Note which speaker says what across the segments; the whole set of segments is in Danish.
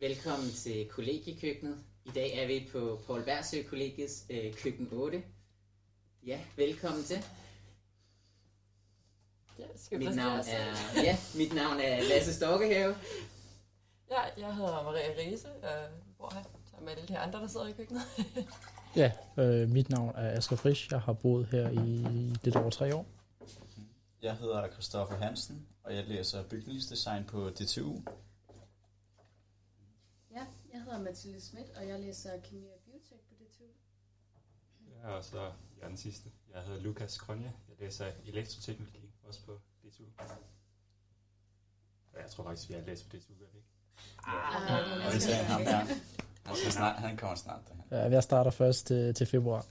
Speaker 1: velkommen til kollegiekøkkenet. I dag er vi på Paul Bersø Kollegiets øh, køkken 8. Ja, velkommen til.
Speaker 2: Ja, skal vi
Speaker 1: Mit
Speaker 2: præsentere
Speaker 1: navn
Speaker 2: os selv?
Speaker 1: er, ja, mit navn er Lasse Storkehave.
Speaker 2: Ja, jeg hedder Maria Riese, og bor her sammen med alle de andre, der sidder i køkkenet.
Speaker 3: Ja, øh, mit navn er Asger Frisch. Jeg har boet her i lidt over tre år.
Speaker 4: Mhm. Jeg hedder Christoffer Hansen, og jeg læser bygningsdesign på DTU.
Speaker 5: Ja, jeg hedder Mathilde Schmidt, og jeg læser kemi og biotech på DTU.
Speaker 6: Ja, og så jeg er den sidste. Jeg hedder Lukas Kronje. Jeg læser elektroteknologi, også på DTU. Ja, Jeg tror faktisk, vi har læst på DTU, gør vi ikke?
Speaker 4: Og vi tager ham her. Han, skal snart, han kommer snart derhen.
Speaker 3: Ja, Jeg starter først øh, til februar.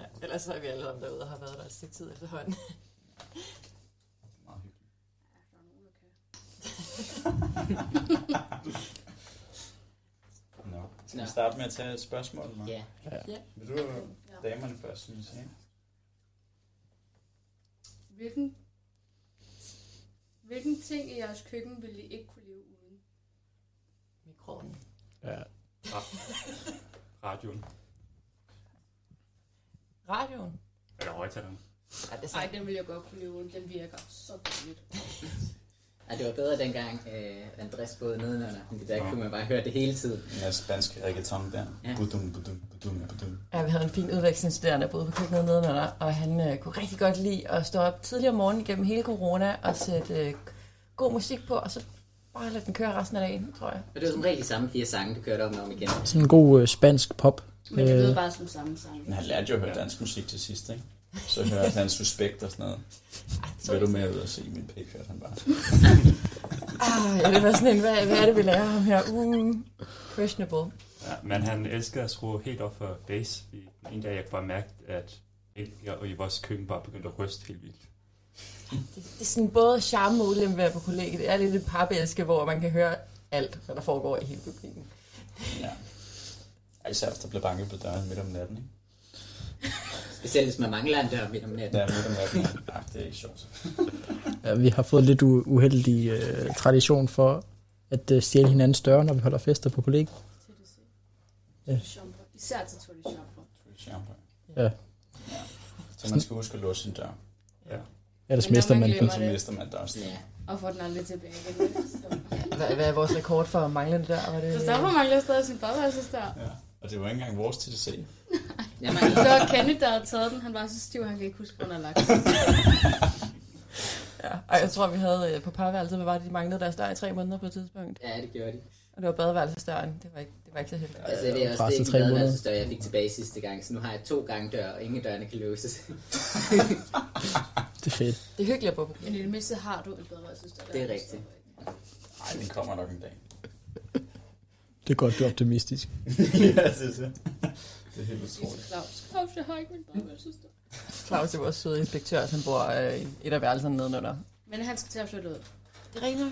Speaker 2: Ja, ellers så er vi alle sammen derude og har været der et stykke tid efterhånden.
Speaker 4: Det er meget hyggeligt. Nå. Skal vi
Speaker 1: Nå.
Speaker 4: starte med at tage et spørgsmål? Mark?
Speaker 1: Ja,
Speaker 4: Vil du have damerne først, synes jeg?
Speaker 5: Hvilken, hvilken ting i jeres køkken ville I ikke kunne leve uden?
Speaker 2: Mikroven.
Speaker 3: Ja,
Speaker 6: Radioen.
Speaker 2: Radioen.
Speaker 6: Eller højtaleren.
Speaker 2: Ja, det er
Speaker 5: Nej,
Speaker 2: sådan.
Speaker 5: den ville jeg godt kunne leve uden. Den virker så dårligt.
Speaker 1: og det var bedre dengang øh, Andres boede nedenunder. Men der
Speaker 6: Nå.
Speaker 1: kunne man bare høre det hele tiden.
Speaker 4: Den her spanske reggaeton der.
Speaker 1: Ja.
Speaker 4: Budum, budum, budum, budum.
Speaker 2: Ja, vi havde en fin udvekslingsstuderende, der boede på køkkenet nedenunder, og han øh, kunne rigtig godt lide at stå op tidligere om morgenen gennem hele corona og sætte øh, god musik på, og så bare lade den køre resten af dagen, tror jeg.
Speaker 1: Og det var som regel de samme fire sange, du kørte om og om igen.
Speaker 3: sådan en god øh, spansk pop.
Speaker 5: Men det lød
Speaker 3: Øh.
Speaker 5: bare som samme sang.
Speaker 4: Men han lærte jo at høre dansk musik til sidst, ikke? Så hørte han suspekt og sådan noget. Vil du med ud og se min pik, hørte han bare.
Speaker 2: Ah, ja, det var sådan en, hvad, hvad er det, vi lærer ham her? Uh, questionable.
Speaker 6: Ja, men han elsker at skrue helt op for bass. I- En dag, jeg kunne bare mærke, at jeg og i vores køkken bare begyndte at ryste helt vildt.
Speaker 2: Det er sådan både charme og ulempe ved at være på kollegiet. Det er lidt et papæske, hvor man kan høre alt, hvad der foregår i hele bygningen.
Speaker 4: Ja. Ej, Især hvis der blev banket på døren midt om natten, ikke?
Speaker 1: Specielt hvis man mangler en dør midt om natten.
Speaker 4: Ja, midt om natten. Ej, det er ikke sjovt.
Speaker 3: Øh, Ja, vi har fået lidt u- uheldig øh, tradition for at øh, stjæle hinandens døre, når vi holder fester på kollegiet.
Speaker 5: TDC.
Speaker 3: Ja.
Speaker 5: Shampoo. Især til Tully Shampoo.
Speaker 4: Shampoo.
Speaker 3: Ja.
Speaker 4: Så man skal huske at låse sin dør.
Speaker 3: Ellers
Speaker 5: Men når
Speaker 3: mister
Speaker 5: man
Speaker 3: man den.
Speaker 5: glemmer-
Speaker 4: Så
Speaker 5: det?
Speaker 4: mister man dørsten.
Speaker 1: Ja.
Speaker 5: Og får den aldrig tilbage igen. Så.
Speaker 2: Hvad, hvad er vores rekord for manglende dør? Var det,
Speaker 5: Christoffer mangler stadig sin badeværelsesdør.
Speaker 4: Ja. Og det var ikke engang vores TDC.
Speaker 1: Jeg mangler,
Speaker 5: Det var Kenneth, der havde taget den. Han var så stiv, han kan ikke huske, hvor den er lagt.
Speaker 2: ja. Og jeg tror, vi havde øh, på parværelset, hvad var det, de manglede deres dør i tre måneder på et tidspunkt.
Speaker 1: ja, det gjorde de.
Speaker 2: Og det var badeværelsesdøren. Det var ikke, det var ikke så heldigt.
Speaker 1: Altså, det er også det,
Speaker 3: Præstet tre
Speaker 1: det
Speaker 3: måneder.
Speaker 1: badeværelsesdør, jeg fik tilbage sidste gang. Så nu har jeg to gange dør, og ingen af dørene kan låses.
Speaker 3: Det er fedt.
Speaker 2: Det er hyggeligt at bo på
Speaker 5: Men i det mindste har du et badeværelsesdør.
Speaker 1: Det er rigtigt.
Speaker 4: Nej, den kommer nok en dag.
Speaker 3: Det er godt, du er optimistisk.
Speaker 4: ja, det er det. Det er helt
Speaker 5: Det er
Speaker 4: utroligt.
Speaker 5: Claus. Claus, jeg har ikke min badeværelsesdør.
Speaker 2: Claus er vores søde inspektør, som bor øh, i et af værelserne nedenunder.
Speaker 5: Men han skal til at flytte ud.
Speaker 2: Det regner.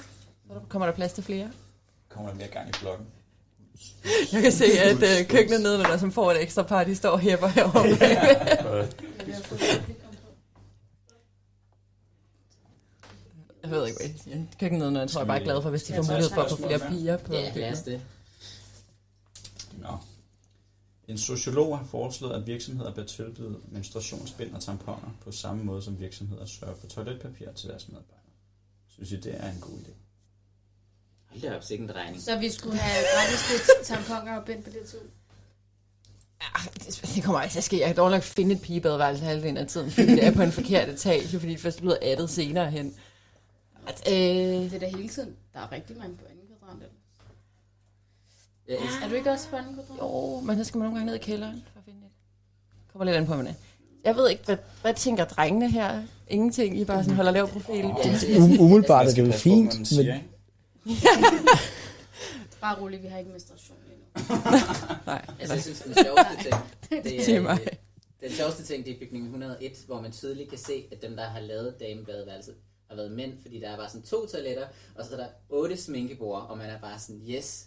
Speaker 2: Så kommer der plads til flere.
Speaker 4: Kommer der mere gang i blokken?
Speaker 2: Jeg kan se, at øh, køkkenet nedenunder, som får et ekstra par, de står og hæpper herovre.
Speaker 6: Og
Speaker 5: Men vi har fået et publikum på.
Speaker 2: Jeg ved ikke, hvad jeg siger. Køkkenet nedenunder tror jeg bare er glad for, hvis de
Speaker 5: Jeg
Speaker 2: får
Speaker 5: tror,
Speaker 2: mulighed
Speaker 5: der
Speaker 2: for
Speaker 5: er
Speaker 2: at få
Speaker 4: små
Speaker 2: flere
Speaker 4: mænd.
Speaker 2: piger på
Speaker 1: Ja, lad
Speaker 2: køkkenet.
Speaker 1: os det.
Speaker 4: Nå. En sociolog har foreslået, at virksomheder bør tilbyde menstruationsbind og tamponer på samme måde, som virksomheder sørger for toiletpapir til deres medarbejdere. Synes I, det er en god idé?
Speaker 1: Hold da op, sikke en regning.
Speaker 5: Så vi skulle have gratis til tamponer og bind på det to.
Speaker 2: Ah, Det, det kommer ikke til at ske. Jeg kan dog nok finde et pigebadeværelse halvdelen af tiden, fordi det er på en forkert etage, fordi det først bliver attet senere hen. At, øh,
Speaker 5: Det er da hele tiden. Der er rigtig mange på anden kvadrat. eller?
Speaker 1: Ja, altså,
Speaker 5: Er du ikke også på anden kvadrat?
Speaker 2: jo, men så skal man nogle gange ned i kælderen for at finde det. Kommer lidt an på, hvad man er. Jeg ved ikke, hvad, hvad tænker drengene her? Ingenting, I bare sådan holder lav profil.
Speaker 1: ja, altså, jeg-
Speaker 3: U- umiddelbart
Speaker 4: Man
Speaker 3: er
Speaker 4: skal
Speaker 3: det jo
Speaker 4: passe på, hvad
Speaker 3: fint,
Speaker 4: man
Speaker 3: men
Speaker 4: siger, ikke?
Speaker 5: Bare rolig, vi har ikke menstruation endnu.
Speaker 2: Nej,
Speaker 1: Altså,
Speaker 2: eller,
Speaker 1: jeg synes, den sjoveste ting, det
Speaker 2: det er
Speaker 1: er,
Speaker 2: mig.
Speaker 1: øh, den sjoveste ting, det er bygning 101, hvor man tydeligt kan se, at dem, der har lavet damebadeværelset, har været mænd, fordi der er bare sådan to toiletter, og så er der otte sminkebord, og man er bare sådan, yes,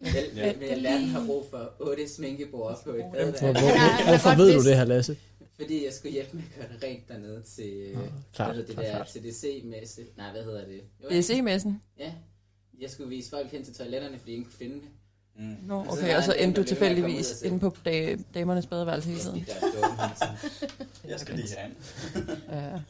Speaker 1: vel,
Speaker 4: Ja.
Speaker 1: vel, vel, verden har brug for otte sminkebord på et
Speaker 3: Hvor,
Speaker 1: badeværelse,
Speaker 3: hvor,
Speaker 5: Ja, jeg
Speaker 3: hvorfor
Speaker 5: har
Speaker 3: ved
Speaker 5: godt
Speaker 3: du det her, Lasse?
Speaker 1: fordi jeg skulle hjælpe med at gøre det rent dernede til, øh,
Speaker 3: klart,
Speaker 1: hvad hedder det
Speaker 3: klart,
Speaker 1: der,
Speaker 3: klart.
Speaker 1: TDC-messe, nej, hvad hedder det? Jo,
Speaker 2: BSE-messen.
Speaker 1: Ja, Altså, jeg skulle vise folk hen til toiletterne, fordi ingen kunne finde det.
Speaker 7: Mm.
Speaker 2: Nå,
Speaker 1: Og så
Speaker 2: okay,
Speaker 1: er
Speaker 2: og så
Speaker 1: der en,
Speaker 2: endte
Speaker 1: der
Speaker 2: du
Speaker 1: bliver ved at komme ud og
Speaker 2: tilfældigvis
Speaker 1: se.
Speaker 2: inde på da- damernes badeværelse hele tiden.
Speaker 1: De der dumme hele tiden.
Speaker 7: Jeg skal lige have en.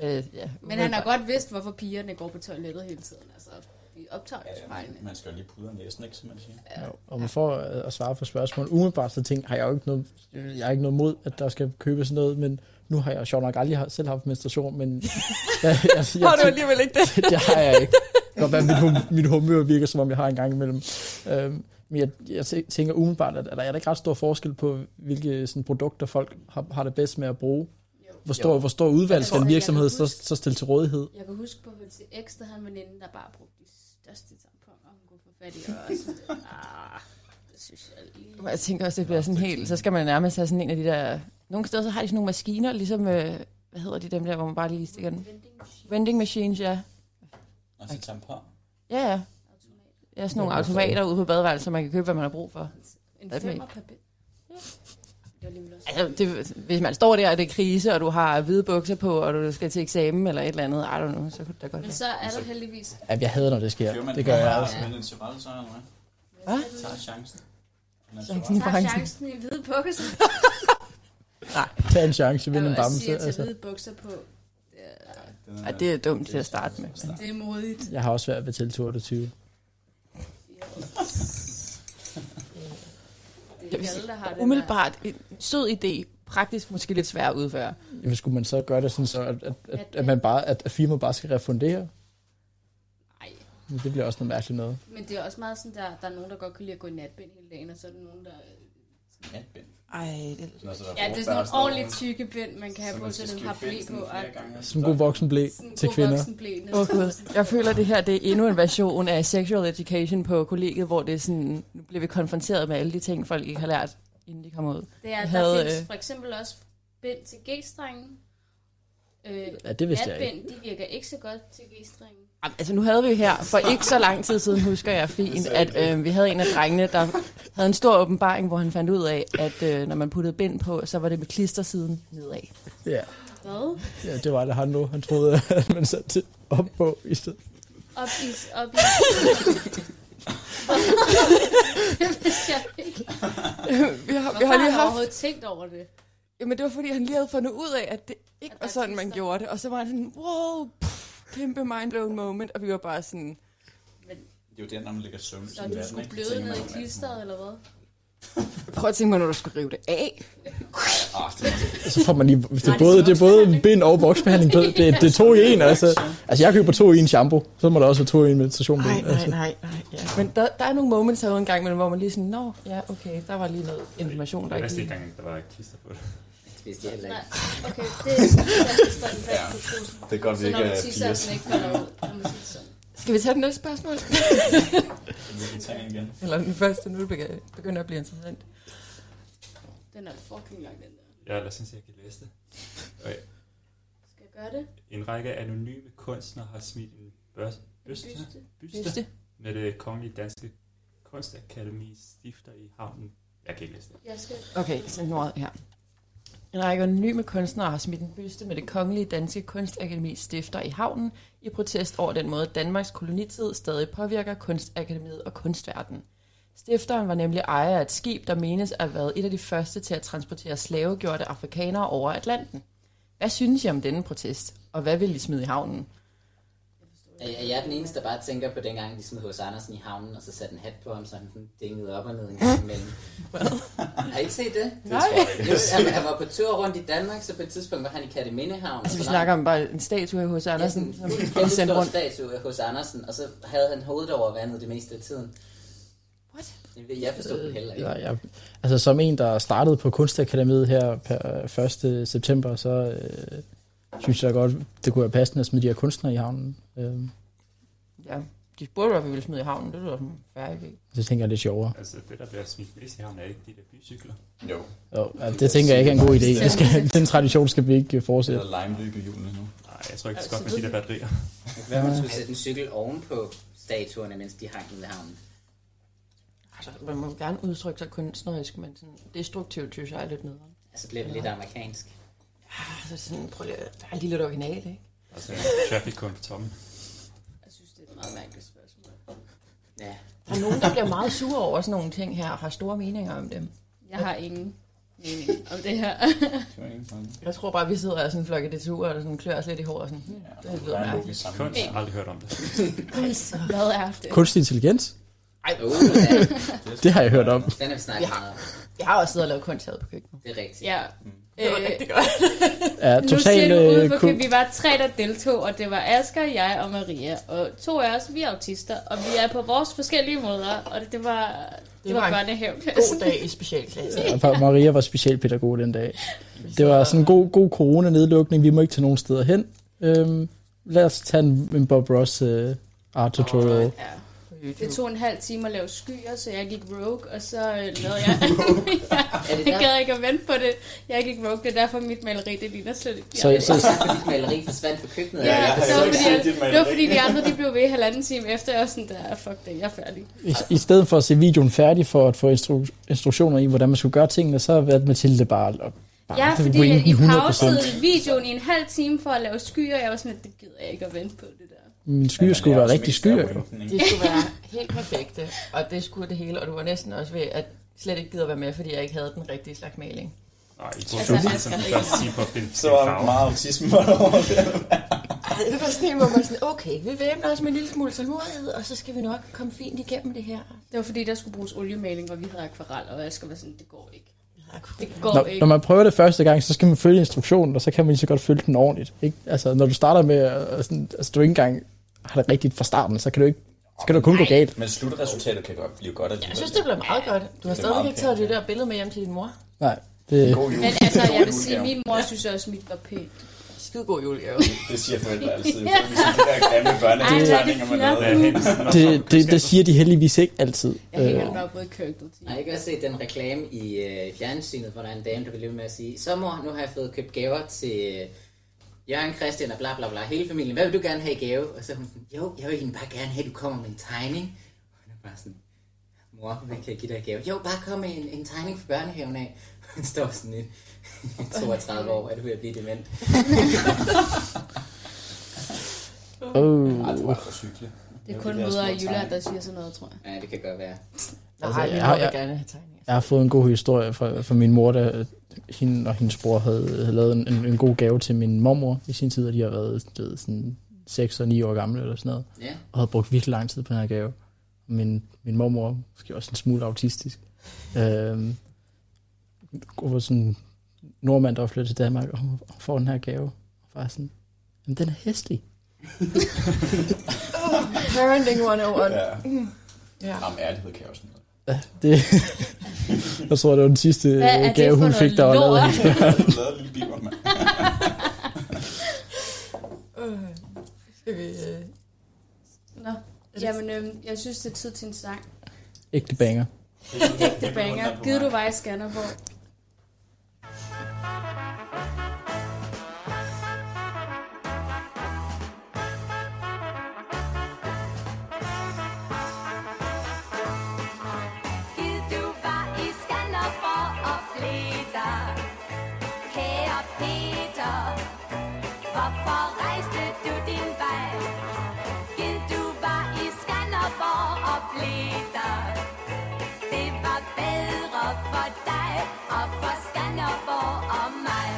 Speaker 2: Ja. Øh, ja.
Speaker 5: Men han har godt vidst, hvorfor pigerne går på toilettet hele tiden. Altså, vi optager
Speaker 7: Ja,
Speaker 5: jo
Speaker 7: ja,
Speaker 5: fejlen.
Speaker 7: man, man skal jo lige pudre næsen, ikke, som man siger.
Speaker 3: Og for at at svare på spørgsmål, umiddelbart så tænkte jeg, har jeg jo ikke noget, jeg har ikke noget mod, at der skal købes sådan noget, men nu har jeg sjovt nok aldrig har- selv haft menstruation, men jeg, jeg, jeg,
Speaker 2: Har du
Speaker 3: jeg,
Speaker 2: alligevel ikke det?
Speaker 3: det har jeg ikke. Det kan godt være, at mit, hum, mit humør virker, som om jeg har en gang imellem. Øhm, men jeg, jeg tæ- tænker umiddelbart, at, at der er da ikke ret stor forskel på, hvilke sådan, produkter folk har, har det bedst med at bruge.
Speaker 5: Jo.
Speaker 3: Hvor stor, hvor stor udvalg skal en virksomhed så, så stille til rådighed?
Speaker 5: Jeg kan huske på HTX, der havde en veninde, der bare brugte de største tamponer, hun kunne få fat i. Og sådan, ah, det synes jeg lige.
Speaker 2: Men Jeg tænker også, det bliver sådan helt... Så skal man nærmest have sådan en af de der... Nogle steder så har de sådan nogle maskiner, ligesom... Øh, hvad hedder de dem der, hvor man bare lige stikker den? Vending machines, ja.
Speaker 7: Og så tampon.
Speaker 2: Ja, ja. Ja, sådan nogle
Speaker 3: Ja, hvorfor
Speaker 2: automater ude på badeværelset, så man kan købe, hvad man har brug for.
Speaker 5: En
Speaker 2: Hvad med-
Speaker 5: femmer per bid. Det var lige mit også.
Speaker 2: Altså, det, hvis man står der, og det er krise, og du har hvide bukser på, og du skal til eksamen eller et eller andet, I don't know, så kunne det da godt
Speaker 5: Men
Speaker 2: være.
Speaker 5: så er der heldigvis...
Speaker 3: Ja, jeg hader, når det
Speaker 7: Kører
Speaker 3: sker.
Speaker 7: man
Speaker 3: Det gør jeg også.
Speaker 7: bare med en Tyrell, så eller hvad?
Speaker 2: Hvad?
Speaker 7: Tager chancen. Den er
Speaker 2: Chancen.
Speaker 7: Tyrell.
Speaker 5: Tag
Speaker 2: Branchen.
Speaker 5: chancen i hvide bukser.
Speaker 3: Tag en chance, vind en
Speaker 5: Jeg
Speaker 3: bamse.
Speaker 5: siger til
Speaker 3: Altså,
Speaker 5: hvide bukser på. Det er-
Speaker 7: Den er-
Speaker 2: Ej, det er dumt til at starte med.
Speaker 5: Det er modigt.
Speaker 3: jeg har også svært ved at tælle 28.
Speaker 5: Det er alle, der har det.
Speaker 2: Umiddelbart en sød idé, praktisk måske lidt svær at udføre.
Speaker 3: Jamen, skulle man så gøre det sådan, så at, at, at, at, man bare, at, at firmaet bare skal refundere?
Speaker 5: Nej,
Speaker 3: Men det bliver også noget mærkeligt noget.
Speaker 5: men det er også meget sådan, der, der er nogen, der godt kan lide at gå i natbind hele dagen, og så er der nogen, der...
Speaker 7: Natbind.
Speaker 2: Ej, det...
Speaker 7: Når så der
Speaker 5: Ja, det er sådan nogle
Speaker 7: forfærd, så er der
Speaker 5: ordentligt
Speaker 7: nogen,
Speaker 5: tykke bind, man kan have
Speaker 7: som
Speaker 5: på,
Speaker 7: man
Speaker 5: så
Speaker 7: skal
Speaker 5: den
Speaker 7: skifte
Speaker 5: har blæ
Speaker 7: bind
Speaker 5: på,
Speaker 7: sådan
Speaker 5: og
Speaker 7: flere gange, altså. og så
Speaker 3: Som
Speaker 7: der-
Speaker 3: god voksen blæ
Speaker 5: sådan
Speaker 3: til
Speaker 5: god
Speaker 3: kvinder.
Speaker 5: voksenblæ
Speaker 2: Åh oh,
Speaker 5: næsten.
Speaker 2: gud, jeg føler, det her det er endnu en version af sexual education på kollegiet, hvor det er sådan, nu bliver vi konfronteret med alle de ting, folk ikke har lært, inden de kommer ud.
Speaker 5: Det er,
Speaker 2: Jeg
Speaker 5: der
Speaker 2: havde,
Speaker 5: findes
Speaker 2: øh,
Speaker 5: for eksempel også bind til G-strengen. Øh,
Speaker 3: Ja, det vidste jeg ikke.
Speaker 5: natbind, de virker ikke så godt til G-strengen.
Speaker 2: Jamen, Altså nu havde vi jo her, for ikke så lang tid siden, husker jeg fint, at øh, vi havde en af drengene, der havde en stor åbenbaring, hvor han fandt ud af, at øh, når man puttede bind på, så var det med klistersiden nedad.
Speaker 3: Ja,
Speaker 5: Hvad?
Speaker 3: ja det var det han nu. Han troede, at man satte det op på i stedet.
Speaker 5: Op i... Op i. det vidste jeg ikke.
Speaker 2: vi har, vi
Speaker 5: Hvorfor
Speaker 2: har
Speaker 5: har
Speaker 2: lige
Speaker 5: han
Speaker 2: haft...
Speaker 5: overhovedet tænkt over det?
Speaker 2: Jamen det var fordi, han lige havde fundet ud af, at det ikke
Speaker 5: At der
Speaker 2: var
Speaker 5: er
Speaker 2: sådan, man
Speaker 5: klister.
Speaker 2: gjorde det. Og så var han sådan, wow, pff, kæmpe mindblown moment, og vi var bare sådan...
Speaker 7: Det er jo der, når man ligger søvnløs
Speaker 5: Så du skulle bløde ned i klisteret, eller hvad?
Speaker 2: Prøv at tænke mig, når du skulle rive det af.
Speaker 7: Ah, det er
Speaker 3: Så får man lige, hvis det, er
Speaker 5: Nej,
Speaker 3: både,
Speaker 5: det er
Speaker 3: det er både bind og voksbehandling. Det, det, det er to i en, altså. Altså, jeg køber to i en shampoo. Så må der også være to i en meditation. Altså.
Speaker 2: nej, nej. Ja. Men der, der er nogle moments herude en gang imellem, hvor man lige sådan, nå, ja, okay, der var lige noget information, der
Speaker 6: Jeg vidste
Speaker 2: ikke lige...
Speaker 6: ikke engang, der var klister på det.
Speaker 1: Det vidste jeg heller
Speaker 5: Nej,
Speaker 1: ikke.
Speaker 5: okay, det er sådan, at står den fast på trusen.
Speaker 7: det er godt, vi
Speaker 5: Så når
Speaker 7: ikke
Speaker 5: du
Speaker 7: er
Speaker 5: tisser,
Speaker 7: piger.
Speaker 5: at den ikke falder ud. Når man siger sådan.
Speaker 2: Skal vi tage den næste spørgsmål?
Speaker 7: Så vi kan tage en igen.
Speaker 2: Eller den første, nu begynder at blive interessant.
Speaker 5: Den er fucking lang, den der.
Speaker 6: Ja, lad os se, jeg kan læse det. Okay.
Speaker 5: Skal jeg gøre det?
Speaker 6: En række anonyme kunstnere har smidt en børs, bøste,
Speaker 5: Byste.
Speaker 6: byste med det kongelige danske kunstakademis stifter i havnen. Jeg kan ikke læse det.
Speaker 5: Jeg skal...
Speaker 2: Okay, så nu her. En række anonyme kunstnere har smidt en byste med det kongelige danske kunstakademis stifter i havnen i protest over den måde, Danmarks kolonitid stadig påvirker kunstakademiet og kunstverdenen. Stifteren var nemlig ejer af et skib, der menes at have været et af de første til at transportere slavegjorte afrikanere over Atlanten. Hvad synes I om denne protest, og hvad vil I smide i havnen? Altså,
Speaker 1: Er, er jeg den eneste, der bare tænker på dengang, de smed hos Andersen i havnen, og så satte en hat på ham, så han sådan dingede op og ned en gang imellem? Har I ikke set det?
Speaker 2: Nej,
Speaker 1: Jo, han, han var på tur rundt i Danmark, så på et tidspunkt var han i Kattemindehavn.
Speaker 2: altså vi snakker om bare en statue hos Andersen, som blev sendt rundt.
Speaker 1: statue hos Andersen, og så havde han hovedet over vandet det meste af tiden.
Speaker 2: What? Øh,
Speaker 1: Jeg ved- Jeg forstod det heller ikke.
Speaker 3: Ja, jeg, altså, som en, der startede på Kunstakademiet her per 1. september, så øh, synes jeg godt, det kunne være passende at smide de her kunstnere i havnen. Øh,
Speaker 2: Ja, de spurgte, hvad vi ville smide i havnen. Det lyder som en færre idé.
Speaker 3: så tænker jeg det er sjovere.
Speaker 6: Altså, det der bliver smidt mest i havnen er ikke de der bycykler.
Speaker 7: Jo,
Speaker 3: Jo, ja, det tænker jeg ikke er en god idé. Det skal, den tradition skal vi ikke
Speaker 7: det
Speaker 3: fortsætte.
Speaker 7: er limeløb i julen nu.
Speaker 6: Nej, jeg tror ikke, det
Speaker 2: Altså,
Speaker 6: skal godt med de der batterier.
Speaker 1: Hvad man skulle sætte en cykel ovenpå statuerne, mens de hang i havnen.
Speaker 2: Altså, man må gerne udtrykke sig kunstnerisk, men sådan destruktivt synes jeg er lidt nederen.
Speaker 1: Altså blev det lidt amerikansk.
Speaker 2: Altså sådan, prøv lige at være lige lidt original, ikke?
Speaker 6: Altså, traffic kun på toppen.
Speaker 5: Jeg synes, det er et meget mærkeligt spørgsmål.
Speaker 1: Ja.
Speaker 2: Der er nogen, der bliver meget sure over sådan nogle ting her, og har store meninger om dem.
Speaker 5: Jeg har ingen mening om det her.
Speaker 7: Det var ingen sådan.
Speaker 2: Jeg tror bare, vi sidder og sådan flokke det tur, og sådan klør os lidt i håret og sådan, hmm, det lyder
Speaker 7: Der er en
Speaker 2: mærkeligt.
Speaker 7: logisk sammenhæng.
Speaker 6: Kunst, jeg har aldrig hørt om det.
Speaker 5: Hvad er det?
Speaker 3: Kunstig intelligens?
Speaker 1: Ej, uh, ja.
Speaker 3: Det har jeg hørt om.
Speaker 1: Den har vi snakket
Speaker 2: Ja.
Speaker 1: meget om.
Speaker 2: Jeg har også siddet og lavet kunst herude på køkkenet.
Speaker 1: Det er rigtigt.
Speaker 5: Ja. Øh,
Speaker 2: godt.
Speaker 3: Ja,
Speaker 5: nu
Speaker 3: total,
Speaker 5: siger du ude
Speaker 3: øh,
Speaker 5: på
Speaker 3: kun-
Speaker 5: køb. Vi var tre, der deltog, og det var Asger, jeg og Maria. Og to af os, vi er autister, og vi er på vores forskellige måder. Og det var, det
Speaker 2: Det
Speaker 5: var,
Speaker 2: var
Speaker 5: var
Speaker 2: en
Speaker 5: børnehaveklassen.
Speaker 2: God dag i specialklasse.
Speaker 3: Ja, for Maria var specialpædagog den dag. Det var sådan en god, god corona-nedlukning. Vi må ikke tage nogen steder hen. Øhm, lad os tage en, en Bob Ross øh, art tutorial. Oh,
Speaker 5: Ja.
Speaker 2: Det
Speaker 5: Det tog en halv time at lave skyer, så jeg gik rogue, og så øh, lavede jeg...
Speaker 1: Er det
Speaker 5: jeg
Speaker 1: der,
Speaker 5: gad ikke at vente på det. Jeg gik rogue, det er derfor mit maleri, det ligner slet ikke.
Speaker 3: så,
Speaker 1: så
Speaker 3: så,
Speaker 1: er det fordi maleri forsvandt fra køkkenet?
Speaker 5: Ja,
Speaker 1: eller
Speaker 5: ja,
Speaker 1: hvad?
Speaker 7: jeg har
Speaker 5: det, var fordi,
Speaker 7: jo ikke set
Speaker 5: at,
Speaker 7: dit maleri.
Speaker 5: det var fordi de andre de blev ved halvanden time efter, og sådan der, "Ah, fuck det, jeg er færdig.
Speaker 3: i, i stedet for at se videoen færdig for at få instru- instruktioner i, hvordan man skulle gøre tingene, så har været Mathilde bare og bare
Speaker 5: Ja, fordi
Speaker 3: wing
Speaker 5: I
Speaker 3: den 100%.
Speaker 5: pausede videoen i en halv time for at lave skyer, og jeg var sådan, at det gider jeg ikke at vente på det der.
Speaker 3: Min skyer skulle være rigtig skyer. jo.
Speaker 2: Det skulle være helt perfekte, og det skulle det hele, og du var næsten også ved at slet ikke gider være med, fordi jeg ikke havde den rigtige slags maling.
Speaker 6: Nej, I burde
Speaker 5: Altså,
Speaker 6: altså,
Speaker 5: jeg
Speaker 6: sådan
Speaker 5: skal
Speaker 6: først sige på film.
Speaker 7: Så var meget autisme var der over det.
Speaker 2: Ej, det var sådan en, hvor man sådan, okay, vi væbner os med en lille smule tålmodighed, og så skal vi nok komme fint igennem det her.
Speaker 5: Det var fordi, der skulle bruges oliemaling, og vi havde akvarel, og jeg skal være sådan, det går ikke. Det går
Speaker 3: Når,
Speaker 5: ikke.
Speaker 3: når man prøver det første gang, så skal man følge instruktionen, og så kan man lige så godt følge den ordentligt. Ikke? Altså, når du starter med, at sådan, altså, du ikke engang har det rigtigt fra starten, så kan du ikke, så kan du kun gå galt.
Speaker 7: Men slutresultatet kan godt blive godt
Speaker 2: Jeg
Speaker 7: alligevel.
Speaker 2: synes, det blev meget godt. Du har
Speaker 7: Det er meget
Speaker 2: stadig ikke taget det
Speaker 7: pænt, ja.
Speaker 2: der billede med hjem til din mor.
Speaker 3: Nej, det,
Speaker 7: God jul.
Speaker 5: Men altså,
Speaker 7: God
Speaker 5: jeg vil
Speaker 7: jul,
Speaker 5: sige,
Speaker 7: Gav.
Speaker 5: at min mor synes også, at mit var pænt.
Speaker 2: Skide god julegave.
Speaker 7: Det siger forældre altid. Det er ligesom de der grimme børnetegninger, man
Speaker 5: Ej, hvor er det
Speaker 7: lavede.
Speaker 3: det, det, det siger de heldigvis ikke altid. øh.
Speaker 5: Jeg hænger den bare både i køkkenet til.
Speaker 1: Har I ikke også set den reklame i øh, fjernsynet, hvor der er en dame, der bliver ved med at sige, så mor, nu har jeg fået købt gaver til øh, Jørgen, Christian og bla bla bla, hele familien. Hvad vil du gerne have i gave? Og så er hun sådan, jo, jeg vil egentlig bare gerne have, at du kommer med en tegning. Og han er bare sådan, mor, hvad kan jeg give dig i gave? Jo, bare kom med en, en tegning fra børnehaven af. Hun står sådan lidt, 32 år, er du ved at blive dement?
Speaker 3: Oh.
Speaker 7: Ej, det var for sygeligt.
Speaker 5: Det er
Speaker 7: Jo,
Speaker 5: kun
Speaker 7: de der
Speaker 5: mødre
Speaker 7: små
Speaker 5: i Jylland,
Speaker 7: tegninger.
Speaker 5: der siger sådan noget, tror jeg.
Speaker 1: Ja, det kan godt være.
Speaker 2: Nej,
Speaker 3: Altså, jeg
Speaker 2: jeg
Speaker 3: har-
Speaker 2: har
Speaker 3: jeg-
Speaker 2: gerne have tegninger.
Speaker 3: Jeg har fået en god historie fra, fra min mor, der hende og hendes bror havde, havde lavet en, en, en god gave til min mormor i sin tid, og de har været du ved, sådan 6 og 9 år gamle eller sådan noget,
Speaker 1: Ja,
Speaker 3: og havde brugt virkelig lang tid på den her gave. Min, min mormor, måske også en smule autistisk, øhm, hun var sådan en nordmand, der var flyttet til Danmark, og hun får den her gave. Og bare sådan, jamen den er hestlig.
Speaker 2: Parenting 101.
Speaker 7: Ja.
Speaker 2: Ja.
Speaker 7: Jamen, ærlighed kan jeg også noget.
Speaker 3: Det, jeg tror, det var den sidste øh,
Speaker 5: Hvad er det
Speaker 3: gave,
Speaker 5: for
Speaker 3: hun
Speaker 5: noget
Speaker 3: fik, der var lavet af
Speaker 5: lort?
Speaker 3: hende.
Speaker 7: Du lavede en lille biver, mand.
Speaker 2: Øh, Skal vi... øh,
Speaker 5: Nå. Jamen, øhm, jeg synes, det er tid til en sang.
Speaker 3: Ægte banger.
Speaker 5: Ægte banger. Gider du vej i Skanderborg?
Speaker 8: Gid du var i Skanderborg og fleder. Kære Peter, hvorfor rejste du din vej? Gid du var i Skanderborg og fleder. Det var bedre for dig og for Skanderborg og mig.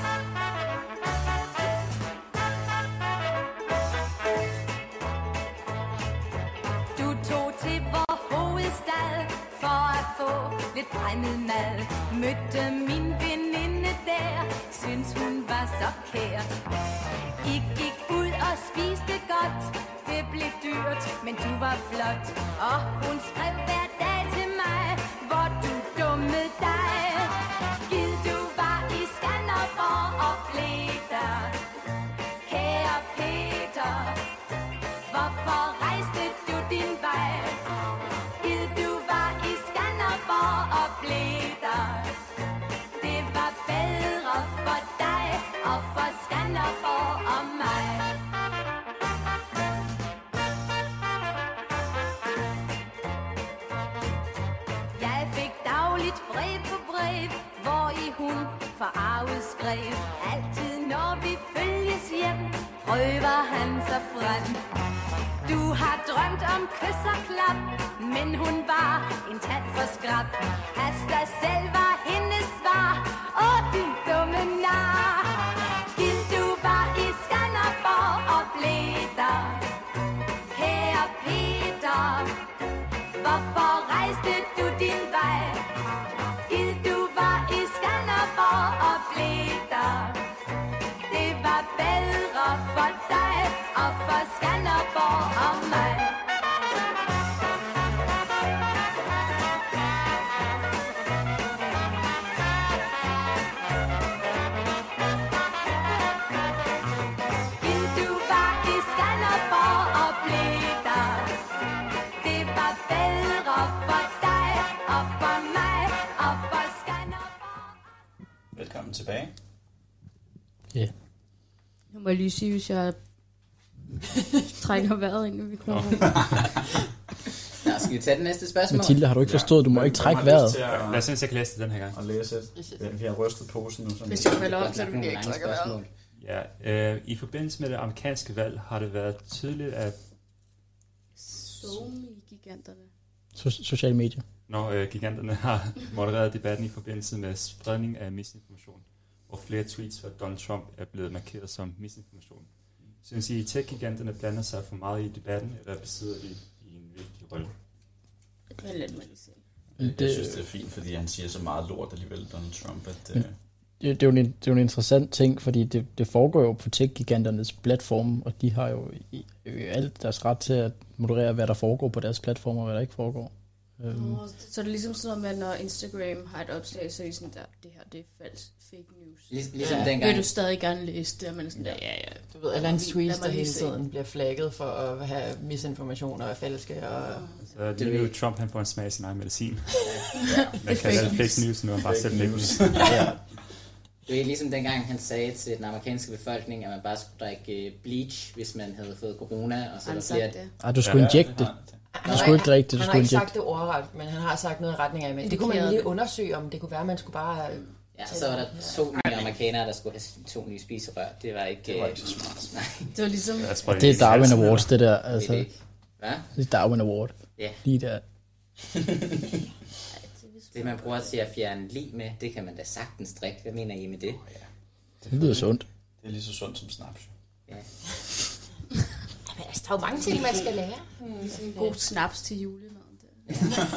Speaker 8: Du tog til vor hovedstad for at få lidt fremmed mad. Mødte min veninde der, synes hun var så kær. I gik ud og spiste godt, det blev dyrt, men du var flot. Og hun skrev hver dag til mig, hvor du dumme dig. Gid du var i Skanderborg og blev der. Kære Peter, Hvorfor rejste du din vej? Gid du var i Skanderborg og blev der. Det var bedre for dig og for Skanderborg og mig. Jeg fik dagligt brev på brev, hvor i hun forarvet skrev. Altid når vi følges hjem, røver han sig frem. Du har drømt om kys og klap, men hun var en tand for skrab. Pas dig selv var hendes svar, åh din dumme nar. Gid du var i Skanderborg og blev der, kære Peter. Hvorfor rejste du din vej? Gid du var i Skanderborg og blev der det var bedre for dig og for Skanderborg og mig. Vil du var i Skanderborg og blive der? Det var bedre for dig og for mig og for Skanderborg.
Speaker 7: Velkommen tilbage.
Speaker 5: Nu må jeg lige sige, hvis jeg trækker vejret ind i mikrofonen.
Speaker 1: Nå, skal vi tage det næste spørgsmål?
Speaker 3: Mathilde, har du ikke
Speaker 7: Ja.
Speaker 3: forstået, du må
Speaker 7: Hvem-
Speaker 3: ikke
Speaker 7: hvem
Speaker 3: trække
Speaker 7: har lyst
Speaker 3: vejret.
Speaker 7: til
Speaker 6: Lad os se, hvis jeg kan læse det den her gang.
Speaker 7: At, at læse et. Ja, vi har rystet posen nu. Sådan lidt.
Speaker 2: Hvis jeg falder
Speaker 1: Det er
Speaker 2: op,
Speaker 1: godt
Speaker 2: så er
Speaker 1: nok
Speaker 2: det
Speaker 1: nogle
Speaker 2: ikke
Speaker 1: lange
Speaker 2: trække vejret.
Speaker 1: spørgsmål.
Speaker 6: Ja, øh, I forbindelse med det amerikanske valg har det været tydeligt, at
Speaker 5: Somi-giganterne.
Speaker 3: So- sociale medier.
Speaker 6: når øh, giganterne har modereret debatten i forbindelse med spredning af misinformation, hvor flere tweets fra Donald Trump er blevet markeret som misinformation. Synes I, at tech-giganterne blander sig for meget i debatten, eller besidder de i en vigtig rolle?
Speaker 5: Men lad mig lige se.
Speaker 7: Jeg
Speaker 3: Det-
Speaker 7: synes, det er fint, fordi han siger så meget lort alligevel, Donald Trump, at
Speaker 3: Mm.
Speaker 7: øh,
Speaker 3: Det, det, er jo en, det er jo en interessant ting, fordi det, det foregår jo på tech-giganternes platform, og de har jo i, i alt deres ret til at moderere, hvad der foregår på deres platform, og hvad der ikke foregår. Øhm,
Speaker 5: Nå, Så er det ligesom sådan noget med, når Instagram har et opslag, så er de sådan der, det her det er falsk fake news.
Speaker 1: Lig- Ligesom
Speaker 2: Ja.
Speaker 1: dengang.
Speaker 5: Vil du stadig gerne læse det? Og man er sådan der, ja, ja.
Speaker 2: Du ved, alle hans tweets, der hele tiden bliver flagget for at have misinformation og er falske. Og...
Speaker 6: Så er
Speaker 1: Det
Speaker 6: det
Speaker 1: ved
Speaker 6: jo
Speaker 1: jeg.
Speaker 6: Trump, han får en smag i sin egen medicin. Man
Speaker 5: Det er
Speaker 6: kan
Speaker 5: fake
Speaker 6: det fake news nu, han bare
Speaker 7: Fake
Speaker 6: selv fake
Speaker 7: news.
Speaker 6: news.
Speaker 1: Det er ligesom dengang, han sagde til den amerikanske befolkning, at man bare skulle drikke øh, bleach, hvis man havde fået corona. Og så
Speaker 5: Har
Speaker 1: er der
Speaker 5: han
Speaker 1: flere,
Speaker 5: sagt det?
Speaker 3: Ej, ah, du skulle
Speaker 7: ja,
Speaker 3: injekte det.
Speaker 7: har-
Speaker 3: Du skulle ikke drikke det, du
Speaker 2: Han har
Speaker 3: skulle
Speaker 2: ikke
Speaker 3: injekte
Speaker 2: sagt det ordret, men han har sagt noget i retning af, men det
Speaker 5: Indikeret
Speaker 2: kunne man lige
Speaker 5: det.
Speaker 2: undersøge om. Det kunne være, at man skulle bare... øh,
Speaker 1: Ja, og så var der to nye amerikanere, der skulle have to nye spiserør. Det var ikke...
Speaker 7: Det var
Speaker 1: øh,
Speaker 7: ikke så smart.
Speaker 1: Nej,
Speaker 5: Det var ligesom,
Speaker 6: Jeg spreder
Speaker 3: Det er
Speaker 6: i halsen,
Speaker 3: Darwin
Speaker 6: eller?
Speaker 3: Awards, det der.
Speaker 1: det
Speaker 3: Altså,
Speaker 1: er det ikke. Hvad?
Speaker 3: det er Darwin Award.
Speaker 1: Ja.
Speaker 3: Lige der.
Speaker 1: Det, man bruger til at fjerne lig med, det kan man da sagtens drikke. Hvad mener I med det?
Speaker 3: Det lyder sundt.
Speaker 7: Det er lige så sundt som snaps. jo.
Speaker 2: Altså, der er jo mange ting, man skal lære.
Speaker 5: Mm, en god snaps til julemaden. Der.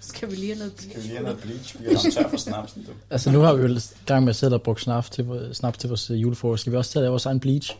Speaker 5: Skal vi lige have noget
Speaker 7: Skal vi
Speaker 5: blive?
Speaker 7: lige have noget bleach? Vi er også tør for snapsen, du.
Speaker 3: Altså, nu har vi jo i gang med at sætte og bruge snaps til, vores- snaps til vores øh, julefrokost. Skal vi også tage af vores egen bleach?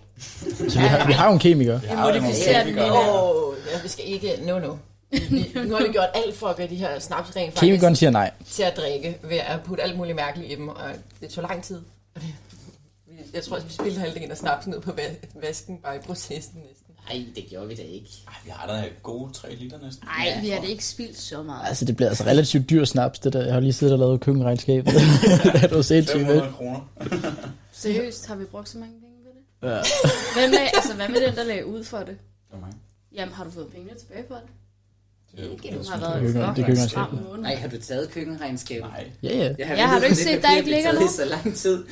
Speaker 3: Så vi har, vi har jo en kemiker.
Speaker 7: Jeg har jo nogle
Speaker 5: modificerer den
Speaker 7: kemikere.
Speaker 5: mere.
Speaker 2: Åh, ja, vi skal ikke... No, no. Vi- Nu har vi gjort alt for at gøre de her snaps rent faktisk
Speaker 3: Kemikeren siger nej.
Speaker 2: til at drikke, ved at putte alt muligt mærkeligt i dem, og det tog lang tid. Og det- Jeg tror, at vi spildte halvdelen af snapsen ud på va- vasken, bare i processen næsten.
Speaker 1: Nej, det gjorde vi da ikke.
Speaker 7: Ej, vi har da gode 3 liter næsten.
Speaker 5: Nej, vi har det ikke spildt så meget.
Speaker 3: Altså, det bliver altså relativt dyr snaps, det der. Jeg har lige siddet og lavet køkkenregnskabet. det er du sindssygt vel.
Speaker 7: 500 kroner.
Speaker 5: Seriøst, har vi brugt så mange penge på det?
Speaker 3: Ja.
Speaker 5: Hvad med, altså, hvad med den, der lagde ud for det?
Speaker 7: Det var mig.
Speaker 5: Jamen, har du fået pengene tilbage for det?
Speaker 7: Det er jo-
Speaker 5: Ikke, du har
Speaker 3: det kan-
Speaker 5: været
Speaker 3: det
Speaker 5: en
Speaker 3: kan
Speaker 5: fucking
Speaker 3: jeg
Speaker 5: stram
Speaker 3: godt
Speaker 5: måned.
Speaker 1: Nej, har du taget køkkenregnskab?
Speaker 7: Nej.
Speaker 3: Ja, ja.
Speaker 1: Jeg har,
Speaker 5: Ja, har
Speaker 1: ved,
Speaker 5: du ikke
Speaker 1: det
Speaker 5: set,
Speaker 1: papir
Speaker 5: der ikke
Speaker 1: blev
Speaker 5: ligger
Speaker 1: taget i
Speaker 5: nogen?
Speaker 1: så lang tid.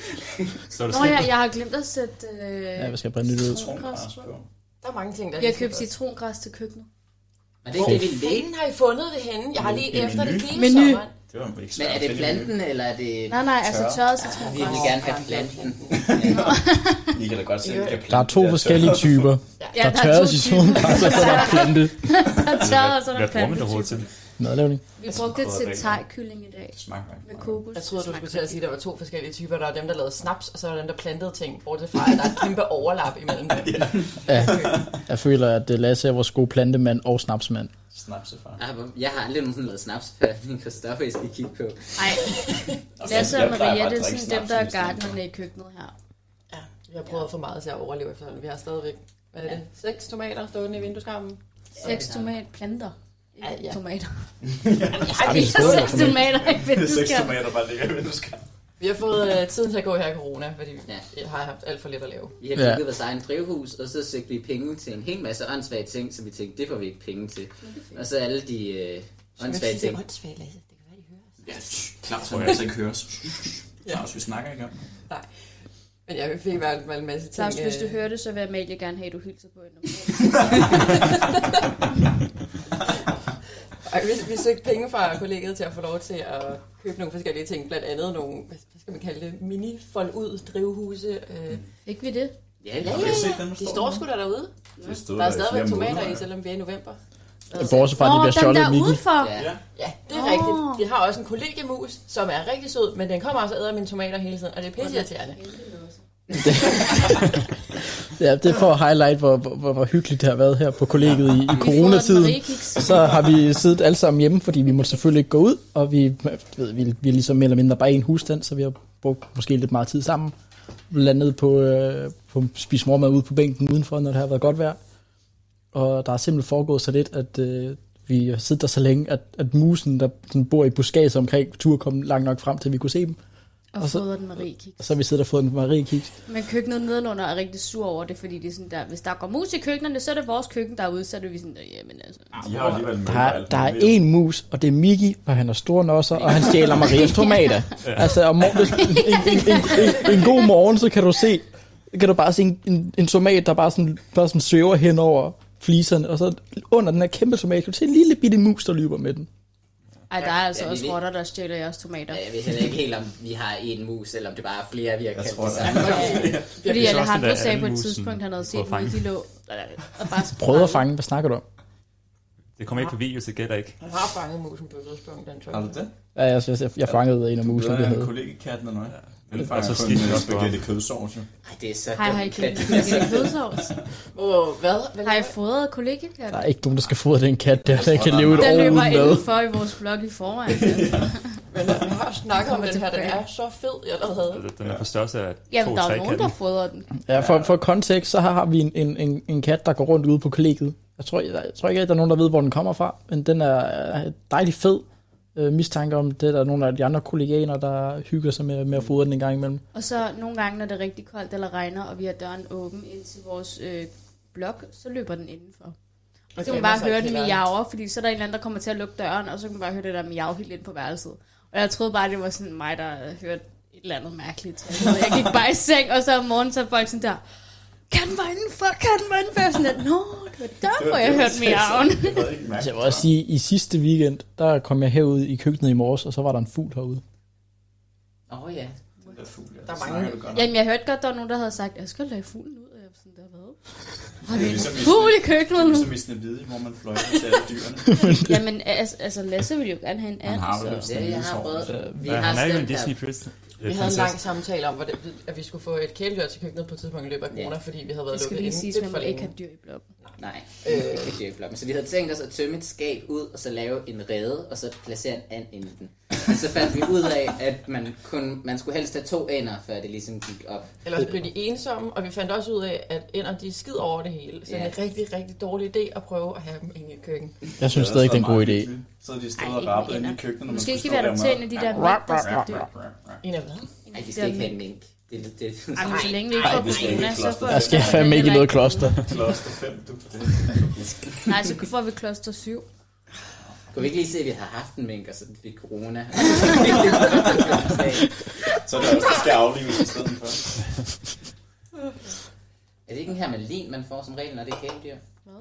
Speaker 6: Så er det
Speaker 5: Nå ja, jeg har glemt at sætte... Øh,
Speaker 3: Ja, vi skal brænde nyt ud.
Speaker 7: Citrongræs på.
Speaker 2: Der er mange ting, der...
Speaker 5: jeg har købt citrongræs til køkkenet.
Speaker 1: Men det er ikke det, vi
Speaker 2: Hvor
Speaker 1: lægger.
Speaker 2: fanden har I fundet det henne? Jeg har lige
Speaker 7: Det er
Speaker 2: efter det
Speaker 7: menu.
Speaker 2: hele
Speaker 5: Menu.
Speaker 2: sommeren.
Speaker 7: Det var ikke
Speaker 1: Men
Speaker 7: svært.
Speaker 1: er
Speaker 7: at
Speaker 1: det
Speaker 7: finde i
Speaker 1: planten, eller er det...
Speaker 5: Nej, nej, altså
Speaker 7: Tørre.
Speaker 5: tørret
Speaker 1: Vi vil
Speaker 5: citrongræs.
Speaker 1: gerne have planten.
Speaker 7: menuen. I kan da godt se, at
Speaker 3: Der er to forskellige typer.
Speaker 5: Ja,
Speaker 3: Der tørres i solen,
Speaker 5: typer.
Speaker 3: og så er der plante.
Speaker 5: Der er tørret, og så er
Speaker 6: Hvad
Speaker 5: der
Speaker 6: bruger man det overhovedet
Speaker 5: plantetyper.
Speaker 6: til?
Speaker 3: Madlavning.
Speaker 5: Vi
Speaker 7: Altså,
Speaker 5: brugte det til
Speaker 7: Krydderregler.
Speaker 5: thai-kylling i dag.
Speaker 7: Det smager
Speaker 5: Med
Speaker 7: ikke.
Speaker 5: kokos.
Speaker 2: Jeg troede, du skulle til at sige, at der var to forskellige typer. Der er dem, der lavede snaps, og så er der dem, der plantede ting. Bortset fra, at der er et kæmpe overlap imellem dem.
Speaker 3: Ja. Jeg føler, at øh, Lasse er vores gode plantemand og snapsmand.
Speaker 7: Snapsefar.
Speaker 1: Ah, hvor- Jeg har aldrig nogensinde lavet snaps, før min Christoffer, I skal kigge på.
Speaker 5: Nej, Lasse og Maria, det er sådan dem, der er gardnerne i køkkenet her.
Speaker 2: Ja, vi har prøvet for meget til at overleve efterhånden. Vi har stadigvæk, hvad er det, seks tomater stående i vindueskarmen.
Speaker 5: Seks tomatplanter. Ja,
Speaker 2: Ja, ja.
Speaker 5: ja. Tomater.
Speaker 2: Ej, vi,
Speaker 5: Så seks tomater i vindueskarmen.
Speaker 7: tomater, bare ligger i vindueskarmen.
Speaker 2: vi har fået uh, tiden til at gå her i corona, fordi vi
Speaker 1: Ja.
Speaker 2: ja. har haft alt for lidt at lave.
Speaker 1: Vi har
Speaker 3: Ja.
Speaker 1: bygget vores egen drivhus, og så søgte vi penge til en hel masse åndssvage ting, så vi tænkte, det får vi ikke penge til. Og så alle de øh, åndssvage ting.
Speaker 2: åndssvagt, Lasse. Det kan være, de hører
Speaker 7: Ja, klart, så man altså ikke høres.
Speaker 2: Ja.
Speaker 7: Claus, vi snakker ikke om. det.
Speaker 2: Men jeg fik i hvert fald en masse ting.
Speaker 5: Claus, hvis du
Speaker 2: øh,
Speaker 5: hører det, så vil Amalie gerne have, at du hilser på hende. om morgenen.
Speaker 2: Ej, vi, vi søgte penge fra kollegiet til at få lov til at købe nogle forskellige ting, blandt andet nogle, hvad hvad skal man kalde det, mini fold ud drivhuse. Øh.
Speaker 5: Fik vi det?
Speaker 1: Ja, ja,
Speaker 7: Har du set dem, der
Speaker 2: De
Speaker 7: står
Speaker 2: står
Speaker 7: der?
Speaker 2: sgu da derude.
Speaker 7: Det stod
Speaker 2: Der er
Speaker 7: i
Speaker 2: stadigvæk
Speaker 7: flere
Speaker 2: tomater
Speaker 7: måneder.
Speaker 2: i, selvom vi er i november.
Speaker 3: Bortset fra, at det
Speaker 5: Åh,
Speaker 3: bliver
Speaker 5: dem
Speaker 3: stjålet
Speaker 5: der
Speaker 3: af Miki.
Speaker 5: udenfor.
Speaker 1: Ja.
Speaker 7: Ja.
Speaker 2: Ja, det er
Speaker 5: Åh.
Speaker 2: oh. rigtigt. Vi har også en kollegiemus, som er rigtig sød, men den kommer også og æder mine tomater hele tiden, og det er pisseirriterende.
Speaker 3: Ja, det er for at highlight, hvor, hvor, hvor, hvor hyggeligt det har været her på kollegiet i, i
Speaker 5: Vi får
Speaker 3: coronatiden.
Speaker 5: et Marie-kiks.
Speaker 3: Så har vi siddet alle sammen hjemme, fordi vi må selvfølgelig ikke gå ud, og vi, du ved, vi, vi er ligesom mere eller mindre bare en husstand, så vi har brugt måske lidt meget tid sammen. Landet på, øh, på at spise morgenmad ude på bænken udenfor, når det har været godt vejr. Og der er simpelthen foregået så lidt, at øh, vi har siddet der så længe, at, at musen, der sådan bor i buskaget omkring, tur kom langt nok frem til, at vi kunne se dem.
Speaker 5: Og
Speaker 3: Og så-
Speaker 5: fodrer den Marie-kiks.
Speaker 3: Og så har vi siddet og fået en Marie-kiks.
Speaker 5: Men køkkenet nedenunder er rigtig sur over det, fordi det er sådan der, hvis der går mus i køkkenerne, så er det vores køkken, der er ude, så er det vi sådan, "Øh, jamen altså.
Speaker 2: Ah.
Speaker 7: De har alligevel mødt
Speaker 3: Der er, der er én mus, og det er Miki, og han har store nosser, og han stjæler Marias tomater. Altså, om morgenen, en, en, en, en, en god morgen, så kan du se, kan du bare se en, en, en tomat, der bare sådan, bare sådan svæver hen over fliserne, og så under den her kæmpe tomat, kan du se en lille bitte mus, der løber med den.
Speaker 5: Ej, der er altså
Speaker 1: Ja, det er
Speaker 5: også
Speaker 1: det.
Speaker 5: rotter, der stjæler jeres tomater.
Speaker 1: Ja, Jeg ved heller ikke helt, om vi har en mus, eller om det bare er flere, vi har kaldt
Speaker 7: tror,
Speaker 1: det
Speaker 7: der
Speaker 1: samme.
Speaker 5: Fordi
Speaker 6: så
Speaker 5: Anne
Speaker 6: også den der
Speaker 5: Harbo sagde på et
Speaker 6: almusen,
Speaker 5: tidspunkt, han havde
Speaker 6: vi
Speaker 5: set
Speaker 6: prøver at fange.
Speaker 5: Miki lå og bare
Speaker 3: Prøv at fange, hvad snakker du om?
Speaker 6: Det kommer ikke på video, så gætter ikke.
Speaker 2: Han har fanget musen på et tidspunkt, den tror
Speaker 7: Har du
Speaker 2: jeg.
Speaker 7: det?
Speaker 3: Ja, jeg, jeg, jeg, jeg fangede en af
Speaker 7: Det
Speaker 3: musene, vi
Speaker 7: er en
Speaker 3: havde.
Speaker 7: kollegekatten eller noget.
Speaker 6: Og
Speaker 7: Den
Speaker 6: så
Speaker 7: faktisk kun
Speaker 6: skifter vi
Speaker 7: med
Speaker 6: også
Speaker 7: Altså, spaghetti kødsovs, jo.
Speaker 1: Ej, det er så
Speaker 5: Hej, hej,
Speaker 1: dumt.
Speaker 5: Kæmpe. Skal det kødsovs?
Speaker 2: Åh, hvad? hvad
Speaker 5: Har I fodret kollegekatten?
Speaker 3: Der er ikke nogen, der skal fodre den kat der, der kan leve et
Speaker 5: Den
Speaker 3: år uden
Speaker 5: løber
Speaker 3: mad.
Speaker 5: indenfor i vores blog i forvejen.
Speaker 2: Men øh, vi har snakket om
Speaker 5: Kommer
Speaker 2: den her, den
Speaker 5: tilbage.
Speaker 2: er så fed, jeg allerede.
Speaker 6: Altså, den er på størrelse af
Speaker 5: Jamen, der er
Speaker 6: to-tre
Speaker 5: jo nogen,
Speaker 6: katten.
Speaker 5: der fodrer den.
Speaker 3: Ja, for, for kontekst, så har, har vi en, en, en, en kat, der går rundt ude på kollegiet. Jeg tror, jeg, jeg tror ikke, at der er nogen, der ved, hvor den kommer fra, men den er øh, dejlig fed. Øh, mistanke om det, der er nogle af de andre kolleganer, der hygger sig med, med at fodre den en gang imellem.
Speaker 5: Og så nogle gange, når det er rigtig koldt eller regner, og vi har døren åben ind til vores øh, blok, så løber den indenfor. Og så kan man bare
Speaker 2: masser af
Speaker 5: høre den
Speaker 2: kælderen.
Speaker 5: miaure, fordi så er der en eller anden, der kommer til at lukke døren, og så kan man bare høre det der miau helt ind på værelset. Og jeg troede bare, det var sådan mig, der hørte et eller andet mærkeligt. Så Jeg, ved, jeg gik bare i seng, og så om morgenen, så er folk sådan der, kan den var indenfor, kan den var indenfor. Jeg er sådan der, nå, det var derfor, jeg hørte miauen.
Speaker 7: Det var ikke
Speaker 3: Altså, jeg
Speaker 7: mærkeligt.
Speaker 3: vil også sige, i sidste weekend, der kom jeg herud i køkkenet i morges, og så var der en fugl herude.
Speaker 1: Åh oh, ja.
Speaker 7: Den Der fugl, ja.
Speaker 2: Der er
Speaker 7: Så
Speaker 2: mange-
Speaker 7: snakker du godt nok.
Speaker 5: Jamen, jeg hørte godt, der var nogen, der havde sagt, jeg skal lade fuglen ud. Og jeg var sådan der, hvad? Har vi en
Speaker 7: Det er ligesom i
Speaker 5: fugl i
Speaker 7: sådan-
Speaker 5: køkkenet nu?
Speaker 7: Ligesom i Snevide, hvor man fløjter til alle dyrene.
Speaker 5: Jamen, altså, altså Lasse ville jo gerne have en
Speaker 7: Han
Speaker 5: and.
Speaker 7: har vel
Speaker 5: så.
Speaker 7: også
Speaker 1: Ja,
Speaker 7: en
Speaker 1: jeg har
Speaker 7: lille
Speaker 1: prøvet.
Speaker 7: sovs.
Speaker 1: Vi
Speaker 6: Ja,
Speaker 1: har
Speaker 6: han er jo en
Speaker 1: stemt
Speaker 6: Disney
Speaker 1: her.
Speaker 6: Prince.
Speaker 2: Vi havde en lang samtale om, hvordan, at vi skulle få et kæledyr til køkkenet på et tidspunkt i løbet af corona, fordi vi havde
Speaker 5: Det
Speaker 2: været
Speaker 5: skal
Speaker 2: lukket
Speaker 5: lige
Speaker 2: inde
Speaker 5: sige,
Speaker 2: lidt
Speaker 5: at
Speaker 2: for
Speaker 5: man ikke har
Speaker 2: længe.
Speaker 5: dyr i blokken.
Speaker 1: Nej, øh, ikke djævler. Men Så vi havde tænkt os at tømme et skab ud, og så lave en rede, og så placere en and ind i den. Men så fandt vi ud af, at man, kun, man skulle helst have to ander, før det ligesom gik op.
Speaker 2: Ellers blev de ensomme, og vi fandt også ud af, at ender de skid over det hele. Så det er en
Speaker 1: Ja.
Speaker 2: rigtig, rigtig dårlig idé at prøve at have dem inde i køkkenet.
Speaker 3: Jeg synes stadig, det er en god idé.
Speaker 7: Så er
Speaker 5: Ej,
Speaker 7: de stået og
Speaker 5: ikke
Speaker 7: rappet
Speaker 5: en
Speaker 7: ind i
Speaker 5: and.
Speaker 7: køkkenet, når man
Speaker 5: Måske
Speaker 7: skulle
Speaker 5: skal
Speaker 7: stå
Speaker 5: vi
Speaker 7: og lave
Speaker 5: adoptere en
Speaker 7: mad.
Speaker 5: af de der mink, der skal dø.
Speaker 2: En af hvad?
Speaker 1: Nej, vi skal ikke have en mink. Det, det, det.
Speaker 5: Ej, men så længe vi ikke får
Speaker 7: vi skal ikke
Speaker 5: corona,
Speaker 7: i
Speaker 5: så
Speaker 7: kloster.
Speaker 5: får
Speaker 3: Jeg skal fandme ikke i noget kloster.
Speaker 7: Kloster 5, du. Det
Speaker 5: Nej, så får vi kloster 7.
Speaker 1: Kunne vi ikke lige se, at vi har haft en mink, og så fik corona?
Speaker 7: Så er det også, der skal aflives i stedet for.
Speaker 1: er det ikke en hermelin, man får som regel, når det er kæledyr?
Speaker 5: Hvad?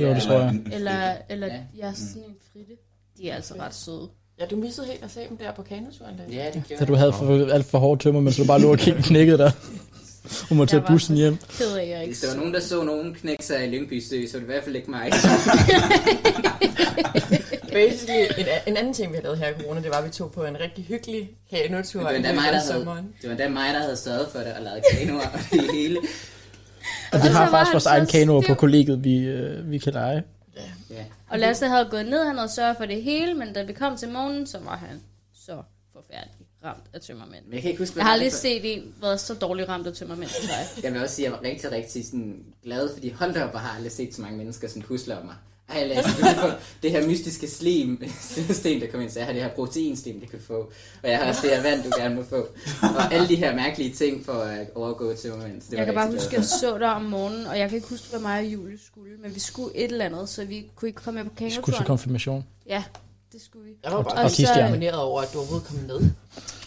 Speaker 3: Jo, det tror jeg.
Speaker 5: Eller, eller
Speaker 1: Ja.
Speaker 5: jeg er sådan en fritte. De er altså ret søde.
Speaker 2: Ja, du missede helt at se dem der på kaneturen. Der.
Speaker 1: Ja, det gjorde
Speaker 3: Da du havde for, alt for hårde tømmer, men så du bare lå og kiggede knækket der. Hun må
Speaker 5: Jeg
Speaker 3: tage
Speaker 5: var
Speaker 3: bussen
Speaker 5: så
Speaker 3: hjem.
Speaker 5: Ked af, at jeg ikke
Speaker 1: Hvis der var nogen, der så nogen knække sig i Lyngby Sø, så var det i hvert fald ikke mig.
Speaker 2: Basically, en, en anden ting, vi har lavet her i corona, det var, at vi tog på en rigtig hyggelig kanotur
Speaker 1: Det var
Speaker 2: i
Speaker 1: endda
Speaker 2: løbet
Speaker 1: mig,
Speaker 2: af
Speaker 1: der havde,
Speaker 2: sommeren.
Speaker 1: det var endda mig, der havde sørget for det og lavet kanoer og det hele.
Speaker 3: Og vi
Speaker 5: så
Speaker 3: har
Speaker 5: var
Speaker 3: faktisk
Speaker 5: han
Speaker 3: vores
Speaker 5: så
Speaker 3: egen kanoer på
Speaker 5: stiv.
Speaker 3: kollegiet, vi, øh, vi kan lege.
Speaker 1: Ja.
Speaker 5: Og Lasse havde gået ned, han havde sørget for det hele, men da vi kom til morgenen, så var han så forfærdelig ramt af tømmermænd.
Speaker 1: Men jeg kan ikke huske, hvad
Speaker 5: Jeg har
Speaker 1: det
Speaker 5: aldrig
Speaker 1: var.
Speaker 5: set en været så dårlig ramt af tømmermænd som dig.
Speaker 1: Jeg vil også sige, at jeg var rigtig, rigtig sådan glad, fordi hold da op, hvor har jeg aldrig set så mange mennesker, som pusler om mig. Ej, lad os få det her mystiske slim, sten, der kom ind, så jeg har det her proteinslim, det kan få. Og jeg har også det her vand, du gerne må få. Og alle de her mærkelige ting for at overgå til moment. Så det var rigtig
Speaker 5: Jeg kan bare
Speaker 1: glad
Speaker 5: huske, at
Speaker 1: for.
Speaker 5: jeg så dig om morgenen, og jeg kan ikke huske, hvad mig og Julie skulle, men vi skulle et eller andet, så vi kunne ikke komme med på
Speaker 3: Vi skulle til
Speaker 5: kængeturen.
Speaker 3: konfirmation.
Speaker 5: Ja, det det skulle vi.
Speaker 2: Jeg var
Speaker 3: Og-
Speaker 2: bare
Speaker 3: og
Speaker 2: og så
Speaker 3: kistjerne.
Speaker 2: imponeret over, at du overhovedet kom med. At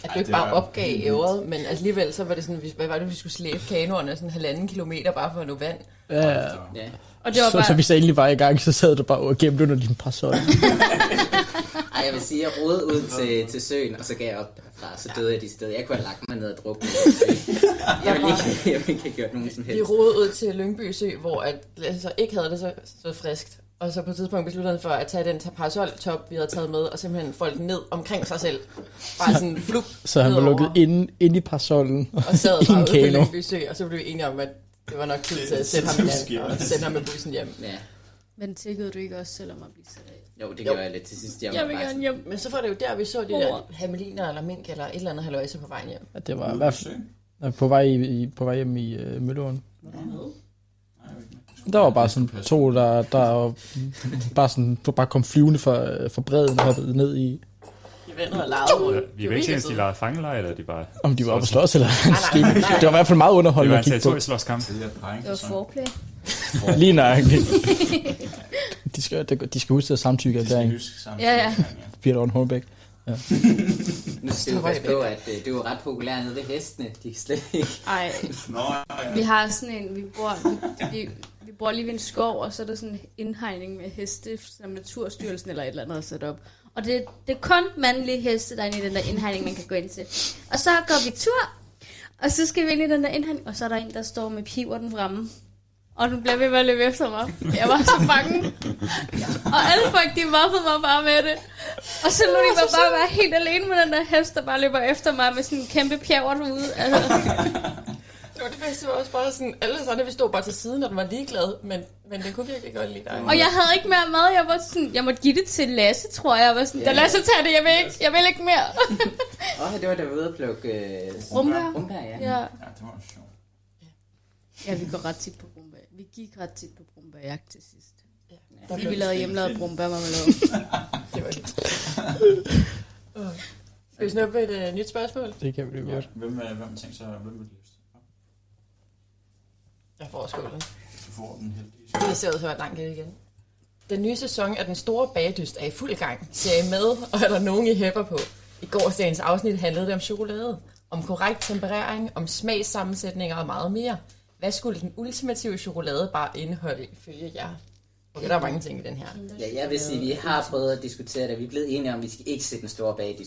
Speaker 2: du
Speaker 7: Ej,
Speaker 2: ikke
Speaker 7: det
Speaker 2: bare
Speaker 7: var
Speaker 2: opgav
Speaker 7: helt
Speaker 2: æret, men alligevel så var det sådan, vi- hvad var det, vi skulle slæbe kanoerne sådan halvanden kilometer bare for at nå vand.
Speaker 3: Ja.
Speaker 1: Ja.
Speaker 5: Og det var
Speaker 3: Så,
Speaker 5: bare...
Speaker 3: så hvis jeg egentlig var i gang, så sad du bare og gemte under din parasol.
Speaker 1: Ej, jeg vil sige, jeg rodede ud til, til søen, og så gav jeg op derfra, så døde jeg de steder. Jeg kunne have lagt mig ned og drukket. Jeg ville ikke, jeg ville ikke have gjort nogen som
Speaker 2: Vi
Speaker 1: helst.
Speaker 2: roede ud til Lyngby Sø, hvor at Lasse så ikke havde det så, så friskt. Og så på et tidspunkt besluttede han for at tage den parasoltop, vi havde taget med, og simpelthen folde den ned omkring sig selv. Bare sådan flup
Speaker 3: Så han var
Speaker 2: nedover,
Speaker 3: lukket inde, inde i parasollen.
Speaker 2: Og sad
Speaker 3: i
Speaker 2: bare
Speaker 3: en
Speaker 2: ude på
Speaker 3: kano.
Speaker 2: Lyngby Sø, og så blev vi enige om, at det var nok tid til at sætte ham i land og sende ham med bussen hjem.
Speaker 1: Ja.
Speaker 5: Men tækkede du ikke også, selvom at blive sat af?
Speaker 1: Jo, det gjorde jeg lidt til sidst. Jeg,
Speaker 5: Jeg vil gerne hjem.
Speaker 2: Men så var det jo der, vi så de
Speaker 5: der
Speaker 2: der hameliner eller mink eller et eller andet halvøjse på vejen hjem.
Speaker 3: Ja, det var i hvert fald jeg var på vej, i, i- på vej hjem i øh, Mølleåen. Der var bare sådan to, der, der var bare, sådan, der bare kom flyvende fra, øh, fra bredden og hoppede ned i,
Speaker 2: Vi vender og legede rundt.
Speaker 6: Vi er jo ikke sikkert, at de leger fangeleje, eller de bare...
Speaker 3: om de var oppe at slås eller
Speaker 2: nej, nej, nej.
Speaker 3: Det var i hvert fald meget
Speaker 6: Det
Speaker 3: underholdende
Speaker 6: var
Speaker 3: at
Speaker 6: en
Speaker 3: kigge på.
Speaker 6: territorisk slåskamp.
Speaker 7: Det er parring,
Speaker 5: Det var foreplay.
Speaker 3: Lige nøjagtigt. De skal, de skal huske at samtykke
Speaker 7: Det skal
Speaker 3: erklæring,
Speaker 7: huske sammen.
Speaker 5: Ja, ja.
Speaker 3: Birte Orne Hornbæk.
Speaker 1: Nu skal vi
Speaker 2: Stopper
Speaker 1: passe
Speaker 2: jeg
Speaker 1: på, at øh, det var ret populært nede ved hestene. De kan slet ikke...
Speaker 5: Ej,
Speaker 7: Nå,
Speaker 5: vi har sådan en... Vi bor, vi, vi, vi bor lige ved en skov, og så er der sådan en indhegning med heste, som Naturstyrelsen eller et eller andet har sat op. Og det, det er kun mandlige heste, der er inde i den der indhegning, man kan gå ind til. Og så går vi tur, og så skal vi ind i den der indhegning, og så er der en, der står med piverten fremme. Og den bliver ved med at løbe efter mig. Jeg var så bange. Og alle folk, de mobbede mig bare med det. Og så lå de mig bare være helt alene med den der hest, der bare løber efter mig med sådan en kæmpe pjavret ude. Altså.
Speaker 2: Det var det bedste, var også bare sådan, alle sådan, vi stod bare til siden, og den var ligeglad, men, men den kunne virkelig godt lide dig.
Speaker 5: Og jeg havde ikke mere mad. Jeg var sådan, jeg måtte give det til Lasse, tror jeg. Jeg var sådan,
Speaker 1: Ja.
Speaker 5: yeah. Lasse tager det, jeg vil ikke, jeg vil ikke mere.
Speaker 1: Åh, oh, det var da vi var ude at plukke... Øh,
Speaker 5: Rumbær.
Speaker 1: rumbær, ja.
Speaker 5: Ja.
Speaker 7: Ja, det var sjovt.
Speaker 5: ja, vi går ret tit på brumbær. Vi gik ret tit på brumbærjagt til sidst.
Speaker 2: Der
Speaker 5: Vi lavede hjemmelavet brumbær, var man
Speaker 2: Det var det. Åh. Skal vi snuppe et uh, nyt spørgsmål?
Speaker 3: Det kan blive godt.
Speaker 7: Ja. Hvem, øh, hvem tænkte sig, hvem ville lyst til?
Speaker 2: Jeg får skålen.
Speaker 7: Du får den heldige.
Speaker 2: Det ser ud til at være langt lidt igen. Den nye sæson af Den Store Bagdyst er i fuld gang. Ser I med, og er der nogen, I hæpper på? I gårsdagens afsnit handlede det om chokolade, om korrekt temperering, om smagssammensætninger og meget mere. Hvad skulle den ultimative chokoladebar indeholde ifølge jer? Okay, der er mange ting i den her.
Speaker 1: Ja, jeg vil sige, vi har prøvet at diskutere det. Vi er blevet enige om, at vi skal ikke sætte den store bag i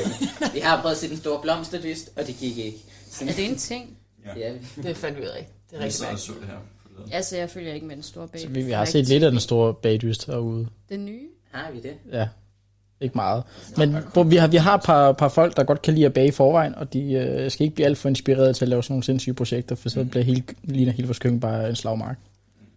Speaker 1: Vi har prøvet at sætte den store blomsterdyst, og det gik ikke. Så,
Speaker 5: Er det en ting?
Speaker 1: ja,
Speaker 2: Det fandt vi ud af. Det er
Speaker 7: Jeg
Speaker 2: rigtig
Speaker 7: sad og
Speaker 2: mærkeligt.
Speaker 7: så det her forleden.
Speaker 5: Altså, jeg følger ikke med den store bag.
Speaker 3: Så vi, vi har set lidt af den store bagdyst herude.
Speaker 5: Den nye?
Speaker 1: har vi det?
Speaker 3: Ja, ikke meget. Men hvor vi har, vi har et par, par folk, der godt kan lide at bage i forvejen, og de øh, skal ikke blive alt for inspireret til at lave sådan nogle sindssyge projekter, for så bliver hele, ligner hele vores køkken bare en slagmark.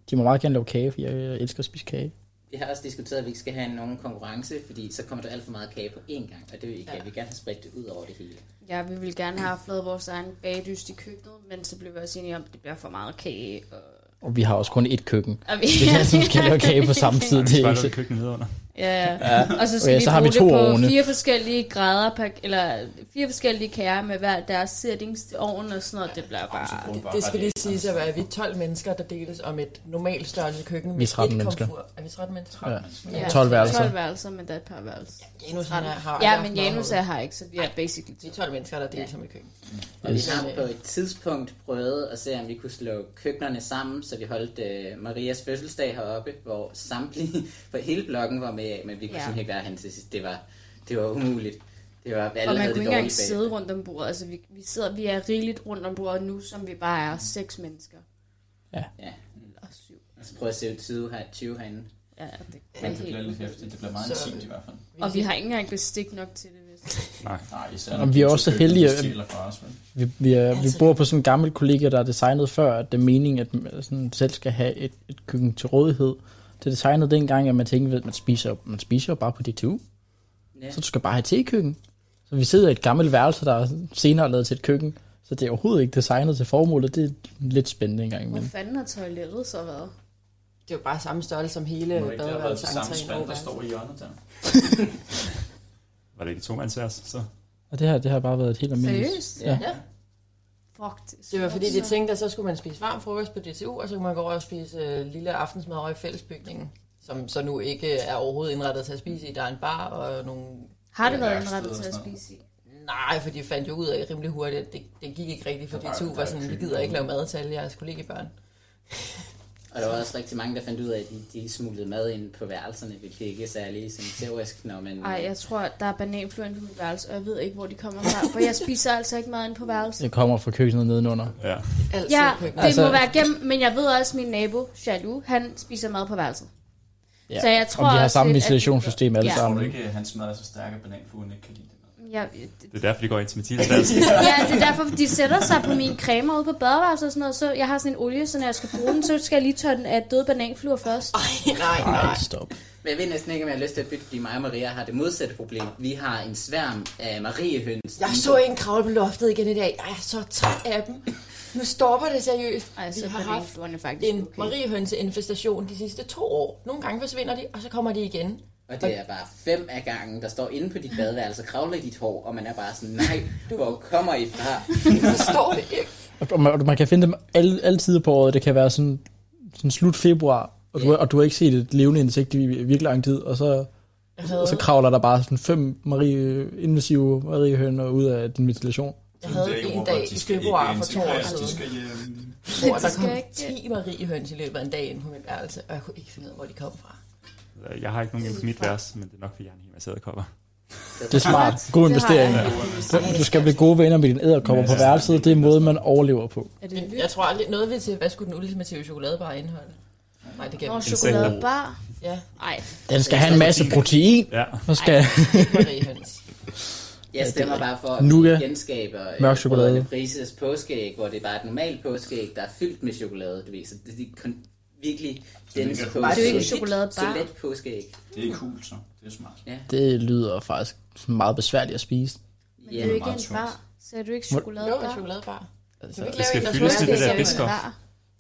Speaker 3: De må meget gerne lave kage, for jeg, jeg elsker at spise kage.
Speaker 1: Vi har også diskuteret, at vi ikke skal have nogen konkurrence, fordi så kommer der alt for meget kage på én gang, og det vil vi ikke have. Vi vil gerne have spredt det ud over det hele.
Speaker 5: Ja, vi ville gerne have haft lavet vores egen bagdyst i køkkenet, men så blev vi også enige om, at det bliver for meget kage. Og...
Speaker 3: Og vi har også kun ét køkken.
Speaker 5: Og vi...
Speaker 3: Hvis jeg synes, skal lave kage på samme tid,
Speaker 6: Vi
Speaker 3: det
Speaker 6: skal
Speaker 3: er
Speaker 6: bare
Speaker 3: ikke
Speaker 6: lukke
Speaker 3: så-
Speaker 6: køkkenet nedenunder.
Speaker 5: Ja, ja. og så skal
Speaker 3: Okay,
Speaker 5: okay, vi
Speaker 3: så har
Speaker 5: bruge
Speaker 3: vi to
Speaker 5: det på
Speaker 3: ovne.
Speaker 5: fire forskellige grader, per, eller fire forskellige kager med hver deres settings til ovnen og sådan noget. Det bliver bare...
Speaker 7: Hun var
Speaker 2: Det skal
Speaker 7: ret
Speaker 2: lige
Speaker 7: ældre.
Speaker 2: siges at være, at vi er 12 mennesker, der deles om et normalt størrelse køkken.
Speaker 3: Vi er 13 mennesker.
Speaker 2: komfur. Er vi 13 mennesker?
Speaker 3: Ja.
Speaker 5: Ja,
Speaker 3: 12 værelser.
Speaker 5: 12 værelser, men der er et par værelser.
Speaker 2: Janus han er- har aldrig
Speaker 5: Ja,
Speaker 2: haft
Speaker 5: men
Speaker 2: noget
Speaker 5: Janus
Speaker 2: hoved.
Speaker 5: er her ikke, så vi er basically
Speaker 2: Vi er
Speaker 5: to.
Speaker 2: 12 mennesker, der deles om et køkken.
Speaker 1: Og vi
Speaker 3: Yes.
Speaker 1: har på et tidspunkt prøvet at se, om vi kunne slå køkkenerne sammen, så vi holdt øh, Marias fødselsdag heroppe, hvor samtlige på hele blokken var med, men vi kunne
Speaker 5: Ja.
Speaker 1: ja. simpelthen ikke være hen til sidst. Det var, det var umuligt. Det var, alle
Speaker 5: Og
Speaker 1: havde
Speaker 5: man kunne
Speaker 1: det
Speaker 5: ikke engang
Speaker 1: dårligt bag.
Speaker 5: sidde rundt om bordet. Altså, vi, vi, sidder, vi er rigeligt rundt om bordet nu, som vi bare er seks mennesker.
Speaker 1: Ja.
Speaker 5: Eller syv.
Speaker 1: Så prøv at se 20, her, 20 herinde.
Speaker 5: Ja, det er
Speaker 7: Men det bliver lidt
Speaker 5: helt...
Speaker 7: hæftigt. Det bliver meget
Speaker 2: Så-
Speaker 7: intimt i hvert fald.
Speaker 5: Og vi har ikke engang bestik nok til det. hvis-
Speaker 6: Nej,
Speaker 7: Nej, især
Speaker 3: Og vi er også
Speaker 7: køkkenet,
Speaker 3: heldige,
Speaker 7: de
Speaker 3: at-
Speaker 7: stjæler fra os, vel?
Speaker 3: Vi, vi, er, vi bor på sådan en gammel kollega, der er designet før, at det er meningen, at man sådan selv skal have et, et køkken til rådighed. Det er designet dengang, at man tænkte, at man spiser, jo- man spiser jo bare på DTU.
Speaker 1: Ja.
Speaker 3: Så du skal bare have te i køkken. Så vi sidder i et gammelt værelse, der er senere lavet til et køkken. Så det er overhovedet ikke designet til formålet. Det er lidt spændende engang.
Speaker 5: Hvor
Speaker 3: Men
Speaker 5: fanden har toilettet så været?
Speaker 2: Det er jo bare samme størrelse som hele
Speaker 7: Må det ikke det har været
Speaker 2: badeværelset,
Speaker 7: det samme
Speaker 2: entréen
Speaker 7: spand,
Speaker 2: og
Speaker 7: der står i hjørnet der?
Speaker 6: var det ikke to mandsværs, så
Speaker 3: og det her, det har bare været et helt almindeligt.
Speaker 5: Seriøst?
Speaker 3: Ja.
Speaker 2: Ja.
Speaker 5: Fuck, det,
Speaker 2: Det var fordi, de
Speaker 5: det
Speaker 2: tænkte, at så skulle man spise varm frokost på DTU, og så kunne man gå over og spise øh, lille aftensmad over i fællesbygningen. som så nu ikke er overhovedet indrettet til at spise i. Der er en bar og nogle...
Speaker 5: Har det
Speaker 7: Ja,
Speaker 5: været
Speaker 7: værksted
Speaker 5: indrettet
Speaker 7: og
Speaker 5: til at
Speaker 7: sådan noget.
Speaker 5: spise i?
Speaker 2: Nej, for de fandt jo ud af rimelig hurtigt, at det, det gik ikke rigtigt, for de
Speaker 7: Nej,
Speaker 2: to
Speaker 7: der
Speaker 2: var
Speaker 7: er
Speaker 2: sådan, vi
Speaker 7: køkken
Speaker 2: gider ikke lave
Speaker 7: derude."
Speaker 2: mad til alle jeres kollegebørn.
Speaker 1: Og der var også rigtig mange, der fandt ud af, at de, de smuglede mad ind på værelserne, hvilket ikke er særlig sådan, teorisk, når man...
Speaker 5: Ej, jeg tror, der er bananfluen på mit værelse, og jeg ved ikke, hvor de kommer fra, for jeg spiser altså ikke mad inde på værelset.
Speaker 3: Det kommer fra køkkenet nedenunder.
Speaker 6: Ja.
Speaker 2: Altid
Speaker 5: Ja,
Speaker 2: køkken.
Speaker 5: det
Speaker 3: Altså-
Speaker 5: må være gennem, men jeg ved også, at min nabo, Jalu, han spiser mad på værelset.
Speaker 3: Ja.
Speaker 5: Så jeg
Speaker 3: Om
Speaker 5: tror
Speaker 3: de har
Speaker 5: også,
Speaker 3: samme
Speaker 5: at-
Speaker 3: ventilationssystem alle
Speaker 5: Ja.
Speaker 7: Tror du
Speaker 3: sammen.
Speaker 7: ikke, at hans mad er så stærk, at bananfluen ikke kan lide det? mad?
Speaker 5: Ja,
Speaker 6: Det er derfor, de går ind til Mathias værelse.
Speaker 5: ja, det er derfor, de sætter sig på mine cremer ude på badeværelset og sådan noget. Så jeg har sådan en olie, så når jeg skal bruge den, så skal jeg lige tørre den af døde bananfluer først.
Speaker 2: nej,
Speaker 3: Nej,
Speaker 2: nej.
Speaker 3: stop.
Speaker 1: Men jeg ved næsten ikke, om jeg har lyst til at bytte, fordi mig og Maria har det modsatte problem. Vi har en sværm af mariehøns.
Speaker 2: Jeg så en kravle på loftet igen i dag. Jeg er så træt af dem. Nu stopper det seriøst.
Speaker 5: Ej, så
Speaker 2: Vi har haft
Speaker 5: bananfluerne faktisk
Speaker 2: en
Speaker 5: okay.
Speaker 2: mariehønseinfestation de sidste to år. Nogle gange forsvinder de, og så kommer de igen.
Speaker 1: Og det er bare fem af gangen, der står inde på dit badeværelse og kravler i dit hår, og man er bare sådan, nej, hvor kommer I fra?
Speaker 2: Jeg forstår det ikke.
Speaker 3: Og man, man kan finde dem alle, alle tider på året. Det kan være sådan, sådan slut februar, og du, har- og du har ikke set et levende insekt i virkelig lang tid, og så,
Speaker 2: Jeg
Speaker 3: og så
Speaker 2: havde,
Speaker 3: kravler der bare sådan fem Marie, øh, invasive mariehøner ud af din ventilation.
Speaker 2: jeg havde
Speaker 7: ikke
Speaker 2: en
Speaker 7: robot,
Speaker 2: dag
Speaker 7: de
Speaker 2: i
Speaker 7: skal ikke
Speaker 2: februar for to år
Speaker 7: integreres, De
Speaker 2: siden,
Speaker 7: skal hjem.
Speaker 2: hvor der
Speaker 5: De skal
Speaker 2: kom
Speaker 5: ikke-
Speaker 2: 10 mariehøns i løbet af en dag ind på mit værelse, og jeg kunne ikke finde ud af, hvor de kom fra.
Speaker 6: Jeg har ikke nogen inde på mit værelse, men det er nok, fordi jeg har en hel masse æderkopper.
Speaker 3: Det er smart. God investering. Du skal blive gode venner med din æderkopper på værelset. Det er måden, man overlever på.
Speaker 5: Er det en lyd?
Speaker 2: Jeg tror aldrig, noget ved til, hvad skulle den ultimative chokoladebar indeholde? Nej, det kan
Speaker 5: Nå,
Speaker 2: jeg ikke.
Speaker 5: chokoladebar.
Speaker 2: Ja,
Speaker 5: Ej,
Speaker 3: Den skal have en masse protein.
Speaker 6: Ja.
Speaker 3: Så skal
Speaker 2: mariehøns.
Speaker 1: Jeg stemmer bare for, at
Speaker 3: Nougat.
Speaker 1: vi genskaber øh,
Speaker 3: Mørk chokolade.
Speaker 1: Brødrene Prises påskeæg, hvor det er bare et normalt påskeæg, der er fyldt med chokolade, du ved. Så det er kon- virkelig dens
Speaker 7: det er-
Speaker 1: påskeæg.
Speaker 5: det er jo ikke chokoladebar.
Speaker 1: Så let påskeæg.
Speaker 7: Det er cool, så. Det er smart.
Speaker 3: det lyder faktisk meget besværligt at spise.
Speaker 5: men det
Speaker 1: Ja,
Speaker 5: er jo
Speaker 7: meget
Speaker 5: ikke en
Speaker 7: tungt.
Speaker 5: bar. Så er du ikke
Speaker 2: Jo, en
Speaker 5: chokoladebar?
Speaker 2: chokoladebar. Kan vi ikke
Speaker 6: Altså, Det
Speaker 2: lave
Speaker 6: skal
Speaker 2: en, der
Speaker 6: fyldes
Speaker 2: smager
Speaker 6: til det
Speaker 2: lidt
Speaker 6: der
Speaker 2: af-
Speaker 6: biskop.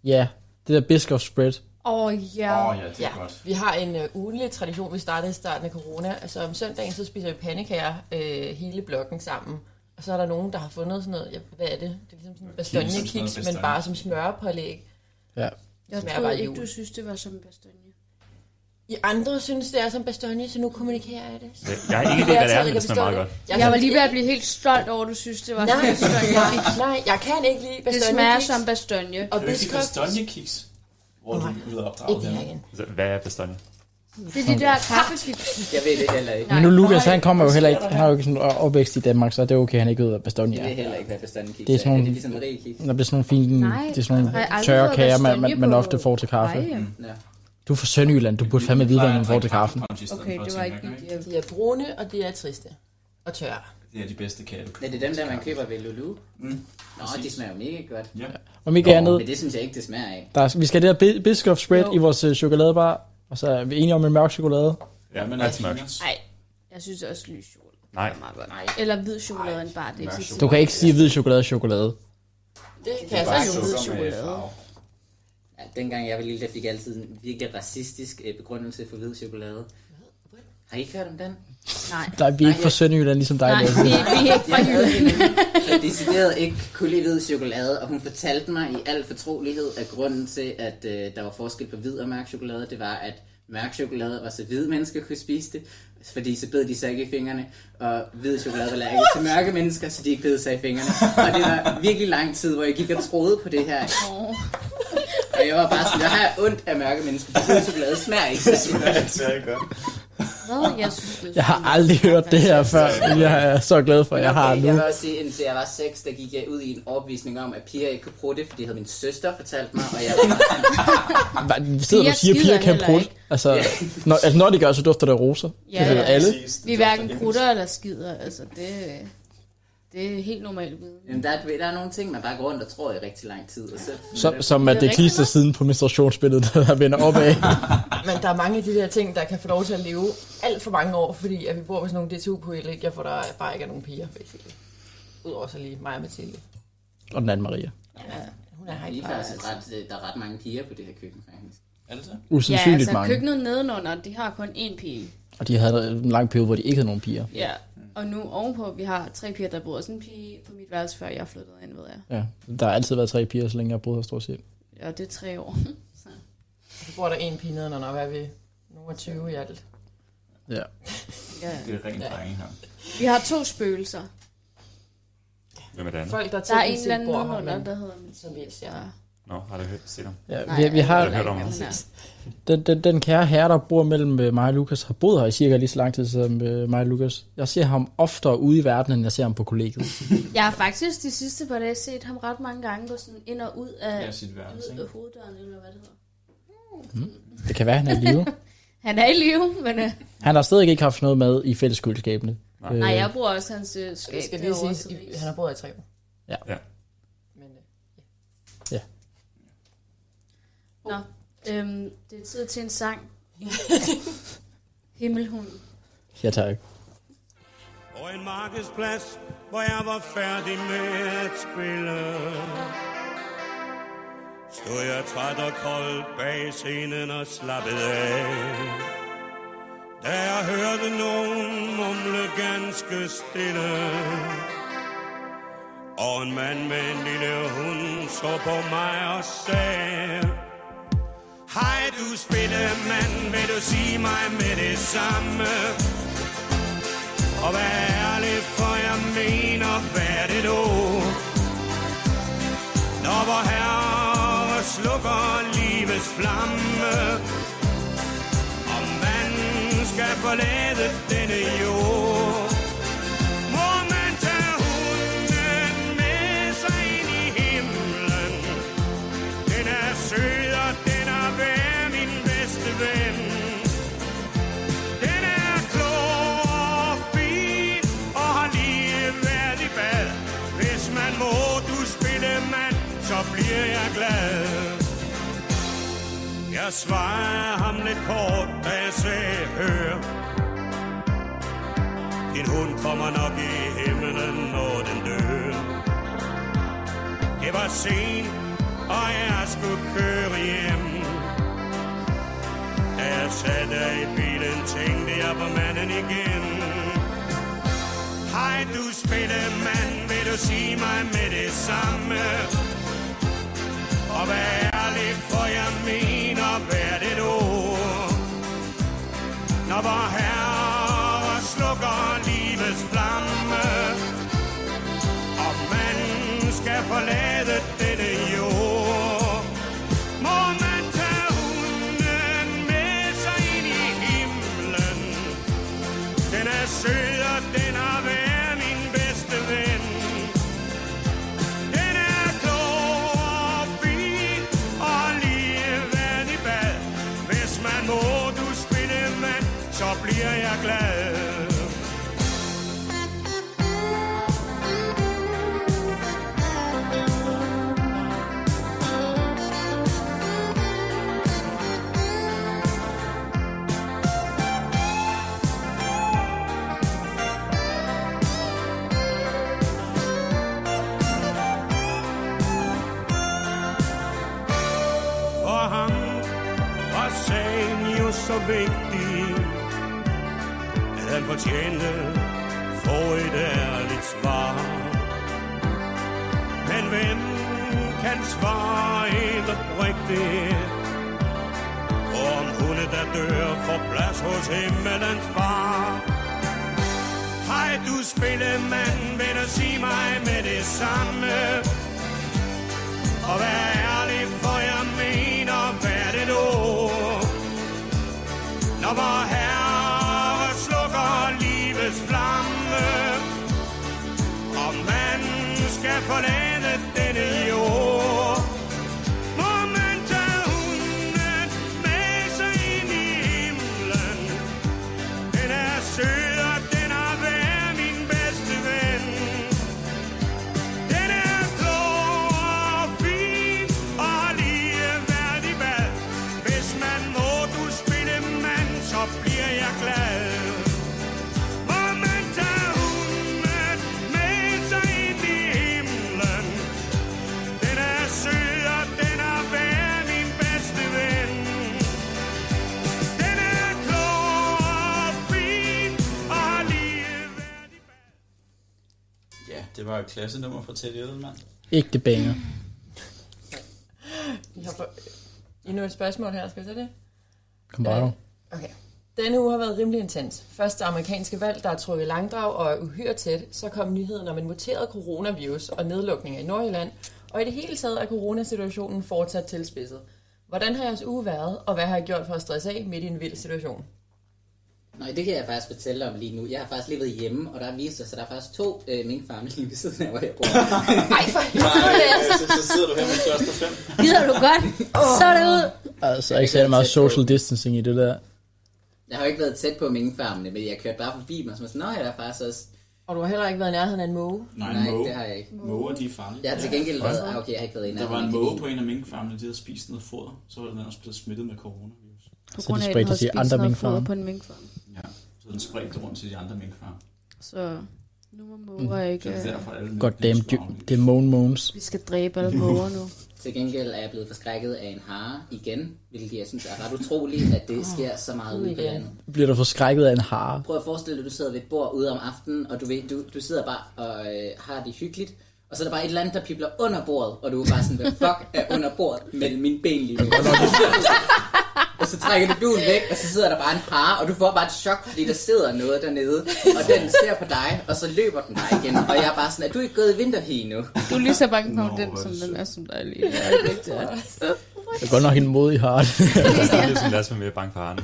Speaker 3: Ja, det der biskop spread.
Speaker 5: Åh, oh, ja.
Speaker 7: Åh oh, ja, det
Speaker 2: Ja,
Speaker 7: er godt.
Speaker 2: vi har en øh, ugenlig tradition, vi startede i starten af corona. Altså om søndagen, så spiser vi pandekager øh, hele blokken sammen. Og så er der nogen, der har fundet sådan noget, ja, hvad er det? Det er ligesom sådan
Speaker 7: som
Speaker 2: en
Speaker 7: sådan noget
Speaker 2: bastogne-kiks, men
Speaker 7: bastogne.
Speaker 2: bare som smørpålæg.
Speaker 3: Ja.
Speaker 5: Jeg
Speaker 2: smager
Speaker 5: troede
Speaker 2: bare
Speaker 5: ikke,
Speaker 2: jul.
Speaker 5: du synes, det var som bastogne.
Speaker 2: I andre synes, det er som bastogne, så nu kommunikerer jeg det.
Speaker 6: Ja, Jeg har ingen idé, hvad det er, men det
Speaker 2: Flertallet kan
Speaker 6: smager meget
Speaker 2: forstå
Speaker 6: godt.
Speaker 2: det. Jeg,
Speaker 5: Jeg var lige ved at blive helt stolt over, at du synes, det var som
Speaker 2: Nej,
Speaker 5: bastogne.
Speaker 2: nej, nej, jeg kan ikke lide
Speaker 5: Det
Speaker 2: bastogne.
Speaker 5: smager som bastogne.
Speaker 2: Og
Speaker 7: Det er ikke
Speaker 2: biskop.
Speaker 7: kastanjekiks, hvor du er blevet opdraget
Speaker 2: Ikke det her
Speaker 7: henne.
Speaker 2: igen.
Speaker 6: Altså, Hvad er bastogne?
Speaker 5: Det er de der kaffekiks.
Speaker 1: Jeg ved det heller ikke.
Speaker 5: Nej.
Speaker 1: Nej.
Speaker 3: Men nu Lukas, han kommer jo heller ikke, han har jo ikke sådan en opvækst i Danmark, så det er okay, han ikke ved, hvad bastogne
Speaker 1: Jeg ved
Speaker 3: er.
Speaker 1: heller ikke, hvad bestanden kigger.
Speaker 3: Det er sådan
Speaker 1: Er det
Speaker 3: nogle-
Speaker 1: ligesom Marie-kiks?
Speaker 3: Når det er sådan nogle fine,
Speaker 5: Nej,
Speaker 3: det er sådan
Speaker 5: har
Speaker 3: nogle
Speaker 5: jeg aldrig
Speaker 3: tørre
Speaker 5: fået
Speaker 3: kager, man,
Speaker 5: bastogne
Speaker 3: man, man
Speaker 5: på
Speaker 3: ofte får til kaffe.
Speaker 5: plejehjem?
Speaker 1: Nå.
Speaker 3: Du er fra Sønderjylland, du burde fandme vide, hvad man får til kaffen.
Speaker 5: Okay, det var ikke mit hjem.
Speaker 2: øh, De er brune, og de er triste. Og tørre.
Speaker 7: Det er de bedste kager, du
Speaker 1: Er det dem der, man køber ved Lulu?
Speaker 7: Mm.
Speaker 1: Nå, de smager jo mega godt.
Speaker 7: Ja.
Speaker 3: Om ikke andet,
Speaker 1: Men det synes jeg ikke, det smager af.
Speaker 3: der er, vi skal have det her bi- biskop spread
Speaker 2: Jo.
Speaker 3: i vores øh, chokoladebar, og så er vi enige om en mørk chokolade.
Speaker 6: Ja, men det smager godt.
Speaker 5: Nej, jeg synes også lys chokolade.
Speaker 6: Nej,
Speaker 5: er meget godt. Eller hvid chokolade er en bar, det er
Speaker 7: Mørk
Speaker 5: tit.
Speaker 3: Du kan ikke sige hvid chokolade er chokolade.
Speaker 2: Det kan jeg
Speaker 5: bare
Speaker 2: så
Speaker 5: sukker.
Speaker 2: jo.
Speaker 1: Ja, dengang jeg var lille, der fik jeg altid en virkelig racistisk øh, begrundelse for hvid chokolade. Har I ikke hørt om den?
Speaker 5: Nej.
Speaker 3: Der er vi ikke
Speaker 1: Nej,
Speaker 3: fra Sønderjylland, ligesom dig.
Speaker 5: Nej,
Speaker 3: Lasse.
Speaker 5: vi, vi er ikke fra
Speaker 1: Jeg havde
Speaker 5: Jylland.
Speaker 1: en veninde, der decideret ikke kunne lide hvid chokolade, og hun fortalte mig i al fortrolighed, at grunden til, at øh, der var forskel på hvid og mørk chokolade, det var, at mørk chokolade var så hvide mennesker kunne spise det, fordi så bed de sig ikke i fingrene, og hvid chokolade var lærket til mørke mennesker, så de ikke bed sig i fingrene. Og det var virkelig lang tid, hvor jeg gik og troede på det her.
Speaker 5: Åh.
Speaker 1: Og jeg var bare sådan, jeg har ondt af mørke mennesker, for hvid chokolade smager ikke særlig godt.
Speaker 7: Det smager ikke godt.
Speaker 5: Hvad? Jeg synes, det er
Speaker 3: Jeg har aldrig hørt det her før, men jeg er så glad for, at jeg har
Speaker 1: okay,
Speaker 3: nu.
Speaker 1: Jeg vil også sige, indtil jeg var 6, der gik jeg ud i en overbevisning om, at piger ikke kunne bruge det, fordi det havde min søster fortalt mig, og jeg var bare sådan,
Speaker 3: Hvad, Sidder du og siger, at
Speaker 5: skider
Speaker 3: piger kan
Speaker 5: heller
Speaker 3: brudt?
Speaker 5: ikke.
Speaker 3: Altså, når, altså, når de gør, så dufter der roser.
Speaker 5: Ja,
Speaker 3: det ved
Speaker 5: ja.
Speaker 3: alle.
Speaker 5: Vi er hverken krutter eller skider. Altså, det, det er helt normalt viden.
Speaker 1: Jamen, der, er, der er nogle ting, man bare går rundt og tror i rigtig lang tid. Og så,
Speaker 3: Som, som er
Speaker 5: Det er
Speaker 3: det
Speaker 5: rigtigt
Speaker 3: klister
Speaker 5: nok.
Speaker 3: siden på menstruationsbilledet, der vender opad.
Speaker 2: Men der er mange af de der ting, der kan få lov til at leve alt for mange år, fordi at vi bor på sådan nogle DTU-kollegier, hvor der bare ikke er nogen piger, basically. Udover så lige mig og Mathilde.
Speaker 3: Og den anden Maria.
Speaker 2: Hun er her ikke
Speaker 1: lige
Speaker 2: bare,
Speaker 1: faktisk,
Speaker 2: altså.
Speaker 1: ret, øh, der er ret mange piger på det her køkken, faktisk.
Speaker 7: Er det det?
Speaker 5: Ja,
Speaker 3: Usandsynligt
Speaker 5: altså
Speaker 3: mange.
Speaker 5: køkkenet nedenunder, de har kun én pige.
Speaker 3: Og de havde en lang periode, hvor de ikke havde nogen piger.
Speaker 5: Ja. Og nu ovenpå, vi har tre piger, der bor. Sådan en pige på mit værelse, før jeg flyttede ind, ved jeg.
Speaker 3: Ja. Der har altid været tre piger, så længe jeg har boet her stort set.
Speaker 5: Og det er tre år.
Speaker 2: Så bor der en pige nedenunder, og hvad er vi? Nu er 20 i alt.
Speaker 3: Ja.
Speaker 5: Ja, ja.
Speaker 7: Det er rent drenge her.
Speaker 5: Vi har to spøgelser.
Speaker 6: Hvem er det andet?
Speaker 2: Folk, der,
Speaker 5: Der er en
Speaker 2: teknisk
Speaker 5: eller anden
Speaker 2: bor her,
Speaker 5: nedenunder,
Speaker 2: men
Speaker 5: der hedder Mr.
Speaker 2: Som vi ikke ser.
Speaker 5: Ja.
Speaker 6: Nå, har du hørt set ham?
Speaker 3: ja
Speaker 5: Nej,
Speaker 3: vi, vi har
Speaker 5: jeg ved
Speaker 6: hørt om
Speaker 5: ikke,
Speaker 6: ham.
Speaker 5: hvem han er.
Speaker 3: den, den, den kære herre, der bor mellem øh, mig og Lukas, har boet her i cirka lige så lang tid som øh, mig og Lukas. Jeg ser ham oftere ude i verden, end jeg ser ham på kollegiet.
Speaker 5: Jeg har faktisk de sidste par dage set ham ret mange gange gå sådan ind og ud af,
Speaker 7: Ja, sit værelse,
Speaker 5: ud
Speaker 7: ikke?
Speaker 5: af hoveddøren, eller hvad det hedder.
Speaker 3: Det kan være, han er i live.
Speaker 5: Han er i live, men øh,
Speaker 3: Han har stadig ikke haft noget med i fælleskøleskabene.
Speaker 6: Nej.
Speaker 5: nej, jeg bruger også hans øh, skab
Speaker 2: Det Øh, skal lige
Speaker 5: derovre
Speaker 2: sige,
Speaker 5: til
Speaker 2: at
Speaker 5: ris.
Speaker 2: han har boet her i tre år.
Speaker 3: Ja.
Speaker 6: Ja.
Speaker 2: Men, øh,
Speaker 5: Nå, øhm, det er tid til en sang. Himmelhund.
Speaker 3: Ja, tak.
Speaker 9: Og en markedsplads, hvor jeg var færdig med at spille Stod jeg træt og kold bag scenen og slappede af Da jeg hørte nogen mumle ganske stille Og en mand med en lille hund så på mig og sagde Hej du spillemand, vil du sige mig med det samme og vær ærlig, for jeg mener, hvad er det du? Når vor herre slukker livets flamme, om man skal forlade denne jord. Må man tage hunden med sig ind i himlen? Den er sød, og den er værd, min bedste ven. Den er klog og fin og har lige været i bad. Hvis man må du spille mand, så bliver jeg glad. Jeg svarer ham lidt kort, da jeg sagde, hør. Din hund kommer nok i himlen, når den dør. Det var sent, og jeg skulle køre hjem. Da jeg satte af i bilen, tænkte jeg på manden igen. Hej du spillemand, vil du sige mig med det samme? Og vær ærlig, for jeg mener hvert et ord. Når vor herre slukker livets flamme, og man skal forlade denne jord. Må man tage hunden med sig ind i himlen? Den er sød, og den har været min bedste ven. Den er klog og fin, og har lige været i bad. Hvis man må du spille med, så bliver jeg glad. For ham var sagen jo så vigtig, at han fortjente få et ærligt svar. Men hvem kan svare helt oprigtigt? Og om hunde, der dør, får plads hos himmelens far. Hej du spillemand, vil du sige mig med det samme? Og vær ærlig, for jeg mener, hvad det nu? Når vor herre slukker livets flamme, og man skal forlade denne jord, må man tage hunden med sig ind i himlen. Den er sød, og den har været min bedste ven. Den er klog og fin og har lige været i bad. Hvis man må du spille mand, så bliver jeg glad. Må man tage hunden med sig ind i himlen. Den er sød, og den har været min bedste ven. Den er klog og fin og har lige været i bad.
Speaker 7: Ja, det var et klassenummer fra Teddy Edelmann.
Speaker 3: Ægte banger.
Speaker 2: vi har for... Endnu et spørgsmål her, skal vi tage det?
Speaker 3: Kom bare.
Speaker 2: Øh, Okay. Denne uge har været rimelig intens. Først det amerikanske valg, der er trukket i langdrag og er uhyre tæt, så kom nyheden om en muteret coronavirus og nedlukninger i Nordjylland, og i det hele taget er coronasituationen fortsat tilspidset. Hvordan har jeres uge været, og hvad har I gjort for at stresse af midt i en vild situation?
Speaker 1: Nej, det kan jeg faktisk fortælle om lige nu. Jeg har faktisk lige været hjemme, og der har vist sig, at der er faktisk to øh, minkfarme lige ved siden af, hvor jeg bor.
Speaker 2: Ej, for
Speaker 7: Nej, øh, så, så sidder du her med største fem.
Speaker 5: Gider du godt? Så er det ud.
Speaker 3: Altså, ikke særlig meget social distancing i det der.
Speaker 1: Jeg har jo ikke været tæt på minkfarmene, men jeg kørte bare forbi mig, som sådan, nej, der er faktisk også...
Speaker 2: Og du har heller ikke været i nærheden af en måge.
Speaker 7: Nej,
Speaker 1: Nej,
Speaker 7: måge.
Speaker 1: det har jeg ikke.
Speaker 7: Måger, de er farlige.
Speaker 1: Jeg har til gengæld været... Ah, okay, jeg har ikke været i
Speaker 7: Der var
Speaker 1: nærheden
Speaker 7: en
Speaker 1: af
Speaker 7: måge
Speaker 1: kanin.
Speaker 7: på en af minkfarmene, de havde spist noget foder, så var den også blevet smittet med coronavirus.
Speaker 5: På
Speaker 3: Så
Speaker 5: grund
Speaker 3: de
Speaker 5: af, at den
Speaker 3: spredte
Speaker 5: havde
Speaker 3: til
Speaker 5: spist
Speaker 3: andre
Speaker 5: noget
Speaker 3: minkfarme.
Speaker 5: foder på en minkfarm.
Speaker 7: Ja. Så den spredte rundt til de andre minkfarme.
Speaker 5: Så nu må måger
Speaker 7: Så
Speaker 3: Mm.
Speaker 5: ikke...
Speaker 7: det er
Speaker 5: Øh,
Speaker 7: derfor alle mink,
Speaker 3: Godt
Speaker 7: de er
Speaker 3: damn,
Speaker 7: skulle
Speaker 3: dy-
Speaker 7: aflives.
Speaker 3: det er moan moans.
Speaker 5: vi skal dræbe alle måger nu.
Speaker 1: Til gengæld er jeg blevet forskrækket af en hare igen, hvilket jeg synes er ret utroligt, at det sker så
Speaker 5: oh
Speaker 1: meget ude på
Speaker 2: igen.
Speaker 1: landet.
Speaker 3: Bliver du forskrækket af en hare?
Speaker 1: Prøv at forestille dig, at du sidder ved et bord ude om aftenen, og du, ved, du, du sidder bare og øh, har det hyggeligt, og så er der bare et eller andet, der pibler under bordet, og du er bare sådan, hvad fuck er under bordet mellem mine ben lige nu? og så trækker du duen væk, og så sidder der bare en hare, og du får bare et chok, fordi der sidder noget dernede, og den ser på dig, og så løber den dig igen, og jeg er bare sådan, er du ikke gået i vinterhi nu?
Speaker 5: Du er lige så bange for
Speaker 7: Nå,
Speaker 5: den,
Speaker 7: hvor er
Speaker 5: som
Speaker 7: det
Speaker 5: den
Speaker 7: sødt.
Speaker 5: er som dig lige. i øjeblikket.
Speaker 3: Det er godt nok en modig hare.
Speaker 6: Det er ligesom Lasse var mere bange for Arne.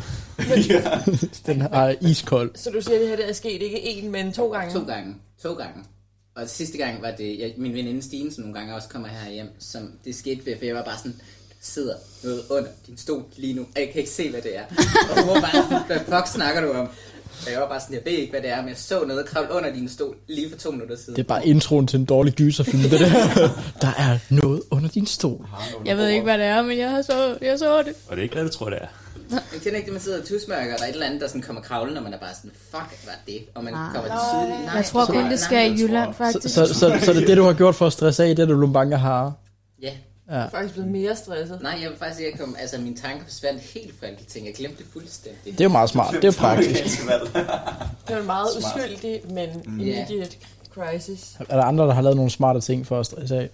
Speaker 3: Den er iskold.
Speaker 2: Så du siger, at det her der er sket ikke én, men to gange?
Speaker 1: To gange. To gange. Og sidste gang var det, jeg, min veninde Stine, som nogle gange også kommer her hjem, som det skete ved, for jeg var bare sådan, "Der sidder noget under din stol lige nu, og jeg kan ikke se, hvad det er. Og hun var bare sådan, hvad fuck snakker du om? Og jeg var bare sådan, jeg ved ikke, hvad det er, men jeg så noget kravle under din stol lige for to minutter siden.
Speaker 3: Det er bare introen til en dårlig gyserfilm, det der. Der er noget under din stol.
Speaker 5: Jeg ved ikke, hvad det er, men jeg har så, jeg så det.
Speaker 6: Og det er ikke, hvad du tror, det er.
Speaker 1: Jeg kender ikke det, man sidder og tusmørker, og der er et eller andet, der sådan kommer kravlende, og man er bare sådan, fuck, hvad er det? Og man
Speaker 5: Ah.
Speaker 1: kommer til sydlig.
Speaker 5: Jeg tror kun, det skal i Jylland,
Speaker 3: Så,
Speaker 5: faktisk.
Speaker 3: så, så, så det er det, du har gjort for at stresse af, det er, at du blev bange af hare.
Speaker 1: Ja.
Speaker 2: Jeg er faktisk blevet mere stresset.
Speaker 1: Nej, jeg vil faktisk ikke komme, altså mine tanker forsvandt helt fra alle de ting. Jeg glemte det fuldstændig.
Speaker 3: Det er jo meget smart. Det er jo praktisk.
Speaker 2: Det var meget uskyldig, men
Speaker 1: Mm.
Speaker 2: immediate crisis.
Speaker 3: Er der andre, der har lavet nogle smarte ting for at stresse af?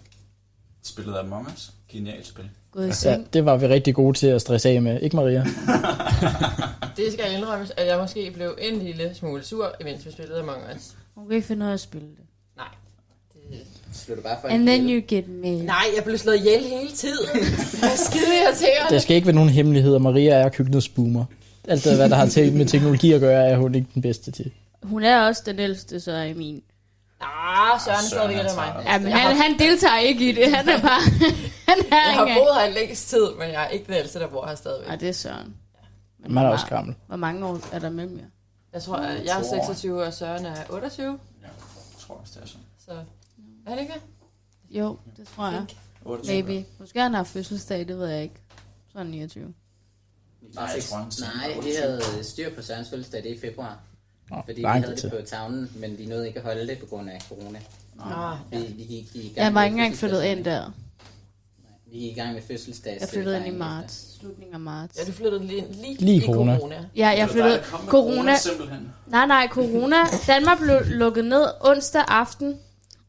Speaker 7: Spillet af Among Us. Genialt spil.
Speaker 5: Gået i
Speaker 3: Ja,
Speaker 5: seng.
Speaker 3: det var vi rigtig gode til at stresse af med. Ikke Maria?
Speaker 2: Det skal indrømmes, at jeg måske blev en lille smule sur, imens vi spillede Among Us.
Speaker 5: Hun kan ikke finde ud af at spille det.
Speaker 2: Nej. Det...
Speaker 1: Slå du bare for
Speaker 5: And
Speaker 1: en
Speaker 5: then
Speaker 1: kæle.
Speaker 5: you get me.
Speaker 2: Nej, jeg blev slået ihjel hele tiden. Det er skide
Speaker 3: Der
Speaker 2: irriterende.
Speaker 3: skal ikke være nogen hemmeligheder. Maria er køkkenets boomer. Alt det, hvad der har til- med teknologi at gøre, er hun ikke den bedste til.
Speaker 5: Hun er også den ældste, så er min.
Speaker 2: Ah, Søren er stadigvæk
Speaker 7: Søren, han
Speaker 2: af mig.
Speaker 7: tager
Speaker 5: Ja, men han, han deltager ikke i det. Han er bare... han er
Speaker 2: Jeg
Speaker 5: ikke
Speaker 2: har
Speaker 5: engang-
Speaker 2: boet her længst tid, men jeg er ikke den ældste, der bor her stadigvæk.
Speaker 5: Ej, det er Søren. Men
Speaker 3: Man er
Speaker 5: hvor-
Speaker 3: også gammel.
Speaker 5: Hvor mange år er der mellem jer?
Speaker 2: Jeg tror, at jeg er 26, og Søren er 28,
Speaker 7: Ja, jeg tror også, det er sådan.
Speaker 2: så er det ikke det?
Speaker 5: Jo, det tror jeg.
Speaker 7: 28.
Speaker 5: Maybe. Måske han har fødselsdag, det ved jeg ikke. Så er han 29.
Speaker 7: Nej, jeg tror, han tænker
Speaker 1: Nej, de
Speaker 7: 28.
Speaker 1: havde styr på Sørens fødselsdag, det er i februar.
Speaker 3: Nå,
Speaker 1: Fordi vi
Speaker 3: lang
Speaker 1: havde
Speaker 3: tid.
Speaker 1: det på tavlen, men vi nåede ikke at holde det på grund af corona.
Speaker 2: Ah,
Speaker 1: Vi, vi gik i gang
Speaker 5: Jeg var
Speaker 1: med
Speaker 5: ikke engang flyttet
Speaker 1: fødselsdags-
Speaker 5: ind der.
Speaker 1: Vi gik i gang med fødselsdags.
Speaker 5: Jeg flyttede ind i
Speaker 1: fejringen
Speaker 5: marts.
Speaker 1: efter.
Speaker 5: Slutningen af marts.
Speaker 2: ja, du flyttede lige, lige,
Speaker 3: Lige
Speaker 2: i
Speaker 3: corona.
Speaker 5: Ja, jeg flyttede... Corona...
Speaker 7: Simpelthen.
Speaker 5: Nej, nej, corona. Danmark blev lukket ned onsdag aften,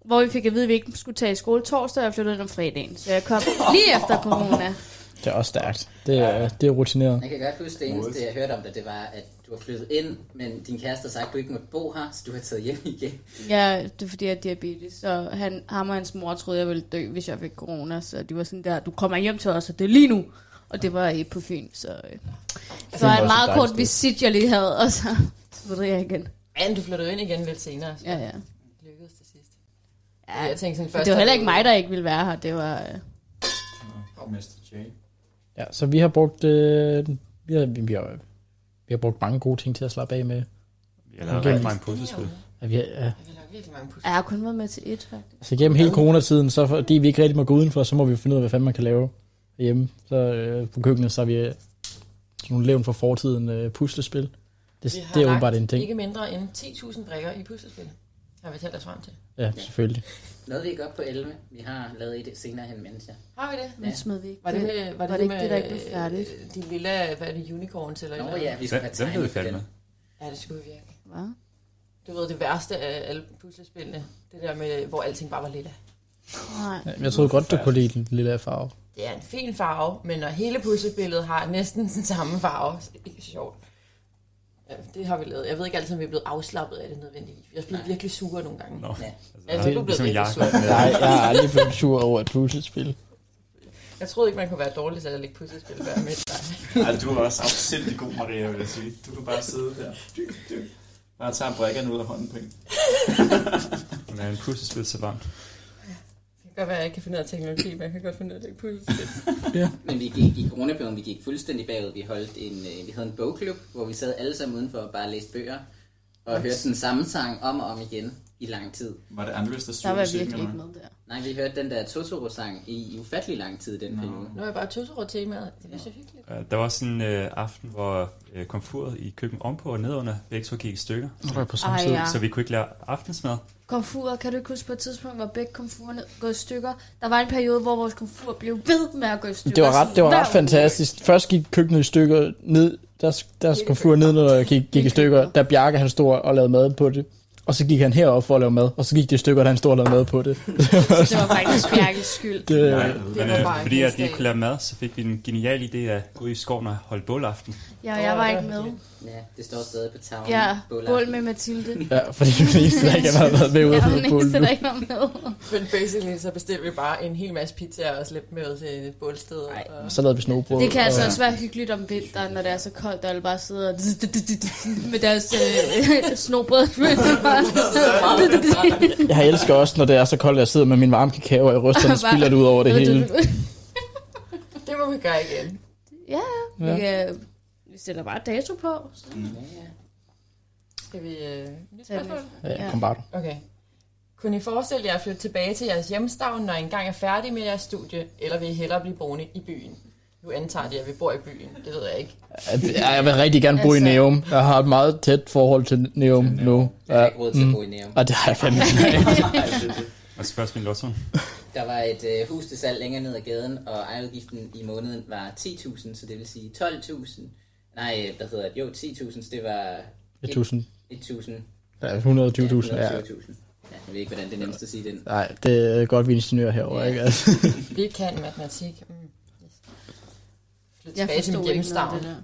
Speaker 5: hvor vi fik at vide, at vi ikke skulle tage i skole torsdag, og jeg flyttede ind om fredagen. Så jeg kom lige efter corona.
Speaker 3: Det er også stærkt. Det er, det er rutineret.
Speaker 1: Jeg kan godt huske det eneste, jeg hørte om dig, det var, at du var flyttet ind, men din kæreste har sagt, at du ikke måtte bo her, så du har taget hjem igen.
Speaker 5: Ja, det er fordi, jeg har diabetes. Så han, ham og hans mor troede, jeg ville dø, hvis jeg fik corona. Så de var sådan der, du kommer hjem til os, og det er lige nu. Og det var i på Fyn, så... Øh. Så var
Speaker 3: også
Speaker 5: en meget
Speaker 3: et dejligt
Speaker 5: kort
Speaker 3: sted.
Speaker 5: visit, jeg lige havde, og så smuttede jeg igen.
Speaker 2: Men du flyttede ind igen lidt senere, så
Speaker 5: Ja, ja.
Speaker 2: det lykkedes til sidst.
Speaker 5: ja
Speaker 2: Jeg tænkte sådan
Speaker 5: men
Speaker 2: først...
Speaker 5: det var heller ikke mig, der ikke ville være her. Det var... Øh.
Speaker 7: Og Mr. J.
Speaker 3: Ja, så vi har brugt... Øh, vi, har, vi, har, vi har brugt mange gode ting til at slappe af med.
Speaker 6: Jeg lavede rigtig mange puslespil.
Speaker 3: At vi, ja.
Speaker 2: Jeg lavede virkelig mange puslespil.
Speaker 5: Jeg har kun været med til et, faktisk.
Speaker 3: Så gennem hele coronatiden, så fordi vi ikke rigtig må gå udenfor, så må vi finde ud af, hvad fanden man kan lave hjemme. Så øh, på køkkenet, så har vi øh, sådan nogle levn fra fortiden øh, puslespil. Det,
Speaker 2: Vi har
Speaker 3: det er
Speaker 2: lagt
Speaker 3: åbenbart en ting.
Speaker 2: ikke mindre end 10.000 brikker i puslespil. Har vi talt os frem til.
Speaker 3: Ja, selvfølgelig.
Speaker 1: Nåede vi ikke op på 11? Vi har lavet et senere hen, mens jeg...
Speaker 2: Har vi det?
Speaker 5: Men smed vi ikke.
Speaker 2: Var det, med, var det,
Speaker 5: var det ikke det, der ikke blev færdigt?
Speaker 2: øh, De lille, hvad er det, unicorns eller
Speaker 1: Nå
Speaker 2: noget?
Speaker 1: ja, vi
Speaker 6: Hvem
Speaker 1: skulle have
Speaker 6: hvem blev vi
Speaker 1: tegnet
Speaker 6: fat med?
Speaker 1: den.
Speaker 2: Ja, det skulle vi virkelig.
Speaker 5: Hva?
Speaker 2: Du ved, det værste af alle puslespillene, det der med, hvor alting bare var lilla.
Speaker 5: Nej.
Speaker 3: Ja, men Jeg troede godt, du kunne lide den lille farve.
Speaker 2: Det er en fin farve, men når hele puslespillet har næsten den samme farve, så er det ikke sjovt. Ja, det har vi lavet. Jeg ved ikke altid, om vi er blevet afslappet af det nødvendigvis. Jeg er blevet
Speaker 1: Nej.
Speaker 2: virkelig sure nogle gange.
Speaker 6: Nå.
Speaker 1: Ja.
Speaker 6: Altså,
Speaker 2: Ja,
Speaker 6: det,
Speaker 2: nu
Speaker 6: det
Speaker 2: er
Speaker 6: er
Speaker 2: du blevet
Speaker 6: ligesom
Speaker 2: virkelig
Speaker 6: Jakob
Speaker 2: sur.
Speaker 6: med,
Speaker 3: Nej, jeg har aldrig blevet sur over et puslespil.
Speaker 2: Jeg troede ikke, man kunne være dårlig til at lægge puslespil hver med dig.
Speaker 7: Ej, du er også afsindig god, Maria, vil jeg sige. Du kan bare sidde der. Bare tage brækkerne ud af hånden på en.
Speaker 6: man er en puslespil så varmt.
Speaker 2: Det kan godt være, at jeg ikke kan finde ud af teknologi, men jeg kan godt finde ud af at lægge puslespil.
Speaker 1: Men vi gik i coronaperioden, vi gik fuldstændig bagud. Vi, holdt en, øh, vi havde en bogklub, hvor vi sad alle sammen udenfor og bare læste bøger. Og hørte den samme sang om og om igen i lang tid.
Speaker 7: Var det Andres, der
Speaker 5: Der
Speaker 7: stod
Speaker 5: var jeg
Speaker 7: musikken,
Speaker 5: virkelig
Speaker 7: eller
Speaker 5: ikke
Speaker 7: hvad?
Speaker 5: med der.
Speaker 1: Nej, vi hørte den der Totoro-sang i, i ufattelig lang tid den periode.
Speaker 2: Nu er jeg bare tusser over temaet. Det er så hyggeligt.
Speaker 6: Øh, Der var sådan en øh, aften, hvor øh, komfuret i køkkenet ovenpå og nedenunder begge to gik i stykker,
Speaker 3: Røg
Speaker 5: Ej,
Speaker 3: på samme tid.
Speaker 5: ja.
Speaker 6: så vi kunne ikke lave aftensmad.
Speaker 5: Komfuret, kan du ikke huske på et tidspunkt, hvor begge komfurerne gået i stykker? Der var en periode, hvor vores komfur blev ved med at gå i stykker.
Speaker 3: Det var ret, det var
Speaker 5: Hver
Speaker 3: ret
Speaker 5: uge.
Speaker 3: fantastisk. Først gik køkkenet i stykker ned, der, der skulle fure ned, når jeg gik, gik i stykker. Der Bjarke, han stod og lavede mad på det. Og så gik han herop for at lave mad, og så gik det i stykker, da han stod og lavede mad på det.
Speaker 5: Det var faktisk Bjarkes skyld.
Speaker 3: det
Speaker 6: Nej,
Speaker 2: var
Speaker 6: men øh,
Speaker 2: bare en
Speaker 6: fordi at vi
Speaker 2: festdag.
Speaker 6: ikke kunne lave mad, så fik vi den geniale idé at gå ud i skoven og holde bålaften.
Speaker 5: Ja, jeg var
Speaker 2: Åh,
Speaker 5: ikke
Speaker 2: ja.
Speaker 5: med.
Speaker 1: Ja, det står stadig på tavlen.
Speaker 5: Ja,
Speaker 1: Bålaften.
Speaker 5: bål med Mathilde.
Speaker 3: ja, fordi det er eneste, der ikke har været med ude
Speaker 5: Jeg
Speaker 3: på
Speaker 5: var den eneste, der
Speaker 3: bålet.
Speaker 5: ikke var med.
Speaker 2: Men basically, så bestilte vi bare en hel masse pizzaer og slæbte med ud til et bålsted. Og...
Speaker 3: Så lavede vi snobrød.
Speaker 5: Det kan altså
Speaker 3: og-
Speaker 5: også være hyggeligt om vinteren, når det er så koldt, og alle bare sidder med deres øh, snobrød.
Speaker 3: Jeg elsker også, når det er så koldt, at jeg sidder med min varme kakao, og jeg ryster den og
Speaker 5: Bare-
Speaker 3: spilder det ud over det hele.
Speaker 2: Det må vi gøre igen.
Speaker 5: Ja, vi,
Speaker 3: Ja.
Speaker 5: kan, vi sætter bare dato på. så-
Speaker 2: Skal vi... Øh... nyt
Speaker 5: Tag det.
Speaker 2: spørgsmål?
Speaker 3: Ja, kom bare du.
Speaker 2: Okay. Kunne I forestille jer at flytte tilbage til jeres hjemstavn, når I engang er færdige med jeres studie, eller vil I hellere blive boende i byen? Nu antager de, at vi bor i byen. Det ved jeg ikke.
Speaker 3: Ja, Jeg vil rigtig gerne bo i
Speaker 5: Altså-
Speaker 3: Neum. Jeg har et meget tæt forhold til Neum nu.
Speaker 1: Jeg har
Speaker 3: Ja.
Speaker 1: ikke råd til at bo i Nærum.
Speaker 3: Og det har jeg fandme ikke.
Speaker 6: Og så først min lotto.
Speaker 1: Der var et øh, hus til salg længere ned ad gaden, og ejerudgiften i måneden var 10.000, så det vil sige 12.000. Nej, øh, hvad hedder det? Jo, 10.000, så det var
Speaker 3: 1000.
Speaker 1: 1.000.
Speaker 3: Ja, 120.000. Ja,
Speaker 1: Ja, 120.000. Ja, jeg ved ikke, hvordan det er nemmest at sige den.
Speaker 3: Nej, det er godt, vi er ingeniører herovre,
Speaker 2: Ja.
Speaker 3: ikke? Altså.
Speaker 2: Vi kan matematik. Mm. Yes. Flytte
Speaker 5: Jeg
Speaker 2: tilbage
Speaker 5: forstod
Speaker 2: til mit
Speaker 5: ikke noget af
Speaker 2: hjemstavn.
Speaker 5: det der.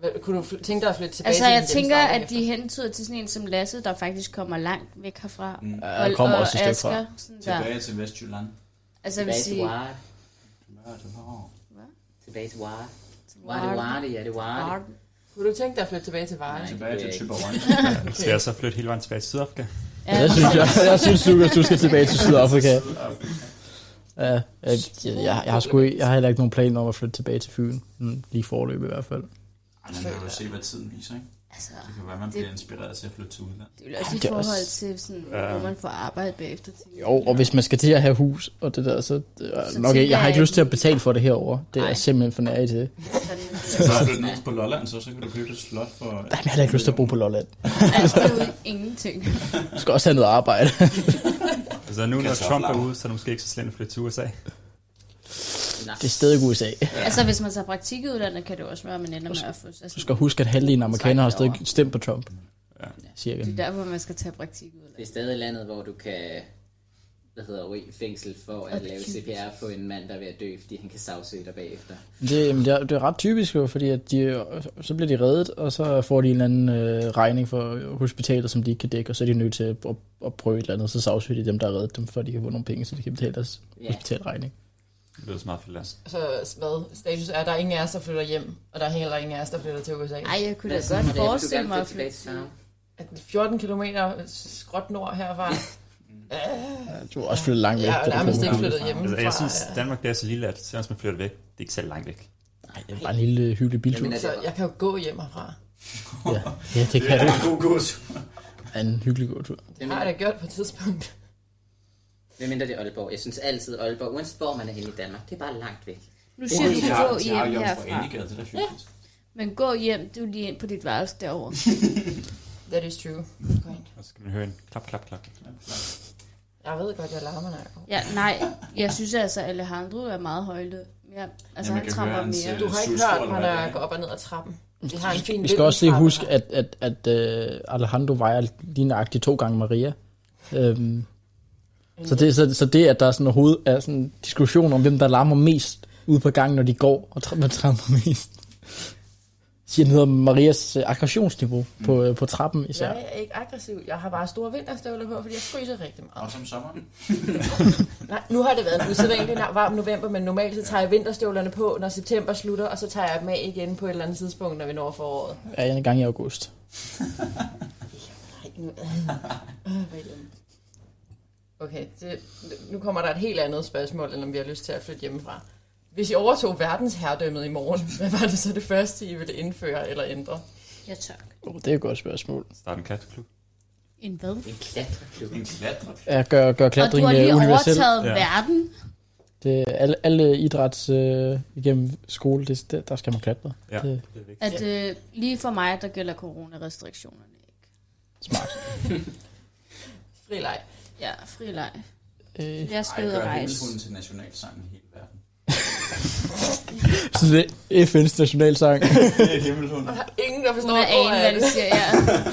Speaker 2: Hvad- Kunne du fly- tænke dig at flytte tilbage
Speaker 5: Altså,
Speaker 2: til
Speaker 5: jeg
Speaker 2: dit
Speaker 5: tænker,
Speaker 2: hjemstavn
Speaker 5: at de hentyder til sådan en som Lasse, der faktisk kommer langt væk herfra. Mm.
Speaker 3: Ja, jeg kommer også et stykke fra.
Speaker 5: Asger, sådan der.
Speaker 7: Tilbage til Vestjylland.
Speaker 5: Altså, jeg vil
Speaker 1: Tilbage til
Speaker 5: sige...
Speaker 1: Ward. Tilbage til Ward. Var det Ward? Ja, det var det.
Speaker 2: Kunne du tænke dig at flytte tilbage til Vejle?
Speaker 1: Nej.
Speaker 7: Tilbage til Tøberøn.
Speaker 6: Skal jeg så flytte hele vejen tilbage til Sydafrika?
Speaker 5: Ja,
Speaker 3: Jeg synes, jeg, jeg synes Lukas, du skal tilbage til Sydafrika. Ja, jeg, jeg, jeg, jeg, har sgu, ikke- jeg har heller ikke nogen planer om at flytte tilbage til Fyn. Mm, Lige forløb i hvert fald.
Speaker 7: Ej, men vi jo se, hvad tiden viser, ikke?
Speaker 5: Altså,
Speaker 7: Det kan være, man
Speaker 5: Det-
Speaker 7: bliver inspireret til at flytte til udlandet.
Speaker 5: det er jo også i
Speaker 3: det er også-
Speaker 5: forhold til, sådan,
Speaker 6: Ja.
Speaker 5: hvor man får arbejde bagefter. tænker jeg.
Speaker 3: Jo, og hvis man skal til at have hus og det der, så, det er
Speaker 5: Så
Speaker 3: nok ikke,
Speaker 5: tænker
Speaker 3: jeg har ikke
Speaker 5: jeg-
Speaker 3: lyst til at betale for det herovre. Det er
Speaker 5: Nej.
Speaker 3: jeg simpelthen for nær til.
Speaker 5: Sådan,
Speaker 7: Så er du nede på Lolland, så, så kan du købe et slot for...
Speaker 3: Jeg har heller ikke lyst til at bo på Lolland.
Speaker 5: altså, det er jo ingenting.
Speaker 3: Du skal også have noget arbejde.
Speaker 6: Altså nu, når
Speaker 7: Kartofler.
Speaker 6: Trump er ude, så er det måske ikke så slemt at flytte til USA.
Speaker 1: Nej.
Speaker 3: Det er stadig USA.
Speaker 5: Altså, hvis man tager praktik i udlandet, kan det jo også være, at man ender med at få... Altså,
Speaker 3: Du skal huske, at halvdelen af amerikanere har stadig stemt på Trump.
Speaker 6: Ja.
Speaker 3: Cirka.
Speaker 5: det er derfor, man skal tage praktik i
Speaker 1: Det
Speaker 5: udlandet.
Speaker 1: er stadig landet, hvor du kan hvad hedder ryge i fængsel for at lave CPR på en mand, der er ved at dø, fordi han kan sagsøge dig bagefter.
Speaker 3: Det, jamen, det, er, det er ret typisk jo, fordi at de, så bliver de reddet, og så får de en eller anden øh, regning for hospitalet, som de ikke kan dække, og så er de nødt til at, at, at prøve et eller andet, så sagsøger de dem, der har reddet dem, for at de kan få nogle penge, så de kan betale deres
Speaker 1: Ja.
Speaker 3: hospitalregning.
Speaker 6: Det lyder så meget fedt, Lars.
Speaker 2: Så hvad status er, at der er ingen af os, der flytter hjem, og der er heller ingen af os, der flytter til USA.
Speaker 5: Ej, jeg kunne da
Speaker 1: Hvad så,
Speaker 5: godt
Speaker 1: Maria? Vil du gerne
Speaker 5: forestille mig at
Speaker 1: flytte tilbage til
Speaker 5: flytte til...
Speaker 1: Sarum?
Speaker 2: At 14 km skråt nord herfra.
Speaker 3: Ja, Du er også flyttet langt væk.
Speaker 2: Jeg er jo
Speaker 3: da
Speaker 2: nærmest
Speaker 3: du
Speaker 2: ikke
Speaker 3: kom.
Speaker 2: flyttet hjemmefra.
Speaker 6: Altså, jeg synes, Danmark det er så lille, at selvom man flytter væk, det er ikke så langt væk.
Speaker 3: Nej, det er bare en lille øh, hyggelig biltur.
Speaker 1: Jamen, er-
Speaker 2: Så jeg kan jo gå hjem herfra.
Speaker 3: Ja. ja, det kan du.
Speaker 7: God god.
Speaker 3: Ja, en hyggelig god tur.
Speaker 2: Det har jeg da gjort på et tidspunkt.
Speaker 1: Hvem mindre det er Aalborg? Jeg synes altid Aalborg, uanset hvor man er henne i Danmark, det er bare langt væk.
Speaker 5: Nu siger du, gå hjem herfra.
Speaker 7: Indegade, det er da hyggeligt.
Speaker 5: Men gå hjem, du er lige ind på dit værelse derovre.
Speaker 2: That is true. Point.
Speaker 3: Altså,
Speaker 6: Og så kan man høre en klap, klap, klap.
Speaker 2: Jeg ved godt, jeg larmer, når jeg går.
Speaker 5: Ja, nej, jeg synes altså, Alejandro er meget højlyd. Ja, altså,
Speaker 7: Ja, man
Speaker 5: han
Speaker 7: kan
Speaker 5: tramper
Speaker 7: høre hans,
Speaker 5: mere.
Speaker 7: øh,
Speaker 2: Du har ikke
Speaker 7: Sulstor,
Speaker 2: hørt
Speaker 7: eller
Speaker 2: mig,
Speaker 7: hvad
Speaker 2: når
Speaker 7: det
Speaker 2: jeg
Speaker 7: er.
Speaker 2: går op og ned ad trappen. Vi har en fin
Speaker 3: Vi skal også lige
Speaker 2: vindeltrappe.
Speaker 3: huske, at, at, at øh, Alejandro vejer lige nøjagtigt to gange Maria. Øhm, så, det, så, så det, at der er sådan hoved, er sådan en diskussion om, hvem der larmer mest ude på gangen, når de går, og tramper, tramper mest, siger, den hedder Marias øh, aggressionsniveau mm. på, øh, på trappen især.
Speaker 2: Jeg er ikke aggressiv. Jeg har bare store vinterstøvler på, fordi jeg fryser rigtig meget.
Speaker 7: Også om sommeren.
Speaker 2: Nej, nu har det været en usædvanlig na- varm november, men normalt så tager jeg vinterstøvlerne på, når september slutter, og så tager jeg dem af igen på et eller andet tidspunkt, når vi når foråret.
Speaker 3: Ja, en gang i august.
Speaker 2: Nej, nu... Øh, hvad er det? Okay, det, nu kommer der et helt andet spørgsmål, end om vi har lyst til at flytte hjemmefra. Hvis I overtog verdensherredømmet i morgen, hvad var det så det første, I ville indføre eller ændre?
Speaker 5: Jeg tør.
Speaker 3: Oh, det er et godt spørgsmål.
Speaker 6: Start en katteklub.
Speaker 5: En hvad?
Speaker 1: En klatreklub.
Speaker 7: En klatre.
Speaker 3: Ja, gør, gør
Speaker 5: Og du
Speaker 3: klatring
Speaker 5: har
Speaker 3: øh,
Speaker 5: lige
Speaker 3: universel.
Speaker 5: overtaget
Speaker 6: Ja.
Speaker 5: ja. verden.
Speaker 3: Det, er alle, alle idræts øh, igennem skole, det, det, der skal man klatre.
Speaker 6: Ja,
Speaker 3: Det er
Speaker 6: det er vigtigt.
Speaker 5: At øh, lige for mig, der gælder coronarestriktionerne ikke.
Speaker 3: smart.
Speaker 2: Fri leg.
Speaker 5: Ja, fri leg.
Speaker 3: Øh,
Speaker 5: Jeg skal ud og rejse.
Speaker 7: Ej, til nationalsangen i hele verden.
Speaker 3: så det er FN's nationalsang.
Speaker 7: Det er himmelhund.
Speaker 2: Ingen, der forstår,
Speaker 5: Hun er anen,
Speaker 2: hvor
Speaker 5: hvad
Speaker 2: er
Speaker 5: det
Speaker 2: det.
Speaker 5: siger. Ja.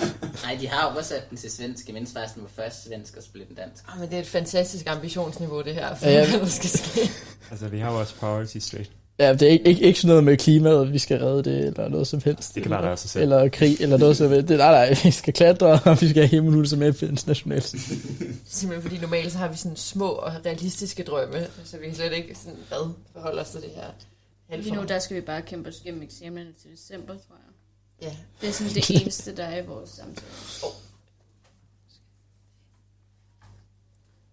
Speaker 1: Nej, de har oversat den til svensk, imens faktisk den var først svensk og så blev den dansk.
Speaker 2: Oh, men det er et fantastisk ambitionsniveau, det her, for
Speaker 3: Ja, ja.
Speaker 2: hvad der skal ske.
Speaker 6: Altså, vi har jo også priority straight.
Speaker 3: ja, det er ikke, ikke, ikke sådan noget med klimaet, at vi skal redde det, eller noget som helst.
Speaker 6: Det klarer der af sig selv.
Speaker 3: Eller krig, eller noget som helst. Det, nej, nej, vi skal klatre, og vi skal have himmelhul som FN's nationalsang.
Speaker 2: Simpelthen fordi normalt så har vi sådan små og realistiske drømme, så vi kan slet ikke sådan, hvad forholder os til det her.
Speaker 5: Lige nu, der skal vi bare kæmpe os gennem eksamenerne til december, tror jeg.
Speaker 2: Ja.
Speaker 5: Det er sådan det eneste, der er i vores samtale.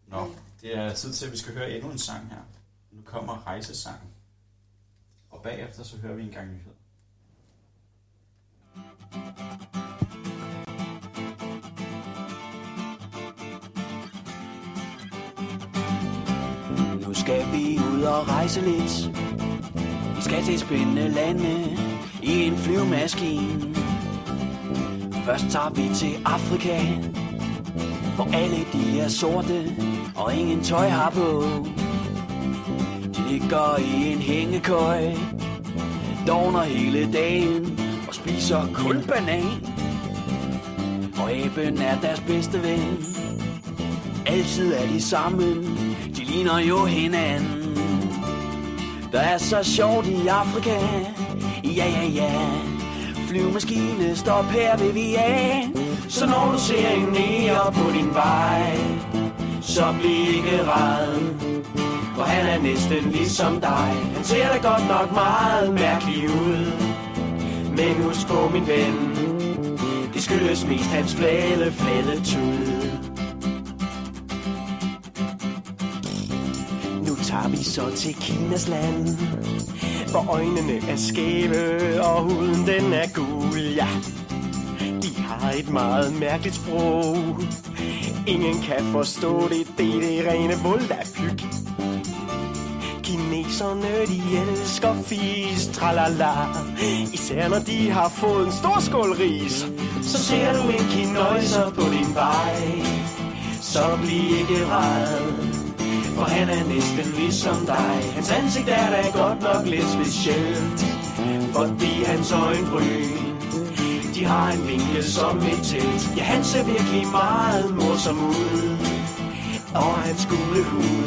Speaker 7: Nå, det er tid til, at vi skal høre endnu en sang her. Nu kommer rejsesangen. Og bagefter så hører vi en gang nyheder.
Speaker 10: Nu skal vi ud og rejse lidt. Vi skal til spændende lande i en flyvemaskine. Først tager vi til Afrika, hvor alle de er sorte og ingen tøj har på. De ligger i en hængekøj, dogner hele dagen og spiser kun banan. Og aben er deres bedste ven, Altid er de sammen, de ligner jo hinanden. Der er så sjovt i Afrika, ja ja ja. Flyvemaskine, stop her ved vi af. Så når du ser en neger på din vej, så bliv ikke ræd. For han er næsten ligesom dig. Han ser da godt nok meget mærkelig ud. Men husk på min ven, det skyldes mest hans flæle, flæle tud. Nu tager vi så til Kinas land Hvor øjnene er skæve og huden den er gul, ja De har et meget mærkeligt sprog Ingen kan forstå det, det er det rene volapyk Kineserne, de elsker fis, tralala Især når de har fået en stor skål ris Så ser du en kinøjser på din vej Så bliv ikke vred for han er næsten ligesom dig Hans ansigt er da godt nok lidt specielt Fordi hans øjenbryn De har en vinkel som et telt Ja, han ser virkelig meget morsom ud Og hans gule hud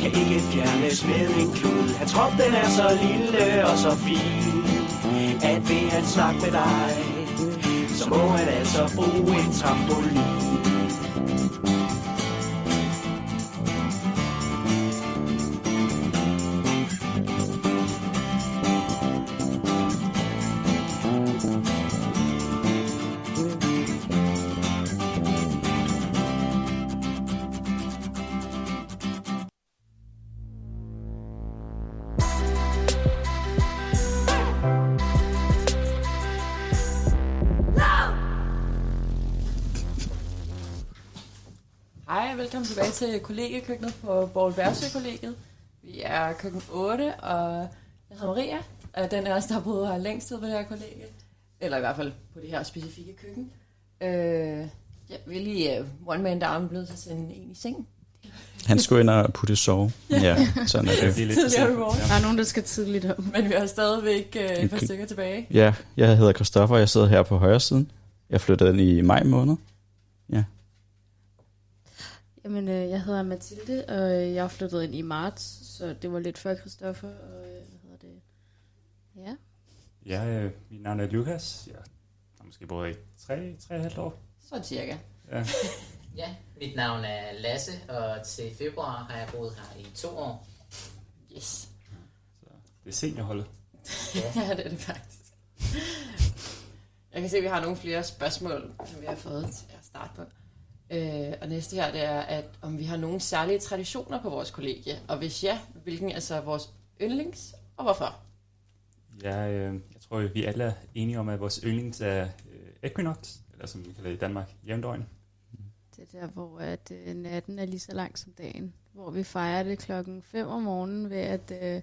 Speaker 10: Kan ikke fjernes med en klud Hans krop den er så lille og så fin At ved at snakke med dig Så må han altså bruge en trampolin
Speaker 2: Hej, velkommen tilbage til kollegekøkkenet på Borg Værse kollegiet Vi er køkken 8, og jeg hedder Maria, og den er os, der har boet her længst tid på det her kollegie. Eller i hvert fald på det her specifikke køkken. Øh, ja, vi er lige uh, one man down blevet til at sende en i seng.
Speaker 7: Han skulle ind og putte sove. Ja, sådan er
Speaker 6: Det
Speaker 7: det.
Speaker 6: er lidt
Speaker 2: Tidligere i morgen.
Speaker 5: Der er nogen, der skal tidligt op.
Speaker 2: Men vi har stadigvæk uh,
Speaker 5: Øh,
Speaker 2: et par
Speaker 7: Okay.
Speaker 2: stykker tilbage.
Speaker 7: Ja, jeg hedder Kristoffer, jeg sidder her på højre siden. Jeg flyttede ind i maj måned.
Speaker 5: Jamen, øh, jeg hedder Mathilde, og øh, jeg er flyttet ind i marts, så det var lidt før Christoffer, og øh, hvad hedder det? Ja.
Speaker 6: Ja, øh, mit navn er Lukas. Jeg har måske boet i 3, 3,5 år.
Speaker 2: Sådan cirka.
Speaker 6: Ja.
Speaker 1: Ja, mit navn er Lasse, og til februar har jeg boet her i to år.
Speaker 2: Yes.
Speaker 6: Det er seniorholdet.
Speaker 2: Ja, det er det faktisk. Jeg kan se, at vi har nogle flere spørgsmål, som vi har fået til at starte på. Øh, og næste her, det er, at om vi har nogle særlige traditioner på vores kollegie, og hvis ja, hvilken er så vores yndlings, og hvorfor?
Speaker 6: Jeg, øh, jeg tror, vi alle er enige om, at vores yndlings er øh, Equinox, eller som vi kalder det i Danmark,
Speaker 2: Mm.
Speaker 6: jævndøgn.
Speaker 5: Det er der, hvor at, øh, natten er lige så lang som dagen. Hvor vi fejrer det klokken 5 om morgenen ved, at øh,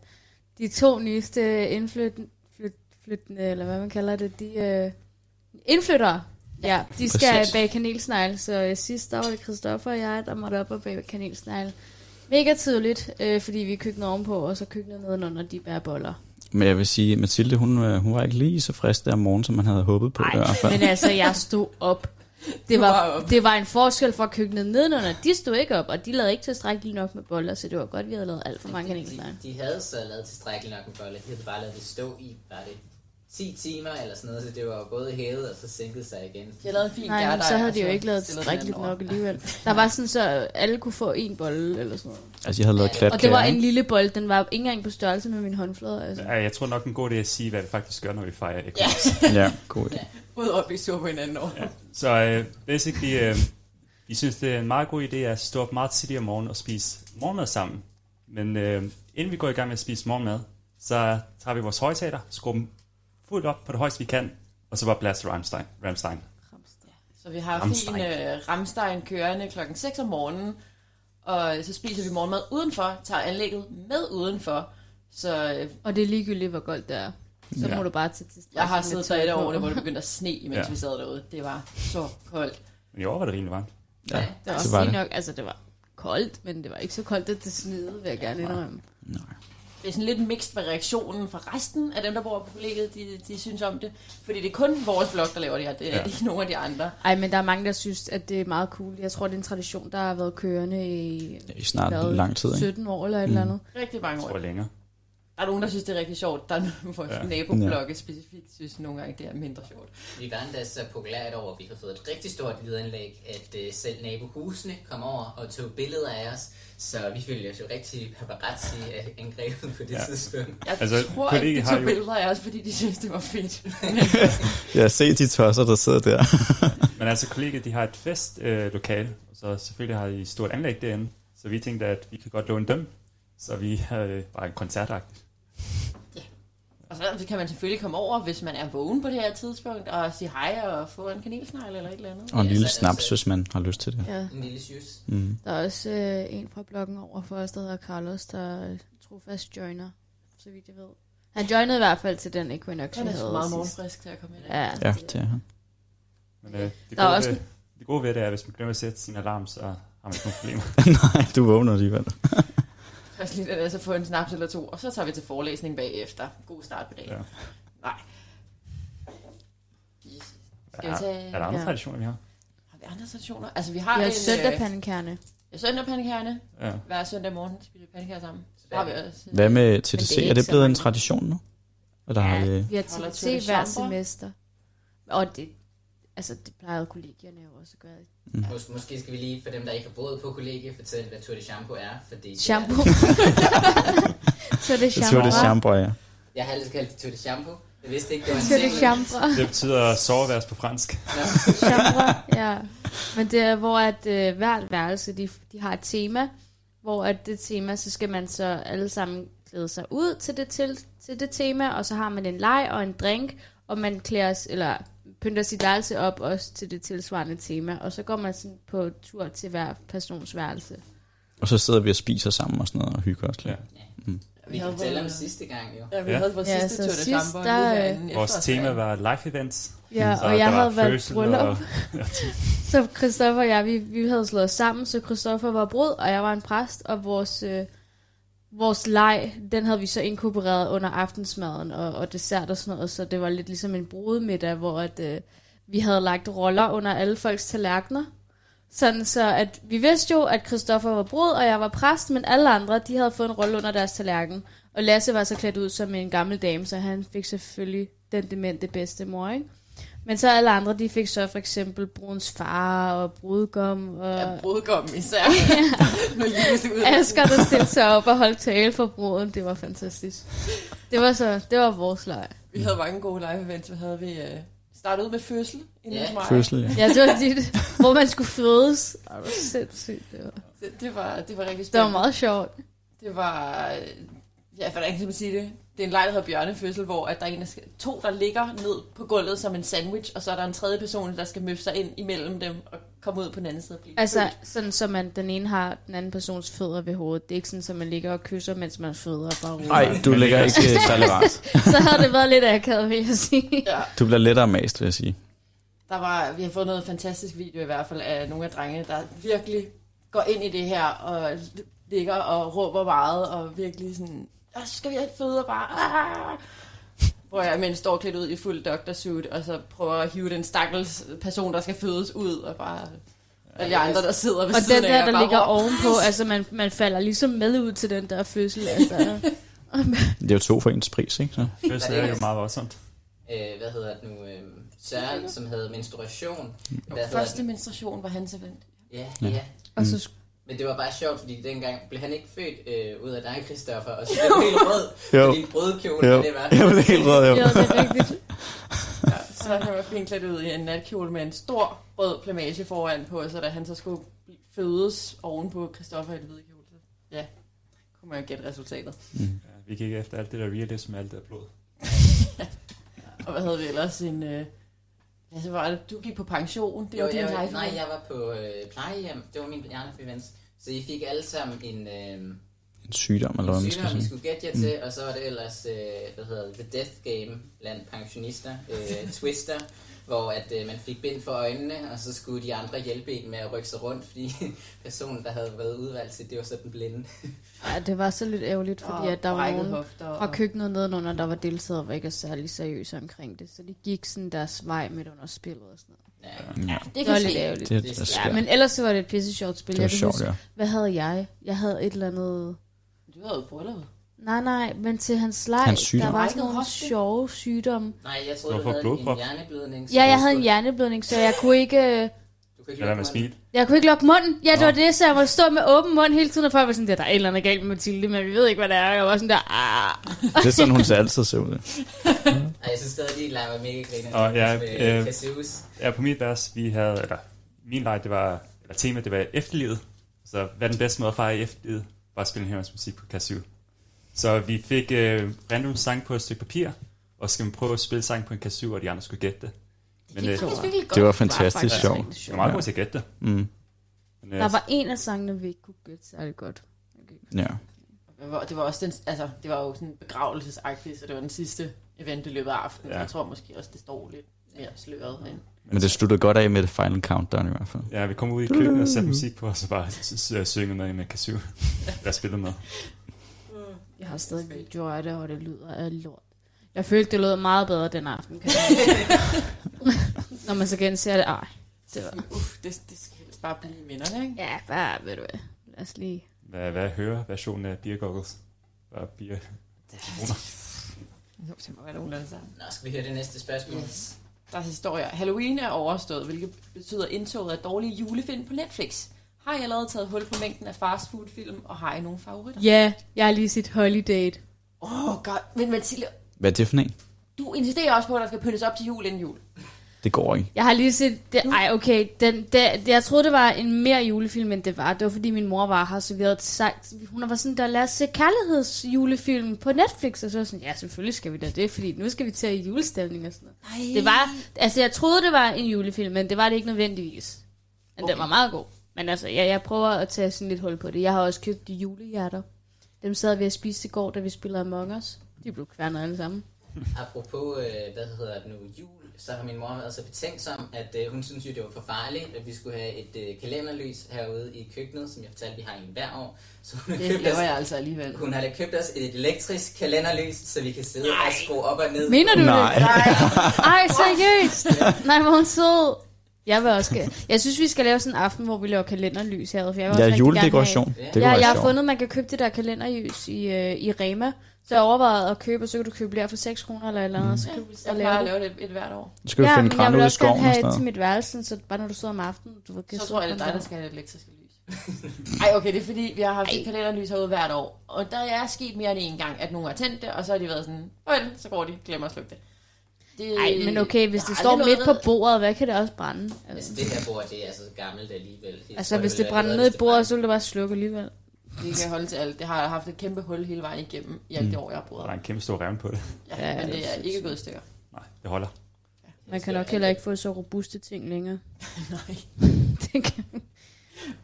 Speaker 5: de to nyeste indflyttende, flyt, flyttende, eller hvad man kalder det, de øh, indflyttere, ja, de skal
Speaker 3: Præcis.
Speaker 5: bage kanelsnegle. Så øh, sidste år var det Christoffer og jeg, der måtte op og bage kanelsnegle. Mega tidligt, øh, fordi vi er køkkenet ovenpå, og så køkkenet nedenunder, de bærer boller.
Speaker 7: Men jeg vil sige, Mathilde, hun, øh, hun var ikke lige så frisk der om morgenen, som man havde håbet på. i hvert fald.
Speaker 5: Men altså, jeg stod op. Det
Speaker 2: var
Speaker 5: var,
Speaker 2: op.
Speaker 5: det var en forskel fra køkkenet nedenunder. De stod ikke op, og de lavede ikke tilstrækkeligt nok med boller, så det var godt, vi havde lavet alt for mange kanelsnegle.
Speaker 1: De, de havde så lavet tilstrækkeligt nok en bolle. De havde bare lavet det stå i, var det 10 timer eller sådan noget, så det var jo både hævet og så sænket sig igen.
Speaker 2: De har lavet en fin
Speaker 5: Nej, men
Speaker 2: gærdej,
Speaker 5: så havde
Speaker 2: og
Speaker 5: de jo ikke lavet
Speaker 2: stillet altså, den
Speaker 5: tilstrækkeligt
Speaker 2: anden over.
Speaker 5: nok alligevel. Der var sådan, så alle kunne få en bolle eller sådan noget.
Speaker 7: Altså, jeg havde lavet klat
Speaker 5: Og det var en lille bolle, den var ikke engang på størrelse med min håndflade. Altså.
Speaker 6: Ja, jeg tror nok en god idé at sige, hvad vi faktisk gør, når vi fejrer Equinox.
Speaker 7: Ja, god idé.
Speaker 2: Udover at blive sur på hinanden over. Ja.
Speaker 6: Så øh, basically, øh, vi synes, det er en meget god idé at stå op meget tidligt om morgenen og spise morgenmad sammen. Men øh, inden vi går i gang med at spise morgenmad, så tager vi vores højtaler, skruer dem fuldt op på det højeste, vi kan, og så bare blaster Rammstein. Rammstein.
Speaker 2: Så vi har
Speaker 6: Rammstein.
Speaker 2: fin øh, Ramstein kørende klokken 6 om morgenen, og så spiser vi morgenmad udenfor, tager anlægget med udenfor, så øh,
Speaker 5: Og det er ligegyldigt, hvor godt det er. Så
Speaker 6: Ja.
Speaker 5: må du bare tage til
Speaker 2: Jeg har siddet der et år, hvor det begyndte at sne, mens
Speaker 6: Ja.
Speaker 2: vi sad derude. Det var så koldt.
Speaker 6: Men i år var det rimelig varmt.
Speaker 7: Ja,
Speaker 5: Det var
Speaker 7: det
Speaker 5: også
Speaker 7: var
Speaker 5: fint
Speaker 7: det.
Speaker 5: nok, altså det var koldt, men det var ikke så koldt, at det snede, vil jeg gerne indrømme.
Speaker 7: Nej.
Speaker 2: Det er sådan lidt mixed med reaktionen fra resten af dem, der bor på kollegiet, de, de synes om det. Fordi det er kun vores blog, der laver det her. Det er
Speaker 6: Ja.
Speaker 2: ja. ikke nogen af de andre.
Speaker 5: Ej, men der er mange, der synes, at det er meget cool. Jeg tror, det er en tradition, der har været kørende i
Speaker 7: I snart lang tid, ikke?
Speaker 5: 17 år eller et mm. eller andet.
Speaker 2: Rigtig mange
Speaker 6: Jeg
Speaker 2: år.
Speaker 6: tror længere.
Speaker 2: Der er nogen, der synes, det er rigtig sjovt. Der er nogen, vores
Speaker 6: Ja.
Speaker 2: ja. naboblokke specifikt synes nogle gange, det er mindre sjovt.
Speaker 1: Vi var endda så populært over, at vi har fået et rigtig stort lydanlæg, at uh, selv nabohusene kom over og tog billeder af os. Så vi følte os jo rigtig paparazzi-angrebet på det
Speaker 6: Ja.
Speaker 1: ja. tidspunkt.
Speaker 2: Jeg
Speaker 6: Altså,
Speaker 2: altså, tror
Speaker 6: kollegiet
Speaker 2: ikke, de
Speaker 6: har
Speaker 2: tog
Speaker 6: jo-
Speaker 2: billeder af os, fordi de synes, det var fedt.
Speaker 7: Ja, se de tosser, der sidder der.
Speaker 6: Men altså, kollegiet, de har et festlokale, øh, lokale, og så selvfølgelig har de et stort anlæg derinde. Så vi tænkte, at vi kan godt låne dem. Så vi øh, var en koncertagtig.
Speaker 2: Og så kan man selvfølgelig komme over, hvis man er vågen på det her tidspunkt, og sige hej og få en kanelsnegle eller et eller andet.
Speaker 7: Og en
Speaker 1: Ja, så er
Speaker 7: lille
Speaker 1: det
Speaker 7: snaps,
Speaker 1: altså-
Speaker 7: hvis man har lyst til det.
Speaker 5: Ja.
Speaker 1: En lille shoes.
Speaker 7: Mm.
Speaker 5: Der er også øh, en fra blokken over for os, der hedder Carlos, der trofast joiner, så vidt jeg ved. Han joinede i hvert fald til den Equinox, vi
Speaker 2: Han er så
Speaker 5: havde
Speaker 2: meget
Speaker 5: sidst.
Speaker 2: morgenfrisk til at komme ind.
Speaker 5: Ja,
Speaker 7: Ja, det er han.
Speaker 6: Men øh, det,
Speaker 5: Der er
Speaker 6: gode
Speaker 5: også-
Speaker 6: ved, det gode ved det er, at hvis man glemmer at sætte sin alarm, så har man ikke nogen problemer.
Speaker 7: Nej, du vågner alligevel.
Speaker 2: Først lige den, altså få en snaps eller to, og så tager vi til forelæsning bagefter. God start på dagen.
Speaker 6: Ja.
Speaker 2: Ja. Nej. Yes. Skal vi
Speaker 6: Er,
Speaker 2: tage...
Speaker 6: er der andre
Speaker 5: Ja.
Speaker 6: traditioner, vi har?
Speaker 2: Har vi andre traditioner? Altså, vi har
Speaker 5: vi har
Speaker 2: en...
Speaker 5: søndagspandekerne.
Speaker 2: Øh, søndagpandekærne.
Speaker 6: Ja.
Speaker 2: Hver søndag morgen spiser vi pandekager sammen. Så har vi også... øh,
Speaker 7: Hvad med
Speaker 5: Men
Speaker 7: TDC?
Speaker 5: det er
Speaker 7: Er
Speaker 5: ikke
Speaker 7: det
Speaker 5: så
Speaker 7: blevet en
Speaker 5: mange.
Speaker 7: tradition nu? Eller har vi...
Speaker 5: vi har
Speaker 2: Holder
Speaker 5: TDC
Speaker 2: til det
Speaker 5: hver
Speaker 2: sommer.
Speaker 5: semester. Og det, altså, det plejede kollegierne jo også at gøre.
Speaker 7: Mm.
Speaker 1: Mm. Mås- måske skal vi lige, for dem, der ikke har boet på kollegie, fortælle, hvad Tour de Shampoo er. Fordi det
Speaker 5: Shampoo.
Speaker 1: Er,
Speaker 5: så det er
Speaker 7: Det tror det
Speaker 5: shampoo.
Speaker 7: shampoo, ja.
Speaker 1: jeg har altid kaldt det Tour de Shampoo. Jeg vidste ikke, det var en
Speaker 5: Så det
Speaker 1: single.
Speaker 5: shampoo.
Speaker 6: Det betyder soveværs på fransk.
Speaker 5: genre, ja. Men det er, hvor at øh, hvert værelse, de, de har et tema, hvor at det tema, så skal man så alle sammen klæde sig ud til det, til, til det tema, og så har man en leg og en drink, og man klæder, s- eller pynter sit værelse op også til det tilsvarende tema, og så går man sådan på tur til hver persons værelse.
Speaker 7: Og så sidder vi og spiser sammen og sådan noget, og hygger os lidt.
Speaker 6: Ja.
Speaker 1: Vi kan fortælle om sidste gang, jo.
Speaker 2: Ja, vi
Speaker 6: Ja.
Speaker 2: havde vores
Speaker 5: Ja,
Speaker 2: sidste
Speaker 5: så
Speaker 2: tur til
Speaker 5: sidst,
Speaker 2: Jamborg.
Speaker 5: der, øh,
Speaker 6: Vores tema var life events.
Speaker 5: Ja,
Speaker 6: Så
Speaker 5: og jeg
Speaker 6: der var
Speaker 5: havde været
Speaker 6: fødsel
Speaker 5: bryllup.
Speaker 6: og-
Speaker 5: Så Christoffer og jeg, vi, vi havde slået os sammen, så Christoffer var brud, og jeg var en præst, og vores, øh, vores leg, den havde vi så inkorporeret under aftensmaden og, og dessert og sådan noget, så det var lidt ligesom en brudemiddag, hvor at, øh, vi havde lagt roller under alle folks tallerkener. Sådan så, at vi vidste jo, at Christoffer var brud, og jeg var præst, men alle andre, de havde fået en rolle under deres tallerken. Og Lasse var så klædt ud som en gammel dame, så han fik selvfølgelig den demente bedstemor, ikke? Men så alle andre, de fik så for eksempel brudens far og brudgom og...
Speaker 2: Ja, brudgom især. Nu er lige pludselig ud.
Speaker 5: Asger, der stillede sig op og holdt tale for bruden. Det var fantastisk. Det var, så, det var vores lejr.
Speaker 2: Vi havde mange gode live events. Hvad havde vi? Øh, startet ud med fødsel. inden
Speaker 1: Ja.
Speaker 2: for mig.
Speaker 3: Fødsel, ja.
Speaker 5: Ja, det var dit, hvor man skulle fødes. Ej, hvor sindssygt. Det var,
Speaker 2: Det, det, var, det var
Speaker 5: det
Speaker 2: rigtig
Speaker 5: var
Speaker 2: spændende.
Speaker 5: meget sjovt.
Speaker 2: Det var, øh, ja, hvordan kan man sige det? Det er en leg, der hedder bjørnefødsel, hvor at der er en, der skal, to, der ligger ned på gulvet som en sandwich, og så er der en tredje person, der skal møffe sig ind imellem dem og komme ud på den anden side. og blive
Speaker 5: Altså,
Speaker 2: født.
Speaker 5: sådan så man, den ene har den anden persons fødder ved hovedet. Det er ikke sådan, at man ligger og kysser, mens man føder bare
Speaker 4: Nej,
Speaker 5: roligt.
Speaker 4: du ligger ikke øh, særlig rart.
Speaker 5: Så havde det været lidt akavet, vil jeg sige.
Speaker 2: ja,
Speaker 4: Du bliver lettere mast, vil jeg sige.
Speaker 2: der var, vi har fået noget fantastisk video i hvert fald af nogle af drengene, der virkelig går ind i det her og ligger og råber meget og virkelig sådan, "Åh, så skal vi have et føde og bare, "Ah!" hvor jeg imens står klædt ud i fuld doktorsuit, og så prøver at hive den stakkels person, der skal fødes ud, og bare alle de andre, der sidder ved
Speaker 5: Og
Speaker 2: siden
Speaker 5: den
Speaker 2: af,
Speaker 5: der, der
Speaker 2: bare
Speaker 5: ligger
Speaker 2: råber,
Speaker 5: ovenpå, altså man, man falder ligesom med ud til den der fødsel. Altså.
Speaker 4: Det er jo to for ens pris, ikke? Så.
Speaker 6: Fødsel er jo meget voldsomt.
Speaker 1: Øh, hvad hedder det nu? Øh, Søren, som havde menstruation. Hvad hedder
Speaker 2: Første
Speaker 1: den?
Speaker 2: menstruation var hans event.
Speaker 1: Ja,
Speaker 4: Ja.
Speaker 1: ja.
Speaker 5: Og så sk-
Speaker 1: Men det var bare sjovt, fordi dengang blev han ikke født øh, ud af dig, Christoffer, og så blev du helt rød
Speaker 4: Jo.
Speaker 1: på din brødkjole,
Speaker 4: Jo.
Speaker 1: og det var.
Speaker 4: Jeg bliver helt rød, jo.
Speaker 5: jo, det er rigtigt.
Speaker 2: Så han var fint klædt ud i en natkjole med en stor rød plamage foran på, så da han så skulle fødes ovenpå Christoffer i det hvide kjole, så ja, kunne man jo gætte resultatet.
Speaker 6: Ja, vi gik efter alt det der realism, alt det der blod.
Speaker 2: Og hvad havde vi ellers en... Øh, altså, var det, du gik på pension, det
Speaker 1: Jo,
Speaker 2: var din
Speaker 1: jeg,
Speaker 2: life.
Speaker 1: nej, jeg var på øh, plejehjem. Det var min hjernefrekvens. Så I fik alle sammen en, øh,
Speaker 4: En sygdom, eller hvad
Speaker 1: en
Speaker 4: man skal
Speaker 1: sygdom,
Speaker 4: sige.
Speaker 1: I
Speaker 4: Mm.
Speaker 1: skulle gætte jer til, og så var det ellers, øh, hvad hedder det, The Death Game blandt pensionister, øh, Twister, hvor at øh, man fik bind for øjnene, og så skulle de andre hjælpe en med at rykke sig rundt, fordi personen, der havde været udvalgt til, det var så den blinde.
Speaker 5: Ej, det var så lidt ærgerligt, fordi at der var
Speaker 2: brækkede
Speaker 5: nogen
Speaker 2: hofter
Speaker 5: fra køkkenet nedenunder, der var deltaget og var ikke særlig seriøse omkring det. Så de gik sådan deres vej midt under spillet og sådan noget.
Speaker 1: Ja.
Speaker 4: Ja,
Speaker 5: Det, det var lidt ærgerligt.
Speaker 4: det, er- det er
Speaker 5: Ja,
Speaker 4: svært.
Speaker 5: men ellers så var det et pisse sjovt spil.
Speaker 4: Det
Speaker 5: Jeg
Speaker 4: var
Speaker 5: kan
Speaker 4: sjovt,
Speaker 5: huske-
Speaker 4: ja.
Speaker 5: Hvad havde jeg? Jeg havde et eller andet...
Speaker 2: Du havde jo bryllup.
Speaker 5: Nej, nej, men til hans leg,
Speaker 4: Hans
Speaker 5: der
Speaker 4: sygdom.
Speaker 5: var sådan
Speaker 2: Brækket
Speaker 5: nogle
Speaker 2: hofte?
Speaker 5: sjove sygdomme.
Speaker 1: Nej, jeg troede,
Speaker 6: Hvorfor
Speaker 1: du havde en
Speaker 6: blodprop?
Speaker 1: hjerneblødning.
Speaker 5: Ja, jeg havde en hjerneblødning, så jeg kunne ikke... øh,
Speaker 1: Du kan ikke
Speaker 6: Lad være
Speaker 1: lukke
Speaker 6: med at
Speaker 1: munden.
Speaker 6: smile.
Speaker 5: Jeg kunne ikke lukke munden. Ja, det
Speaker 6: Nå.
Speaker 5: var det, så jeg måtte stå med åben mund hele tiden, og folk var sådan, der der er et eller andet galt med Mathilde, men vi ved ikke, hvad det er. Jeg var sådan der, ah.
Speaker 4: Det er sådan, hun ser altid ser ud.
Speaker 1: Ej, jeg synes stadig, de leger mega griner.
Speaker 6: Og ja,
Speaker 1: med
Speaker 6: øh,
Speaker 1: Casus.
Speaker 6: Ja, på mit vers, vi havde, eller min leg, det var, eller tema, det var efterlivet. Så hvad er den bedste måde at fejre efterlivet? Var at spille en hel masse musik på Kassy. Så vi fik øh, random sang på et stykke papir, og så skal man prøve at spille sang på en Kassy, og de andre skulle gætte det. Men øh, jeg
Speaker 4: Det var fantastisk
Speaker 5: faktisk
Speaker 4: sjovt.
Speaker 5: rigtig
Speaker 6: var meget god til at gætte det.
Speaker 4: Mm.
Speaker 6: Men, øh,
Speaker 5: Der var en af sangene, vi ikke kunne gætte særlig godt.
Speaker 4: Ja.
Speaker 2: Det var- Det var, også den, altså, det var jo sådan begravelsesagtigt, så det var den sidste event i løbet af aftenen. Ja.
Speaker 6: Ja.
Speaker 2: Jeg tror måske også, det står lidt mere sløret. Men...
Speaker 4: Men det sluttede godt af med det final countdown i hvert fald.
Speaker 6: Ja, vi kom ud i køkkenet og satte musik på, og så bare s- øh, s- synge med med Kassy. Jeg spillede med.
Speaker 5: Jeg har stadig videoer af det, og det lyder af lort. Jeg følte, det lød meget bedre den aften, kan jeg huske. Når man så genser det, ej. Det var,
Speaker 2: Uff, det, det skal helst bare blive i minderne, ikke?
Speaker 5: ja, bare, ved du hvad. Lad os lige...
Speaker 6: Hvad, hvad hører versionen af Beer Goggles? Bare beer.
Speaker 2: Jo, det må være nogenlunde sammen.
Speaker 1: Nå, skal vi høre det næste spørgsmål?
Speaker 2: Yes. Der er historier. Halloween er overstået, hvilket betyder indtoget af dårlige julefilm på Netflix. Har I allerede taget hul på mængden af fastfoodfilm, og har I nogle favoritter?
Speaker 5: Ja, jeg har lige sit holiday.
Speaker 2: Åh, oh, godt. Men Mathilde,
Speaker 4: Hvad er det for en?
Speaker 2: du insisterer også på, at der skal pyntes op til jul inden jul.
Speaker 4: Det går ikke.
Speaker 5: Jeg har lige set... Det, ej, okay. Den, det, jeg troede, det var en mere julefilm, end det var. Det var, fordi min mor var her, så vi havde sagt... Hun var sådan, der lad os se kærlighedsjulefilm på Netflix. Og så var jeg sådan, ja, selvfølgelig skal vi da det, fordi nu skal vi til i julestemning og sådan noget.
Speaker 2: Nej.
Speaker 5: Det var... Altså, jeg troede, det var en julefilm, men det var det ikke nødvendigvis. Men okay. den var meget god. Men altså, ja, jeg prøver at tage sådan lidt hul på det. Jeg har også købt de julehjerter. Dem sad vi og spiste i går, da vi spillede Among Us. De blev kværnet alle sammen.
Speaker 1: Apropos, øh, hvad hedder det nu, jul, så har min mor været så betænksom, at øh, hun synes jo, det var for farligt, at vi skulle have et øh, kalenderlys herude i køkkenet, som jeg fortalte, vi har en hver år. Så hun har,
Speaker 2: Det
Speaker 1: købt os,
Speaker 2: laver jeg altså alligevel.
Speaker 1: hun har da købt os et elektrisk kalenderlys, så vi kan sidde og skrue op og ned.
Speaker 5: Mener du
Speaker 4: Nej.
Speaker 5: det? Ej, seriøst? Nej, hvor er hun sød. Jeg vil også... ge- Jeg synes, vi skal lave sådan en aften, hvor vi laver kalenderlys herude, for jeg vil også
Speaker 4: Ja,
Speaker 5: rigtig
Speaker 4: juledekoration.
Speaker 5: Gerne
Speaker 4: Det
Speaker 5: have.
Speaker 4: kunne
Speaker 5: Ja,
Speaker 4: være
Speaker 5: jeg har
Speaker 4: sjovt.
Speaker 5: fundet, at man kan købe det der kalenderlys i, øh, i Rema. Så jeg overvejede at købe, og så kan du købe det her for 6 kroner eller et eller andet. Mm. Så kan du
Speaker 2: Jeg
Speaker 5: så
Speaker 2: plejer
Speaker 5: lave det.
Speaker 2: at lave det et hvert år.
Speaker 4: Så skal du ja, finde
Speaker 5: men jeg
Speaker 4: kran ud
Speaker 5: vil
Speaker 4: i
Speaker 5: også gerne
Speaker 4: skoven og
Speaker 5: have
Speaker 4: sådan
Speaker 5: et til
Speaker 4: noget.
Speaker 5: mit værelse, så bare når du sidder om aftenen, du kan
Speaker 2: Så
Speaker 5: sidde
Speaker 2: tror jeg, det er dig,
Speaker 5: sådan
Speaker 2: der skal have det elektriske lys. Ej, okay, det er fordi, vi har haft et kalenderlys herude hvert år. Og der er sket mere end en gang, at nogen har tændt det, og så har de været sådan, "Øj, så går de, glemmer at slukke det. det
Speaker 5: Ej, men okay, hvis
Speaker 2: der
Speaker 5: det
Speaker 2: er
Speaker 5: står
Speaker 2: aldrig
Speaker 5: midt
Speaker 2: noget
Speaker 5: på
Speaker 2: ved-
Speaker 5: bordet, hvad kan det også brænde?
Speaker 1: Altså,
Speaker 5: Altså,
Speaker 1: det her bord, det er så gammelt alligevel. Jeg
Speaker 5: altså
Speaker 1: tror,
Speaker 5: hvis
Speaker 1: ville
Speaker 5: det
Speaker 1: være
Speaker 5: brænder
Speaker 1: bedre,
Speaker 5: ned
Speaker 1: hvis
Speaker 5: i bordet, så vil det bare slukke alligevel.
Speaker 2: Det kan holde til alt. Det har jeg haft et kæmpe hul hele vejen igennem i alt det år, jeg har
Speaker 6: Mm.
Speaker 2: boet
Speaker 6: Der er
Speaker 2: her.
Speaker 6: en kæmpe stor revne på det.
Speaker 2: Ja, men det er ikke gået i stykker.
Speaker 6: Nej, det holder.
Speaker 5: Man kan nok heller ikke få så robuste ting længere.
Speaker 2: Nej.
Speaker 5: Det kan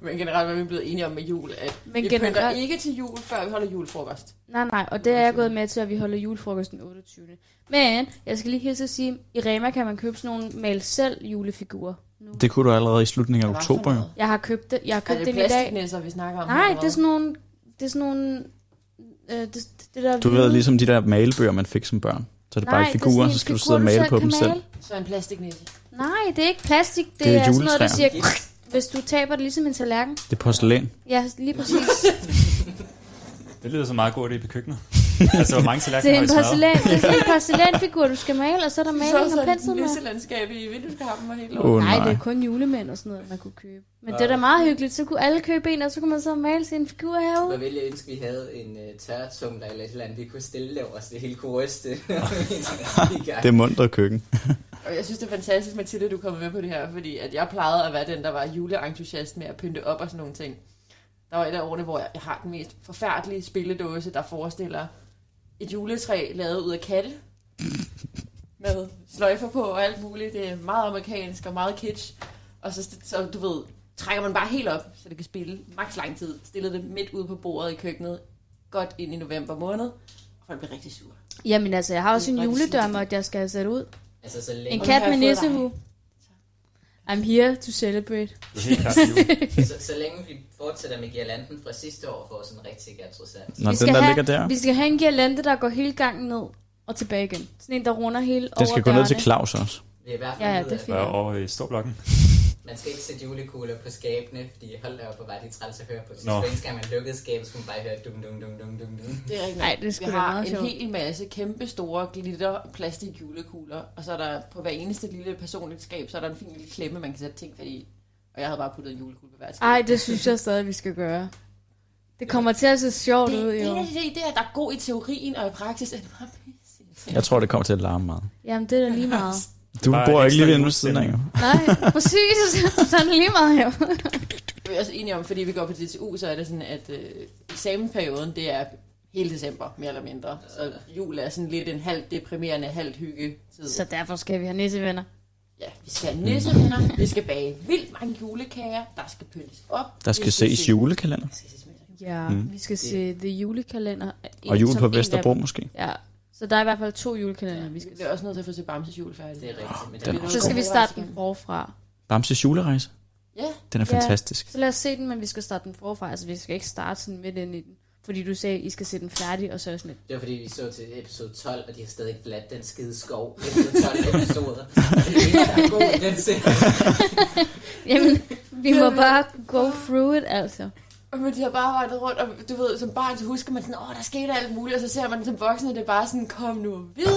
Speaker 2: Men generelt er vi blevet enige om med jul, at
Speaker 5: Men
Speaker 2: vi
Speaker 5: generelt-
Speaker 2: pynter ikke til jul, før vi holder julefrokost.
Speaker 5: Nej, nej, og det er jeg gået med til, at vi holder julefrokosten 28. Men jeg skal lige hilse at sige, i Rema kan man købe sådan nogle mal selv julefigurer.
Speaker 4: Det kunne du allerede i slutningen af
Speaker 2: Hvad for
Speaker 4: oktober, jo.
Speaker 2: noget?
Speaker 5: Jeg har købt det, jeg har købt
Speaker 2: Er det
Speaker 5: den i dag.
Speaker 2: plastiknæsser, vi snakker om?
Speaker 5: Nej,
Speaker 2: eller
Speaker 5: det er
Speaker 2: hvad?
Speaker 5: sådan nogle, det er sådan nogle, øh, det, det der...
Speaker 4: Du ved,
Speaker 5: hvide-
Speaker 4: ligesom de der malebøger, man fik som børn. Så er det bare
Speaker 5: Nej,
Speaker 4: figurer,
Speaker 5: sådan
Speaker 4: så
Speaker 5: en
Speaker 4: skal du
Speaker 5: figur,
Speaker 4: sidde og male
Speaker 5: selv
Speaker 4: på
Speaker 5: kan
Speaker 4: dem selv.
Speaker 2: Så en plastiknæse.
Speaker 5: Nej, det er ikke plastik, det,
Speaker 4: Det
Speaker 5: det
Speaker 4: er
Speaker 5: er, sådan noget, der siger,
Speaker 4: juletræer.
Speaker 5: hvis du taber det ligesom en tallerken.
Speaker 4: Det er porcelæn.
Speaker 5: Ja, lige præcis.
Speaker 6: Det lyder så meget godt i på køkkenet. altså, hvor mange
Speaker 5: det
Speaker 6: tallerkener
Speaker 5: er
Speaker 6: har
Speaker 5: en
Speaker 6: I smadret?
Speaker 5: porcelæn, det er sådan en porcelænfigur, du skal male, og så er der
Speaker 2: Så
Speaker 5: maling og
Speaker 2: sådan
Speaker 5: pensel
Speaker 2: et
Speaker 5: med.
Speaker 2: nisselandskab i vindueskarmen og hele
Speaker 4: Åh oh,
Speaker 2: lortet.
Speaker 5: Nej,
Speaker 4: nej.
Speaker 5: det er kun julemænd og sådan noget, man kunne købe. Men det er da meget hyggeligt, så kunne alle købe en, og så kunne man så male sin figur
Speaker 1: Hvor
Speaker 5: herude.
Speaker 1: ville jeg ønske, vi havde en uh, tørretumler eller et eller andet, vi kunne stille over, så det hele kunne ryste.
Speaker 4: Det er mundt køkken.
Speaker 2: Og jeg synes, det er fantastisk, Mathilde, du kommer med på det her, fordi at jeg plejede at være den, der var juleentusiast med at pynte op og sådan nogle ting. Der var et af årene, hvor jeg, jeg har den mest forfærdelige spilledåse, der forestiller et juletræ lavet ud af katte. Med sløjfer på og alt muligt. Det er meget amerikansk og meget kitsch. Og så, så du ved, trækker man bare helt op, så det kan spille maks lang tid. Stillede det midt ude på bordet i køkkenet, godt ind i november måned. Og folk blev rigtig sure.
Speaker 5: Jamen altså, jeg har også en
Speaker 2: Hvad er det,
Speaker 5: juledørme, og jeg skal have sat ud.
Speaker 1: altså, så
Speaker 5: En
Speaker 1: længe,
Speaker 2: den
Speaker 5: kat
Speaker 2: har
Speaker 5: med
Speaker 2: jeg fået dig.
Speaker 5: nissehue. I'm here to celebrate.
Speaker 6: Det er helt klart jul.
Speaker 1: så, så længe vi fortsætter med girlanden fra sidste år, får sådan rigtig galt trods alt.
Speaker 4: Nå,
Speaker 5: vi,
Speaker 4: den
Speaker 5: skal
Speaker 4: der
Speaker 5: have,
Speaker 4: ligger der.
Speaker 5: vi skal have en girlande, der går hele gangen ned og tilbage igen. Sådan en, der runder hele
Speaker 4: Den
Speaker 5: over
Speaker 4: skal gå ned til
Speaker 5: dørene.
Speaker 4: Claus også.
Speaker 1: Vi er i hvert fald
Speaker 5: Ja, ja,
Speaker 1: ved,
Speaker 5: det er
Speaker 1: at
Speaker 5: fint.
Speaker 6: Og over i Storblokken.
Speaker 1: Man skal ikke sætte julekugler på skabene, fordi hold da op, hvor var de træls at høre på. Så
Speaker 6: Nå.
Speaker 1: hver eneste gang man lukkede skabet, skulle man bare høre dum dum dum dum dum dum.
Speaker 2: Det er rigtigt.
Speaker 5: Ej, det er sgu
Speaker 2: Vi
Speaker 5: da
Speaker 2: har
Speaker 5: meget
Speaker 2: en
Speaker 5: sjovt.
Speaker 2: hel masse kæmpe store glitter plastik julekugler, og så er der på hver eneste lille personligt skab, så er der en fin lille klemme, man kan sætte ting fat i. Og jeg havde bare puttet en julekugle på hver skab.
Speaker 5: Ej, det synes jeg stadig, vi skal gøre. Det kommer til at se sjovt
Speaker 2: det,
Speaker 5: ud,
Speaker 2: det er
Speaker 5: jo.
Speaker 2: en af de der idéer, der er god i teorien og i praksis. Er det bare pisse.
Speaker 4: Jeg tror, det kommer til at larme meget.
Speaker 5: Jamen, det er da lige meget.
Speaker 4: Du
Speaker 6: Bare
Speaker 4: bor ikke
Speaker 6: ekstra
Speaker 4: lige ved ved
Speaker 6: julestemning.
Speaker 4: siden af, jo.
Speaker 5: Nej, præcis. Så er det lige meget, jo.
Speaker 2: Vi er også enige om, fordi vi går på DTU, så er det sådan, at øh, eksamenperioden, det er hele december, mere eller mindre. Så jul er sådan lidt en halvt deprimerende, halvt hygge tid.
Speaker 5: Så derfor skal vi have nissevenner.
Speaker 2: Ja, vi skal have nissevenner, vi skal bage vildt mange julekager, der skal pyntes op.
Speaker 4: Der skal ses julekalender.
Speaker 5: Ja, mm. vi skal se The Julekalender.
Speaker 4: Og jul
Speaker 5: som
Speaker 4: på
Speaker 5: en af-
Speaker 4: Vesterbro måske.
Speaker 5: Ja, så der er i hvert fald to julekalender, vi
Speaker 2: Vi
Speaker 5: skal
Speaker 2: bliver også nødt til at få se Bamses jul færdig.
Speaker 1: Det er rigtigt, men det
Speaker 4: den
Speaker 1: er
Speaker 4: er
Speaker 5: Så skal vi starte den forfra.
Speaker 4: Bamses julerejse.
Speaker 2: Ja.
Speaker 4: Den er
Speaker 5: Ja.
Speaker 4: fantastisk.
Speaker 5: Så lad os se den, men vi skal starte den forfra. Altså, vi skal ikke starte sådan midt ind i den. Fordi du sagde, I skal se den færdig, og så er jeg sådan lidt.
Speaker 1: Det var fordi, vi så til episode 12, og de har stadig ikke forladt den skide skov efter 12 episoder. Det er ikke, der er god i den serie.
Speaker 5: Jamen, vi må bare go through it, altså.
Speaker 2: Men de har bare rettet rundt, og du ved, som barn, så husker man sådan, åh, der skete alt muligt, og så ser man den som voksen, og det er bare sådan, kom nu videre.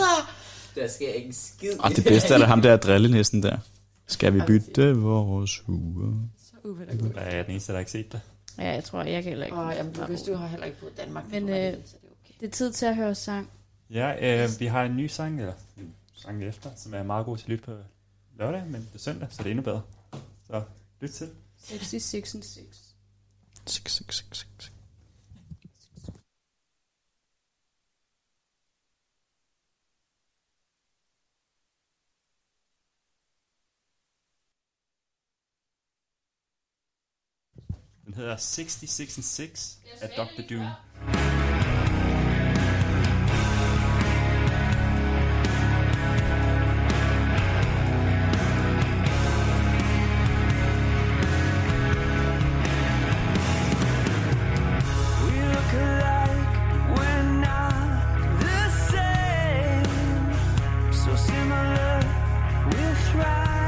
Speaker 1: Der sker ikke en skid.
Speaker 4: Og det bedste er da ham der drillenissen der. Skal vi bytte vores huer?
Speaker 2: Så uvenner
Speaker 6: Der er jeg den eneste, der har ikke set det.
Speaker 5: Ja, jeg tror, jeg kan heller ikke.
Speaker 2: Åh, jamen, du, hvis du har heller ikke boet i Danmark,
Speaker 5: Men,
Speaker 2: så er det
Speaker 5: øh,
Speaker 2: så er det okay.
Speaker 5: Det er tid til at høre sang.
Speaker 6: Ja, øh, vi har en ny sang, eller en sang efter, som er meget god til at lytte på lørdag, men det er søndag, så det er endnu bedre. Så lyt til.
Speaker 5: 66 and 6.
Speaker 4: Sik, sik, sik, sik, sik.
Speaker 6: Den hedder 66 and 6 af Dr. Doom.
Speaker 9: We look alike, we're not the same. So similar, we're thriving.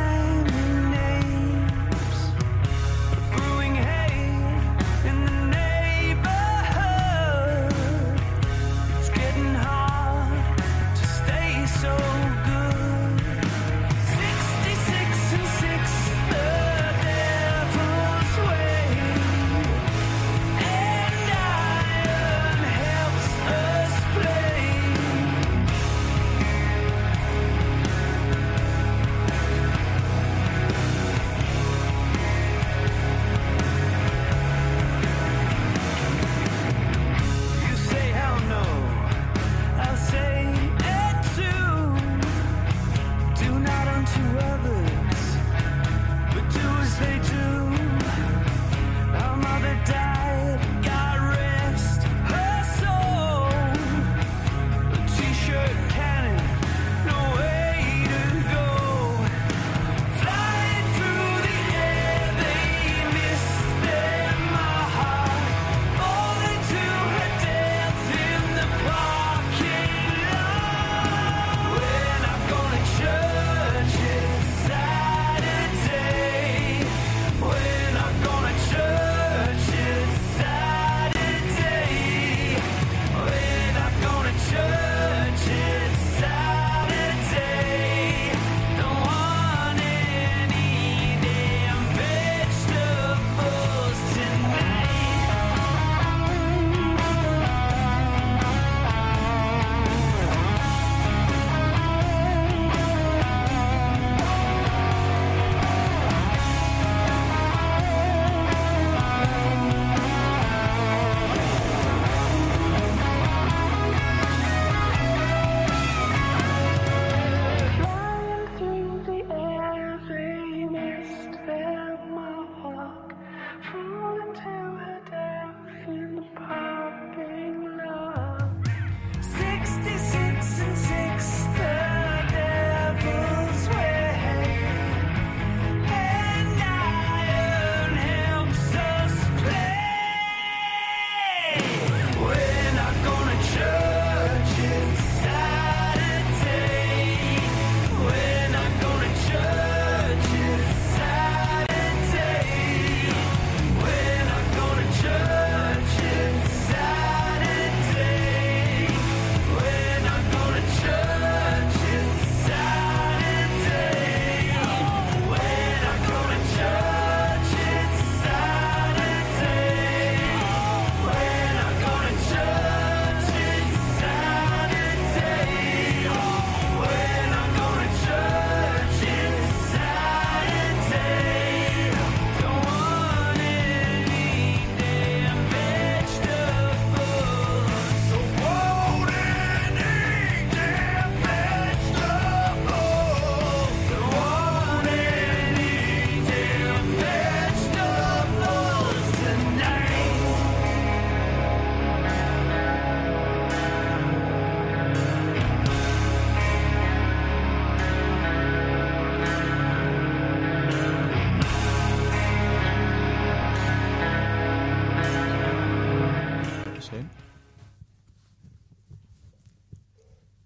Speaker 4: sagde.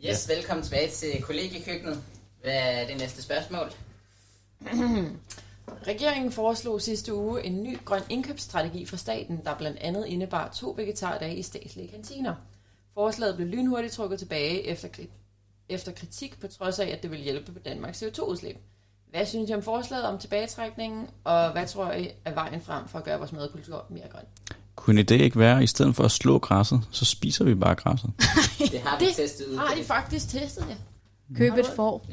Speaker 1: Yes, ja. velkommen tilbage til kollegiekøkkenet. Hvad er det næste spørgsmål?
Speaker 2: Regeringen foreslog sidste uge en ny grøn indkøbsstrategi fra staten, der blandt andet indebar to vegetardage i statslige kantiner. Forslaget blev lynhurtigt trukket tilbage efter, kri- efter kritik, på trods af, at det ville hjælpe på Danmarks CO2-udslip. Hvad synes I om forslaget om tilbagetrækningen, og hvad tror I er vejen frem for at gøre vores madkultur mere grøn?
Speaker 4: Kunne en idé ikke være, at i stedet for at slå græsset, så spiser vi bare græsset?
Speaker 1: Det har vi
Speaker 2: Det
Speaker 1: testet ud.
Speaker 2: Har de faktisk testet det?
Speaker 4: Mm.
Speaker 5: Køb et får.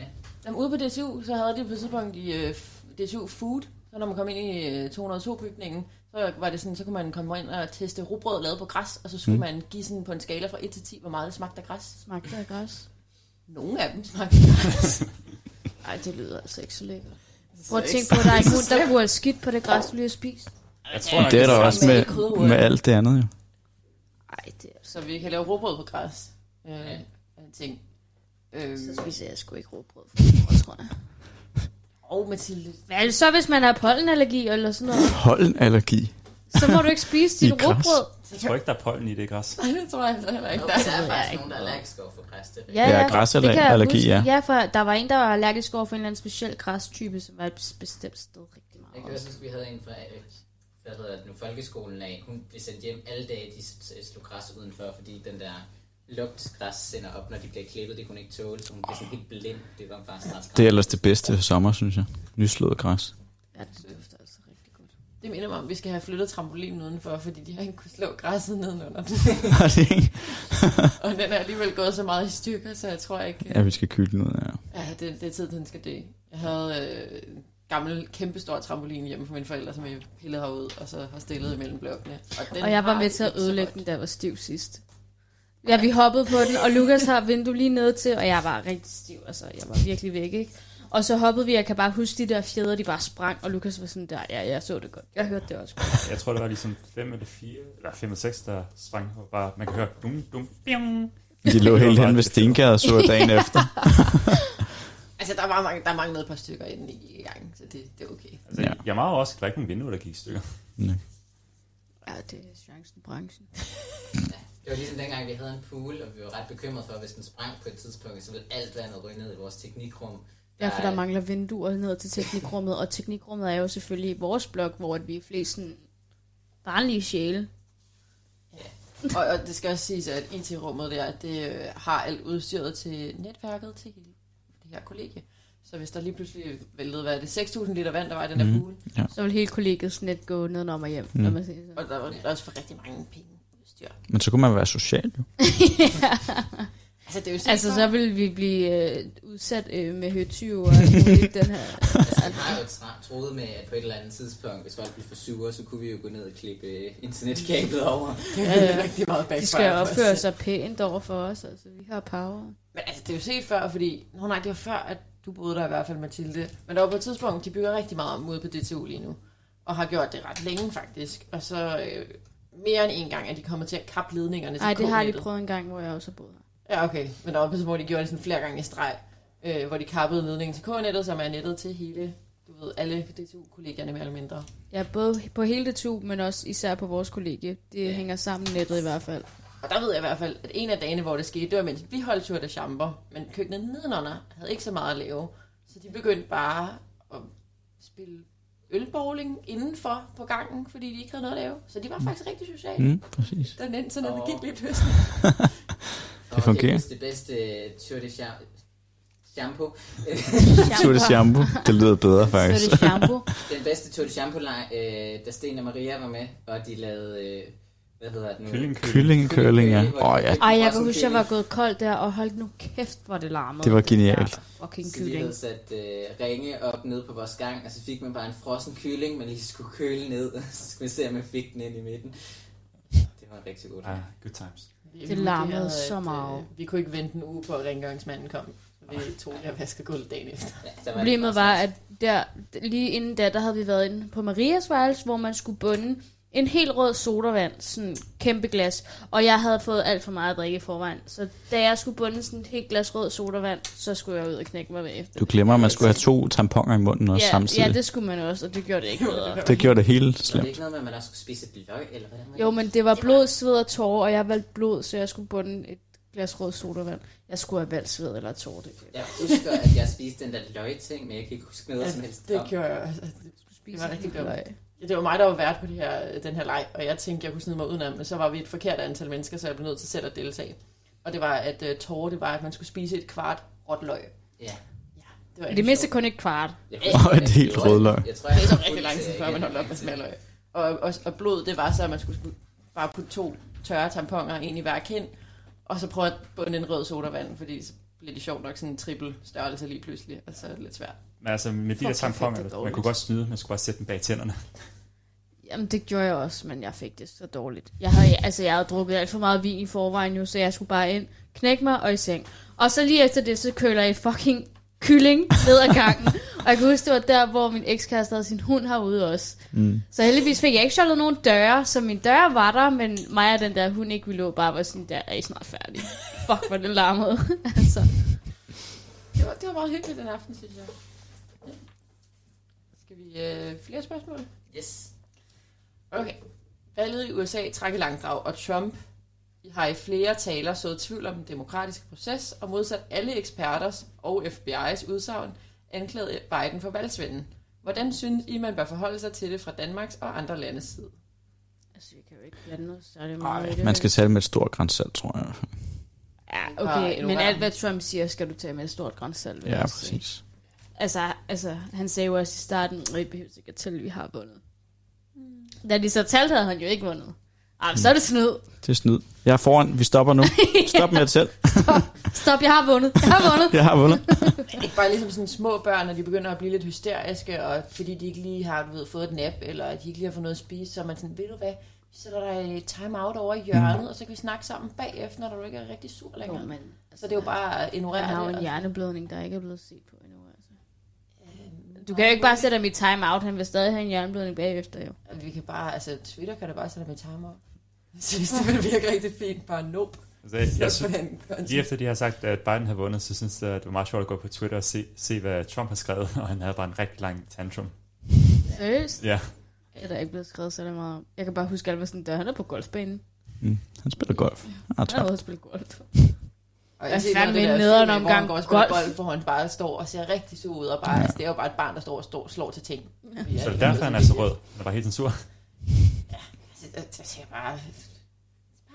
Speaker 2: Jamen, ude på DTU, så havde de på et tidspunkt i øh, DTU Food, så når man kom ind i øh, 202-bygningen, så var det sådan, så kunne man komme ind og teste rugbrød lavet på græs, og så skulle mm. man give sådan på en skala fra 1 til 10, hvor meget det smagte af græs.
Speaker 5: Smagte af græs?
Speaker 2: Nogle af dem smagte af græs.
Speaker 5: Nej, det lyder altså ikke så lækkert. Prøv at tænke på, at der er ikke nogen, der kunne have skidt på det græs, du lige har spist.
Speaker 6: Jeg tror nok,
Speaker 4: Det er der
Speaker 6: samme.
Speaker 4: også med, med alt det andet, jo.
Speaker 5: Nej, det er...
Speaker 2: så vi kan lave rugbrød på græs. Øh, ja. ting. Øh,
Speaker 5: Så spiser jeg sgu ikke råbrød for mor, tror jeg.
Speaker 2: og Mathilde,
Speaker 5: Hvad er det så, hvis man har pollenallergi eller sådan noget?
Speaker 4: Pollenallergi.
Speaker 5: Så må du ikke spise
Speaker 4: I
Speaker 5: dit
Speaker 4: græs.
Speaker 5: råbrød.
Speaker 6: Jeg tror ikke, der er pollen i det græs.
Speaker 2: Nej, det tror jeg altså heller ikke. Der.
Speaker 1: Der er faktisk
Speaker 5: ikke
Speaker 1: nogen, der er allergisk over for græs. Det er
Speaker 4: Ja, græsallergi,
Speaker 5: det kan jeg
Speaker 4: allergi,
Speaker 5: huske.
Speaker 4: ja.
Speaker 5: Ja, for der var en, der var allergisk over for en eller anden speciel græstype, som var et bestemt sted rigtig
Speaker 1: Jeg
Speaker 5: meget.
Speaker 1: kan også huske, vi havde en fra øh, hvad hedder det nu, folkeskolen af. Hun blev sendt hjem alle dage, de s- s- slog græs udenfor, fordi den der lugt græs sender op, når de bliver klippet. Det kunne hun ikke tåle, så hun blev sådan helt blind. Det var bare snart
Speaker 4: Det er ellers det bedste for sommer, synes jeg. Nyslået græs.
Speaker 5: Ja, det dufter altså rigtig godt.
Speaker 2: Det minder mig om, at vi skal have flyttet trampolinen udenfor, fordi de har ikke kunnet slå græsset nedenunder den.
Speaker 4: Har det ikke?
Speaker 2: Og den er alligevel gået så meget i stykker, så jeg tror ikke...
Speaker 4: Ja, vi skal køle den ud, ja.
Speaker 2: Ja, det, det er tid, den skal dø. Jeg havde øh, en gammel, kæmpestor trampolin hjemme fra mine forældre, som jeg pillede herud, og så har stillet imellem blokkene. den
Speaker 5: Og jeg var
Speaker 2: har
Speaker 5: med
Speaker 2: det
Speaker 5: til at
Speaker 2: ikke så
Speaker 5: ødelægge den,
Speaker 2: godt.
Speaker 5: da jeg var stiv sidst. Ja, vi hoppede på den, og Lukas har vindue lige ned til, og jeg var rigtig stiv, altså jeg var virkelig væk, ikke? Og så hoppede vi, jeg kan bare huske de der fjeder, de bare sprang, og Lukas var sådan der, ja, jeg så det godt. Jeg hørte det også godt.
Speaker 6: Jeg tror, der var ligesom fem eller fire, eller fem eller seks, der sprang og bare, man kan høre, dum, dum, bing.
Speaker 4: De lå helt hen ved stengade så dagen efter.
Speaker 2: Altså, der, var mange, der manglede et par stykker inden i gang, så det, det er okay.
Speaker 6: Altså,
Speaker 4: Ja.
Speaker 6: ja. jeg var også, der var ikke nogen vinduer, der gik i stykker.
Speaker 5: Ja, det er chancen i branchen.
Speaker 1: Det var ligesom dengang, vi havde en pool, og vi var ret bekymrede for, at hvis den sprang på et tidspunkt, så ville alt vandet ryge ned i vores teknikrum.
Speaker 5: Ja, for der mangler vinduer ned til teknikrummet, og teknikrummet er jo selvfølgelig i vores blok, hvor at vi er flest sådan barnlige sjæle.
Speaker 2: Og, og det skal også siges, at IT-rummet der, det øh, har alt udstyret til netværket til hele det her kollegie. Så hvis der lige pludselig væltede, hvad er det, 6.000 liter vand, der var i den der
Speaker 4: Mhm.
Speaker 2: pool,
Speaker 5: Så vil hele kollegiets net gå nedenom og hjem,
Speaker 4: Mm.
Speaker 5: mm. når man siger sådan.
Speaker 2: og der var også for rigtig mange penge udstyr.
Speaker 4: Men så kunne man være social, jo.
Speaker 2: Altså, det er jo
Speaker 5: Altså, så
Speaker 2: sikkert-
Speaker 5: vil vi blive øh, udsat øh, med høtyve og alt muligt, den her.
Speaker 1: Altså, vi har jo tra- troet med, at på et eller andet tidspunkt, hvis folk blev for sure, så kunne vi jo gå ned og klippe øh, internetkablet over.
Speaker 2: det er rigtig meget
Speaker 5: De
Speaker 2: backfire.
Speaker 5: skal
Speaker 2: for os
Speaker 5: opføre
Speaker 2: selv.
Speaker 5: sig pænt over for os, altså vi har power.
Speaker 2: Men altså, det er jo set før, fordi... Nå nej, det var før, at du boede der i hvert fald, Mathilde. Men der var på et tidspunkt, de bygger rigtig meget om ude på DTU lige nu. Og har gjort det ret længe, faktisk. Og så øh, mere end en gang er de kommet til at kappe ledningerne til
Speaker 5: Nej, det har de
Speaker 2: K-nettet.
Speaker 5: prøvet en gang, hvor jeg også har boet her.
Speaker 2: Ja, okay. Men der var på et tidspunkt, hvor de gjorde det sådan flere gange i streg. Øh, hvor de kappede ledningen til K-nettet, som er nettet til hele... Du ved, alle DTU-kollegierne mere eller mindre.
Speaker 5: Ja, både på hele det tub, men også især på vores kollegie. Det
Speaker 2: Ja.
Speaker 5: hænger sammen nettet i hvert fald.
Speaker 2: Og der ved jeg i hvert fald, at en af dagene, hvor det skete, det var mens vi holdt tur de chambre, men køkkenet nedenunder havde ikke så meget at lave. Så de begyndte bare at spille ølbowling indenfor på gangen, fordi de ikke havde noget at lave. Så de var faktisk rigtig sociale. Mm.
Speaker 4: Mm, præcis.
Speaker 2: Der endte sådan, at det
Speaker 1: Åh.
Speaker 2: gik lidt høsten.
Speaker 1: Det
Speaker 4: fungerer.
Speaker 1: Det er det bedste øh, Tour de Cham- shampoo.
Speaker 4: Tour de shampoo. Det lyder bedre,
Speaker 5: Så
Speaker 4: faktisk.
Speaker 5: er det shampoo.
Speaker 1: Den bedste Tour de shampoo leg øh, da Sten og Maria var med, og de lavede, øh, hvad hedder det nu?
Speaker 6: Kylling,
Speaker 4: Kylling
Speaker 6: kylling.
Speaker 4: curling, ja. Åh, oh, ja.
Speaker 5: Ej, jeg kan huske, jeg var gået kold der, og holdt nu kæft, hvor det larmede.
Speaker 4: Det var genialt.
Speaker 5: Der fucking
Speaker 1: Så de
Speaker 5: kylling.
Speaker 1: havde sat øh, ringe op nede på vores gang, og så fik man bare en frossen kylling, man lige skulle køle ned, og så skulle vi se, om man fik den ind i midten. Det var rigtig godt.
Speaker 6: Ah, good times.
Speaker 5: Det larmede så meget.
Speaker 2: øh, vi kunne ikke vente en uge på, at rengøringsmanden kom. Så vi tog det og vaskede gulvet dagen efter.
Speaker 1: Ja, der var
Speaker 5: Problemet
Speaker 1: det bare
Speaker 5: var, at der, lige inden da, der havde vi været inde på Marias værelse, hvor man skulle bunde en helt rød sodavand, sådan et kæmpe glas, og jeg havde fået alt for meget at drikke i forvejen. Så da jeg skulle bunde sådan et helt glas rød sodavand, så skulle jeg ud og knække mig bagefter.
Speaker 4: Du glemmer, at man skulle have to tamponer i munden også
Speaker 5: ja,
Speaker 4: samtidig.
Speaker 5: ja, det skulle man også, og det gjorde det ikke bedre.
Speaker 4: det gjorde det hele
Speaker 1: Så det er
Speaker 4: slemt.
Speaker 1: ikke noget med, at man også skulle spise et løg, eller hvordan? var det?
Speaker 5: Jo, men det var blod, sved og tårer, og jeg valgte blod, så jeg skulle bunde et glas rød sodavand. Jeg skulle have valgt sved eller tårer. Det
Speaker 1: Jeg husker, at jeg spiste den der løg-ting, men jeg kan ikke huske noget som helst.
Speaker 2: Altså, det
Speaker 1: om.
Speaker 2: gjorde jeg. Altså, det-
Speaker 5: det
Speaker 2: var rigtig dumt. ja, det var mig, der var vært på det her, øh, den her leg, og jeg tænkte, jeg kunne snide mig udenom, men så var vi et forkert antal mennesker, så jeg blev nødt til selv at deltage. Og det var, at uh, tårer, det var, at man skulle spise et kvart råt løg.
Speaker 1: Ja.
Speaker 2: Det var
Speaker 5: Men
Speaker 2: ikke
Speaker 5: det mindste kun et kvart.
Speaker 1: Jeg
Speaker 4: Og et helt rødløg.
Speaker 1: Jeg tror, jeg
Speaker 2: Det er så rigtig lang tid før, man holdt op med at smage løg. Og, og, og blod, det var så, at man skulle skulle bare putte to tørre tamponer ind i hver kind, og så prøve at bunde en rød sodavand, fordi så blev det sjovt nok sådan en trippel størrelse lige pludselig, og så er det lidt svært.
Speaker 6: Men altså, med de
Speaker 2: Fuck,
Speaker 6: der
Speaker 2: hvor fedt, det er
Speaker 6: tamponer, man
Speaker 2: dårligt.
Speaker 6: kunne godt snyde, man skulle bare sætte dem bag tænderne.
Speaker 5: Jamen, det gjorde jeg også, men jeg fik det så dårligt. Jeg havde, altså, jeg havde drukket alt for meget vin i forvejen nu, så jeg skulle bare ind, knække mig og i seng. Og så lige efter det, så køler jeg fucking kylling ned ad gangen. og jeg kan huske, det var der, hvor min ekskæreste havde sin hund herude også. Mm. Så heldigvis fik jeg ikke sjovt nogen døre, så min dør var der, men mig og den der hund ikke ville lå bare var sådan, der er I snart færdig. Fuck, hvor det larmede. altså.
Speaker 2: Det var, det var meget hyggeligt den aften, synes jeg. Ja. Skal vi øh, flere spørgsmål?
Speaker 1: Yes.
Speaker 2: Okay. Valget i USA trak i langdrag, og Trump har i flere taler sået tvivl om den demokratiske proces, og modsat alle eksperters og FBI's udsagn, anklagede Biden for valgsvinden. Hvordan synes I, man bør forholde sig til det fra Danmarks og andre landes side?
Speaker 5: altså, vi kan jo ikke blande os, så er det meget i
Speaker 4: Nej,
Speaker 5: det
Speaker 4: man
Speaker 5: her.
Speaker 4: skal tage det med et stort grænsalt, tror jeg.
Speaker 5: Ja,
Speaker 2: Bare
Speaker 5: okay, men
Speaker 2: ignorere
Speaker 5: alt
Speaker 2: ham.
Speaker 5: hvad Trump siger, skal du tage med et stort grænsalve.
Speaker 4: Ja, præcis.
Speaker 5: Altså, altså, han sagde jo også i starten, at vi behøver ikke at tælle, at vi har vundet.
Speaker 2: Mm.
Speaker 5: Da de så talte, havde han jo ikke vundet. Ah, men så er det snyd.
Speaker 4: Det er snyd. Jeg er foran. Vi stopper nu. Stop med at tælle.
Speaker 5: Stop, jeg har vundet. Jeg har vundet.
Speaker 4: Jeg har vundet.
Speaker 2: Bare ligesom sådan små børn, når de begynder at blive lidt hysteriske, og fordi de ikke lige har du ved, fået et nap, eller at de ikke lige har fået noget at spise, så er man sådan, ved du hvad, vi sætter dig time out over i hjørnet, mm. og så kan vi snakke sammen bagefter, når du ikke er rigtig sur
Speaker 5: Jo,
Speaker 2: længere.
Speaker 5: men
Speaker 2: Så det er jo bare at ignorere
Speaker 5: jeg har jo
Speaker 2: det.
Speaker 5: en
Speaker 2: og-
Speaker 5: hjerneblødning, der ikke er blevet set på endnu. Altså. Du kan jo ikke bare sætte ham i time-out. Han vil stadig have en hjerneblødning bagefter, jo.
Speaker 2: At vi kan bare, altså Twitter kan da bare sætte med timer. Jeg synes, det ville virke rigtig fint. Bare nope.
Speaker 6: Altså, jeg, jeg,
Speaker 2: på
Speaker 6: synes,
Speaker 2: den konto.
Speaker 6: lige efter de har sagt, at Biden har vundet, så synes jeg, at det var meget sjovt at gå på Twitter og se, se hvad Trump har skrevet, og han havde bare en rigtig lang tantrum.
Speaker 5: Seriøst?
Speaker 6: Ja,
Speaker 5: Jeg er der ikke blevet skrevet så meget om. Jeg kan bare huske, at han var sådan der. Han er på golfbanen.
Speaker 4: Mm. Han spiller golf. Ah,
Speaker 5: Han er
Speaker 4: tak.
Speaker 5: ude at spille golf.
Speaker 2: Og
Speaker 5: Hvad
Speaker 2: set noget af
Speaker 5: fanden
Speaker 2: det
Speaker 5: med
Speaker 2: der
Speaker 5: nederen
Speaker 2: film, hvor han
Speaker 5: omgang
Speaker 2: går og spiller
Speaker 5: golf?
Speaker 2: golf, hvor han bare står og ser rigtig sur ud. Og bare, ja. altså, det er jo bare et barn, der står og står, og slår til ting. Ja.
Speaker 6: så det er derfor, han er så rød. Han er bare helt sådan sur.
Speaker 2: Altså, der- der ser jeg bare...
Speaker 5: Ah,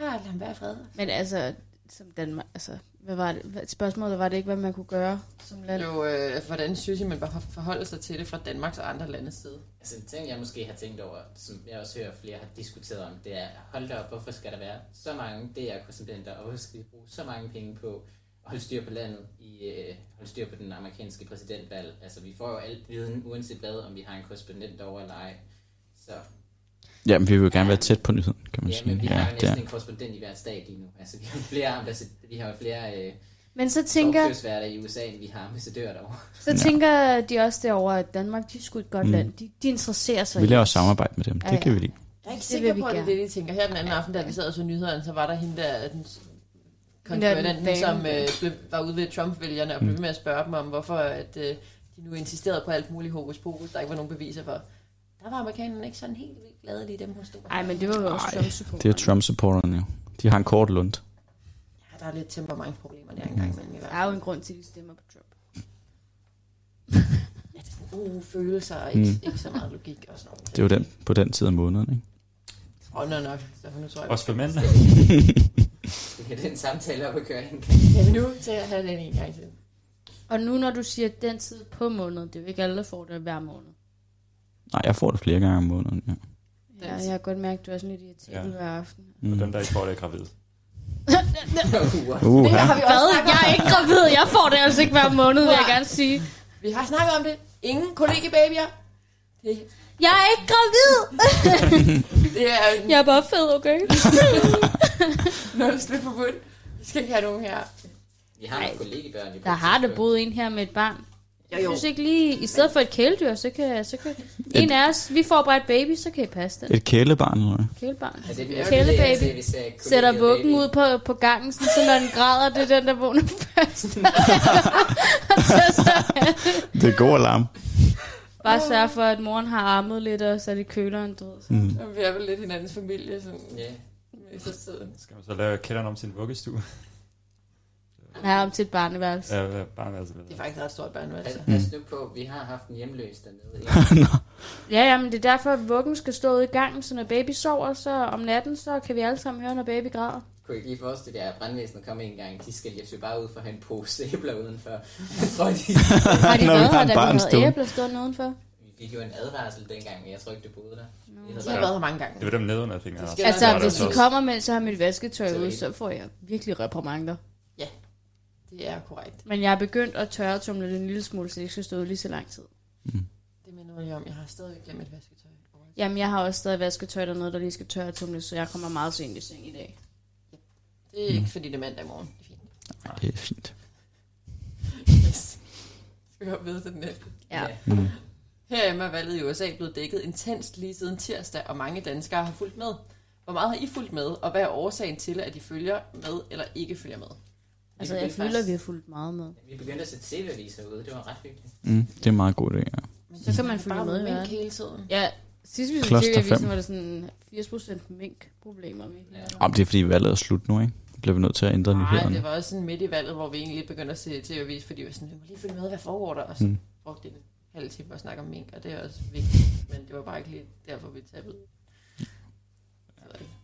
Speaker 2: Bare lad ham være i fred.
Speaker 5: Men altså, som Danmark, altså, hvad var det? Hvad- Spørgsmålet var det ikke, hvad man kunne gøre som land?
Speaker 2: Jo, øh, hvordan synes I, man bare forholder sig til det fra Danmarks og andre landes side?
Speaker 1: Altså en ting, jeg måske har tænkt over, som jeg også hører flere har diskuteret om, det er, hold da op, hvorfor skal der være så mange DR-korrespondenter, og hvorfor skal vi bruge så mange penge på at holde styr på landet, i, øh, holde styr på den amerikanske præsidentvalg? Altså vi får jo alt viden, uanset hvad, om vi har en korrespondent over eller ej. Så
Speaker 4: Jamen, vi vil jo gerne være tæt på nyheden, kan man
Speaker 1: ja, men
Speaker 4: sige.
Speaker 1: vi har jo
Speaker 4: Ja, det
Speaker 1: næsten
Speaker 4: er.
Speaker 1: en korrespondent i hver stat lige nu. Altså vi har flere, ambassadører- vi har jo flere øh,
Speaker 5: Men så tænker,
Speaker 1: sovsøsværter i USA, end vi har ambassadører derovre.
Speaker 5: så tænker de også derovre, at Danmark, de er sgu et godt mm. land. De, de interesserer sig.
Speaker 4: Vi
Speaker 5: i
Speaker 4: laver
Speaker 5: os.
Speaker 4: samarbejde med dem.
Speaker 5: Ja,
Speaker 4: Det
Speaker 5: ja.
Speaker 4: kan vi lide.
Speaker 2: Jeg er ikke
Speaker 5: Det
Speaker 2: sikker
Speaker 5: vil vi
Speaker 2: på, at det er
Speaker 5: gerne.
Speaker 2: det, de tænker. Her den anden aften, da vi sad og så nyhederne, så var der hende der, øh, den
Speaker 5: Den der
Speaker 2: konkurrenten, som
Speaker 5: dame.
Speaker 2: øh, blev, var ude ved Trump-vælgerne og blev ved med at spørge dem om, hvorfor at, øh, de nu insisterede på alt muligt hokus pokus, der ikke var nogen beviser for. Der var amerikanerne ikke sådan helt vildt glade lige dem, hun stod.
Speaker 5: Ej, men det var jo også
Speaker 4: Ej,
Speaker 5: Trump
Speaker 4: Det er Trump-supporterne jo. De har en kort lund.
Speaker 2: Ja, der er lidt temperamentsproblemer der engang, men i hvert
Speaker 5: Der er jo en grund til, at de stemmer på Trump.
Speaker 2: fald uh, følelser og ikke, ikke så meget logik og sådan noget.
Speaker 4: Det er jo den, på den tid af måneden, ikke?
Speaker 2: Åh, nå, nok. Så nu tror jeg,
Speaker 6: Også for mænd.
Speaker 1: Det er den samtale op at køre en
Speaker 2: Skal vi nu til at have den en gang til?
Speaker 5: Og nu, når du siger den tid på måneden, det er jo ikke alle, der får det hver måned.
Speaker 4: Nej, jeg får det flere gange om måneden, ja.
Speaker 5: Ja, jeg har godt mærket, at du er sådan lidt irritabel
Speaker 6: Ja.
Speaker 5: hver aften.
Speaker 6: Og dem,
Speaker 4: Mm.
Speaker 6: der ikke får det, er gravid.
Speaker 1: uge.
Speaker 4: Uh, her.
Speaker 2: har vi
Speaker 5: Hvad? Jeg er ikke gravid. Jeg får det altså ikke hver måned, vil jeg gerne sige.
Speaker 2: Vi har snakket om det. Ingen kollegiebabyer. Det,
Speaker 5: Jeg er ikke gravid.
Speaker 2: det er en
Speaker 5: Jeg er bare fed, okay?
Speaker 2: Nul slut forbudt. Vi skal ikke have nogen her.
Speaker 1: Vi har
Speaker 5: Ej.
Speaker 1: nogle kollegiebørn. i
Speaker 5: Der har der
Speaker 1: politiet.
Speaker 5: boet en her med et barn. Jeg synes ikke lige, i stedet for et kæledyr, så kan, så kan en af os, vi får bare et baby, så kan I passe den.
Speaker 4: Et kælebarn, eller hvad?
Speaker 5: Kælebarn.
Speaker 1: Altså, det bliver
Speaker 5: Kælebaby.
Speaker 1: det, hvis, øh,
Speaker 5: Sætter
Speaker 1: kollegiet
Speaker 5: vuggen
Speaker 1: baby-
Speaker 5: ud på, på gangen, sådan, så når den græder, det er den, der vågner først. så, så,
Speaker 4: Det er god alarm.
Speaker 5: bare sørg for, at moren har armet lidt, og så er det køleren, du ved.
Speaker 4: Mm.
Speaker 2: Og vi er vel lidt hinandens familie, sådan
Speaker 1: Ja.
Speaker 2: i tiden.
Speaker 6: Skal man så lave kælderen om til en vuggestue?
Speaker 5: Nej, om til et barneværelse.
Speaker 6: Ja, hvad- barneværelse.
Speaker 2: Det er faktisk et ret stort
Speaker 1: Altså,
Speaker 2: børneværelse.
Speaker 1: pas
Speaker 5: Mm.
Speaker 1: nu på, vi har haft en hjemløs dernede.
Speaker 5: Ja, ja, men det er derfor, at vuggen skal stå ude i gangen, så når baby sover, så om natten, så kan vi alle sammen høre, når baby græder.
Speaker 1: Kunne I ikke lige forestille jer, at brandvæsenet kom en gang, de skal hjælpe bare ud for at have en pose æbler udenfor. Jeg tror, de...
Speaker 5: Har de
Speaker 4: Når vi
Speaker 5: været
Speaker 4: har
Speaker 5: her,
Speaker 4: en
Speaker 5: da vi
Speaker 4: barnestol.
Speaker 5: havde æbler stående udenfor?
Speaker 1: Vi fik jo en advarsel dengang, men jeg tror ikke, det boede der. De havde
Speaker 2: De har
Speaker 1: bare-
Speaker 2: været her mange gange.
Speaker 6: Det var dem nede under fingrene.
Speaker 1: skal-
Speaker 5: Altså,
Speaker 2: Ja, det er
Speaker 5: hvis
Speaker 2: der
Speaker 5: de
Speaker 6: så.
Speaker 5: kommer, mens jeg har mit vasketøj
Speaker 1: Så er det
Speaker 5: ude,
Speaker 1: ikke.
Speaker 5: så får jeg virkelig reprimander.
Speaker 2: Det er korrekt.
Speaker 5: Men jeg er begyndt at tørretumle det en lille smule, så det ikke skal stå ude lige så lang tid.
Speaker 2: Det minder mig lige om. Jeg har stadigvæk glemt et vasketøj.
Speaker 5: Jamen, jeg har også stadig vasketøj dernede, der lige skal tørretumle, så jeg kommer meget sent i seng i dag.
Speaker 2: Det er ikke fordi, det er mandag morgen. Det er fint.
Speaker 4: Ej, Det er fint.
Speaker 2: Yes. Så kan vi hoppe videre til den næste.
Speaker 5: Ja.
Speaker 4: Mm.
Speaker 2: Herhjemme er valget i USA blevet dækket intenst lige siden tirsdag, og mange danskere har fulgt med. Hvor meget har I fulgt med, og hvad er årsagen til, at I følger med eller ikke følger med?
Speaker 5: Altså,
Speaker 2: Vi
Speaker 5: jeg
Speaker 2: vil
Speaker 5: føler,
Speaker 2: faktisk-
Speaker 5: vi har fulgt meget med.
Speaker 1: Vi begyndte at sætte tv-aviser ude, det var ret hyggeligt.
Speaker 4: Mm. Det er en meget god idé, ja.
Speaker 5: Så kan man følge
Speaker 2: Bare
Speaker 5: med,
Speaker 2: mink
Speaker 5: ja.
Speaker 2: hele tiden.
Speaker 5: Ja, sidst vi så
Speaker 4: Kloster
Speaker 5: tv-avisen,
Speaker 4: fem.
Speaker 5: var der sådan 80% mink-problemer. vi havde.
Speaker 4: Om det er fordi valget er slut nu, ikke? Det bliver vi nødt til at ændre
Speaker 2: Nej,
Speaker 4: nyhederne.
Speaker 2: det var også sådan midt i valget, hvor vi egentlig begyndte at se tv-avis, fordi vi var sådan, vi må lige følge med, hvad foregår der? Og så
Speaker 4: Mm.
Speaker 2: brugte en halv time på at snakke om mink, og det er også vigtigt, men det var bare ikke lige derfor, vi tabte.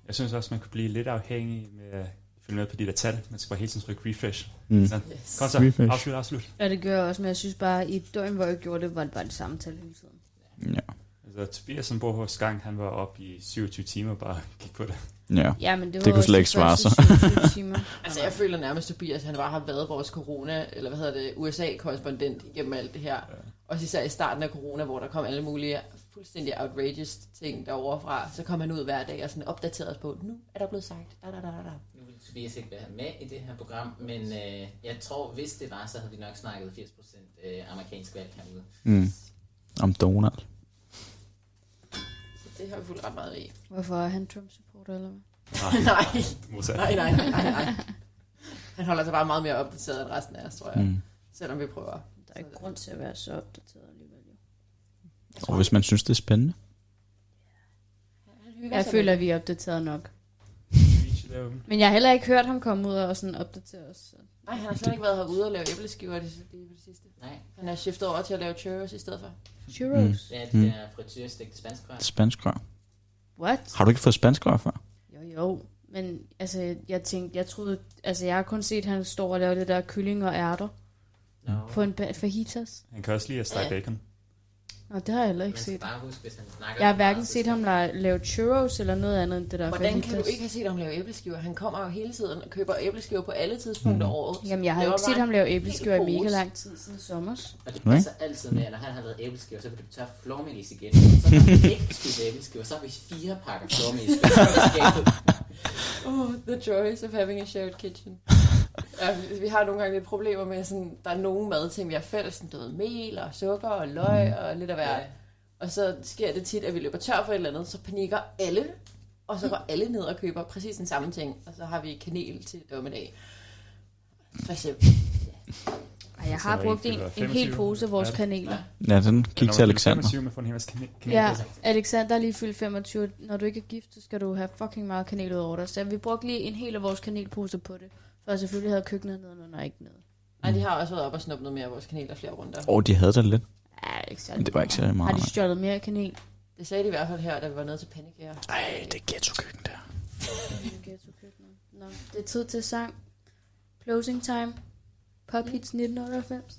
Speaker 6: Jeg synes også, man kunne blive lidt afhængig med at følge med på de der tal. Man skal bare hele tiden trykke refresh.
Speaker 4: Mm.
Speaker 6: Så,
Speaker 2: Yes.
Speaker 6: kom så,
Speaker 4: Refresh.
Speaker 6: afslut, afslut.
Speaker 5: Ja, det gør jeg også, men jeg synes bare, i et døgn, hvor jeg gjorde det, var det bare det samme tal hele tiden.
Speaker 4: Ja.
Speaker 6: Altså, Tobias, som bor hos Gang, han var oppe i 27 timer og bare gik på det.
Speaker 4: ja.
Speaker 5: Ja, men det, var
Speaker 4: Det kunne
Speaker 5: også
Speaker 4: slet
Speaker 5: de
Speaker 4: ikke svare
Speaker 5: første
Speaker 4: sig.
Speaker 5: 27 timer.
Speaker 2: Altså, jeg føler nærmest, at Tobias, han bare har været vores corona, eller hvad hedder det, USA-korrespondent igennem alt det her. Ja. Også især i starten af corona, hvor der kom alle mulige fuldstændig outrageous ting derovre fra, så kom han ud hver dag og sådan opdaterede os på, nu er der blevet sagt, da, da, da, da, da.
Speaker 1: Nu ville Tobias ikke være med i det her program, men øh, jeg tror, hvis det var, så havde vi nok snakket 80% øh, amerikansk valgkamp ude.
Speaker 4: Mm. Om Donald.
Speaker 2: Så det har vi fulgt ret meget i.
Speaker 5: Hvorfor er han Trump-supporter, eller hvad?
Speaker 2: nej,
Speaker 6: Modsat.
Speaker 2: nej, nej, nej, nej, nej. Han holder sig bare meget mere opdateret end resten af os, tror jeg. Mm.
Speaker 4: Mm.
Speaker 2: Selvom vi prøver.
Speaker 5: Der er ikke grund til at være så opdateret alligevel. jo.
Speaker 4: Og hvis man synes, det er spændende.
Speaker 5: Jeg føler, vi er opdateret nok.
Speaker 6: Lave-
Speaker 5: Men jeg har heller ikke hørt ham komme ud og sådan opdatere os. så-
Speaker 2: Nej, han har slet ikke været herude og lave æbleskiver det, det, det sidste.
Speaker 1: Nej,
Speaker 2: Han er skiftet over til at lave churros i stedet for.
Speaker 5: Churros.
Speaker 1: det er
Speaker 4: Mm.
Speaker 1: de der frityrestegte spansk rør.
Speaker 4: Spanskrør.
Speaker 5: What?
Speaker 4: Har du ikke fået spanskrør før?
Speaker 5: Jo, jo. Men altså, jeg tænkte, jeg troede, altså jeg har kun set, at han står og laver det der kylling og ærter
Speaker 1: No.
Speaker 5: på en ba- fajitas.
Speaker 6: Han kan også lide at stege
Speaker 2: Ja.
Speaker 6: bacon.
Speaker 5: Nå, det har jeg heller
Speaker 1: Man
Speaker 5: ikke
Speaker 1: skal
Speaker 5: set.
Speaker 1: bare huske, hvis han snakker...
Speaker 5: Jeg har
Speaker 1: så
Speaker 5: hverken
Speaker 1: meget, så
Speaker 5: set ham
Speaker 1: skal-
Speaker 5: la- lave churros eller noget andet end det der
Speaker 2: Hvordan kan du
Speaker 5: fajitas.
Speaker 2: ikke have set ham lave æbleskiver? Han kommer jo hele tiden og køber æbleskiver på alle tidspunkter af året.
Speaker 5: Jamen, jeg har jo
Speaker 2: Laver
Speaker 5: ikke set
Speaker 2: bare
Speaker 5: ham lave
Speaker 2: en
Speaker 5: æbleskiver
Speaker 2: hel
Speaker 5: i mega
Speaker 2: pose.
Speaker 5: lang tid siden sommers.
Speaker 1: Og det
Speaker 4: Nej.
Speaker 1: passer altid med, at når han har lavet æbleskiver, så kan du tage flormelis igen. Så når han ikke spiser æbleskiver, så har vi fire pakker flormelis.
Speaker 2: Oh, the joys of having a shared kitchen. ja, vi- vi har nogle gange lidt problemer med, sådan, der er nogle madting, vi har fælles, sådan noget mel og sukker og løg mm. og lidt af hvert.
Speaker 1: Ja.
Speaker 2: Og så sker det tit, at vi løber tør for et eller andet, så panikker alle, og så går alle ned og køber præcis den samme ting, og så har vi kanel til dommedag. For eksempel.
Speaker 5: Ej, jeg
Speaker 6: Så
Speaker 5: har
Speaker 6: er
Speaker 5: brugt
Speaker 6: en,
Speaker 5: en,
Speaker 6: der er
Speaker 5: en hel
Speaker 6: 25.
Speaker 5: pose af vores
Speaker 6: Ja.
Speaker 5: kaneler.
Speaker 4: Ja, den
Speaker 6: Ja,
Speaker 4: gik
Speaker 6: når
Speaker 4: til
Speaker 6: man fylder
Speaker 4: Alexander.
Speaker 6: 25 med får en hel masse kanel. kanel.
Speaker 5: Ja, Alexander er lige fyldt 25. Når du ikke er gift, så skal du have fucking meget kanel ud over dig. Så vi brugte lige en hel af vores kanelposer på det. For jeg selvfølgelig havde køkkenet nedenunder, og ikke nede.
Speaker 2: Nej, de har også været op og snuppet noget mere af vores kanel der flere runder.
Speaker 4: Og Mm. de havde det lidt,
Speaker 5: Ej, ikke særlig
Speaker 4: men det var ikke særlig meget.
Speaker 5: Har de stjålet mere kanel?
Speaker 2: Det sagde de i hvert fald her, da vi var nede til pandekager.
Speaker 4: Nej, det er ghetto-køkken der.
Speaker 5: Nå, det er tid til sang. Closing time. Pop hits 1990.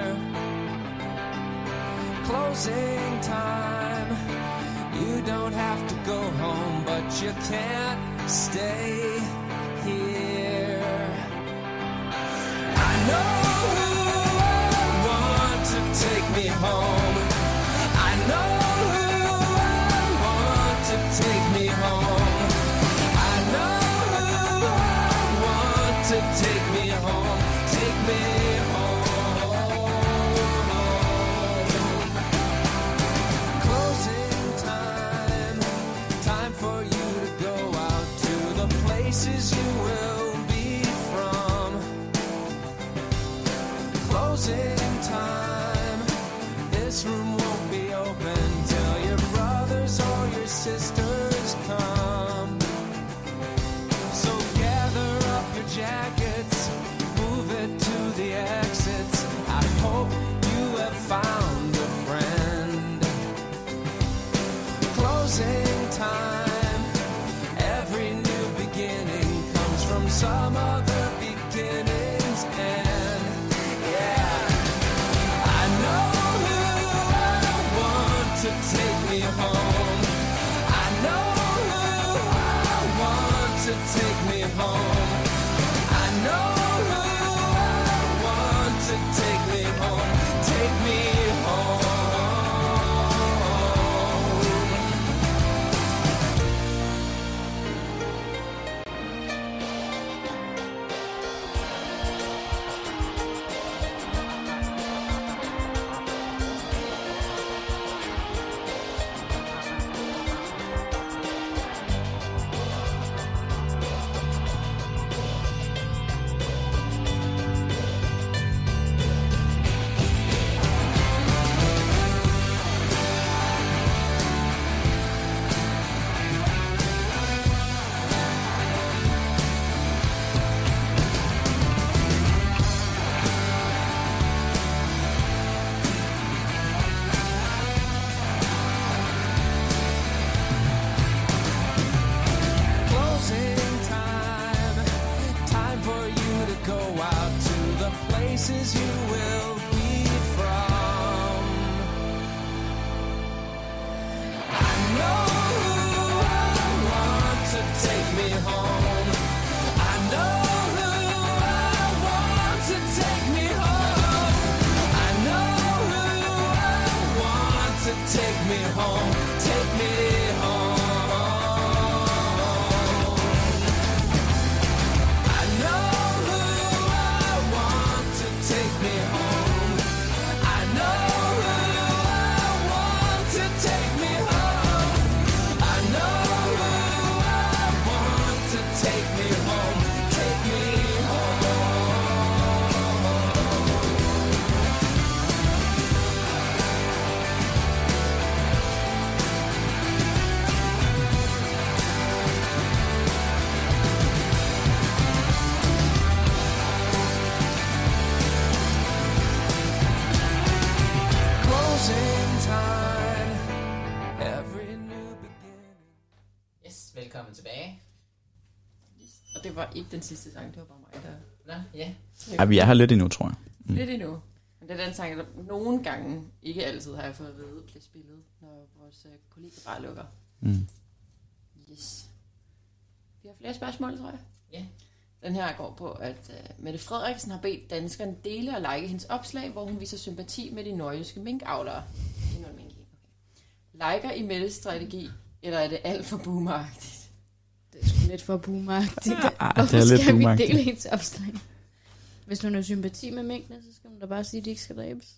Speaker 11: Closing time. You don't have to go home, but you can't stay here. I know who I want to take me home. I know who I want to take me home. I know who I want to take me home. Take me home. Closing time. Time for you to go out to the places you will be from closing time. This room won't be open till your brothers or your sisters come. So gather up your jackets, move it to the exits. I hope you have found a friend. Closing time. Every new beginning comes from some other beginning's end. I know who I want to take me home. I know who I want to take me home. I know who I want to take me home. Take me home. Closing time. Time for you to go out to the places you will be from. I know who I want to take me home. I know who I want to take me home. I know who I want to take me home. Take me home. I know who I want to take me home. I know who I want to take me home. I know who I want to take me home. Take me home. Closing time. Every new beginning.
Speaker 1: Yes, velkommen tilbage.
Speaker 2: Og det var ikke den sidste sang, det var bare mig, der...
Speaker 1: Nå, ja.
Speaker 4: Ej, vi er her lidt endnu, tror jeg. Mm.
Speaker 2: Lidt endnu. Men det er den sang, der nogle gange, ikke altid har jeg fået at vide, bliver spillet, når vores øh, kollega bare lukker.
Speaker 4: Mm.
Speaker 2: Yes. Vi har flere spørgsmål, tror jeg.
Speaker 1: Ja.
Speaker 2: Den her går på, at uh, Mette Frederiksen har bedt danskerne dele og like hendes opslag, hvor hun viser sympati med de nordjyske minkavlere. Endnu en mink, Okay. Liker I Mettes strategi, eller er det alt for boomeragtigt?
Speaker 5: Det er sgu lidt for boomeragtigt.
Speaker 4: Ah,
Speaker 5: Hvorfor
Speaker 4: det er lidt
Speaker 5: skal vi
Speaker 4: boomeragtigt.
Speaker 5: dele hendes opslag? Hvis hun har sympati med mængden, så skal hun da bare sige, at de ikke skal dræbes.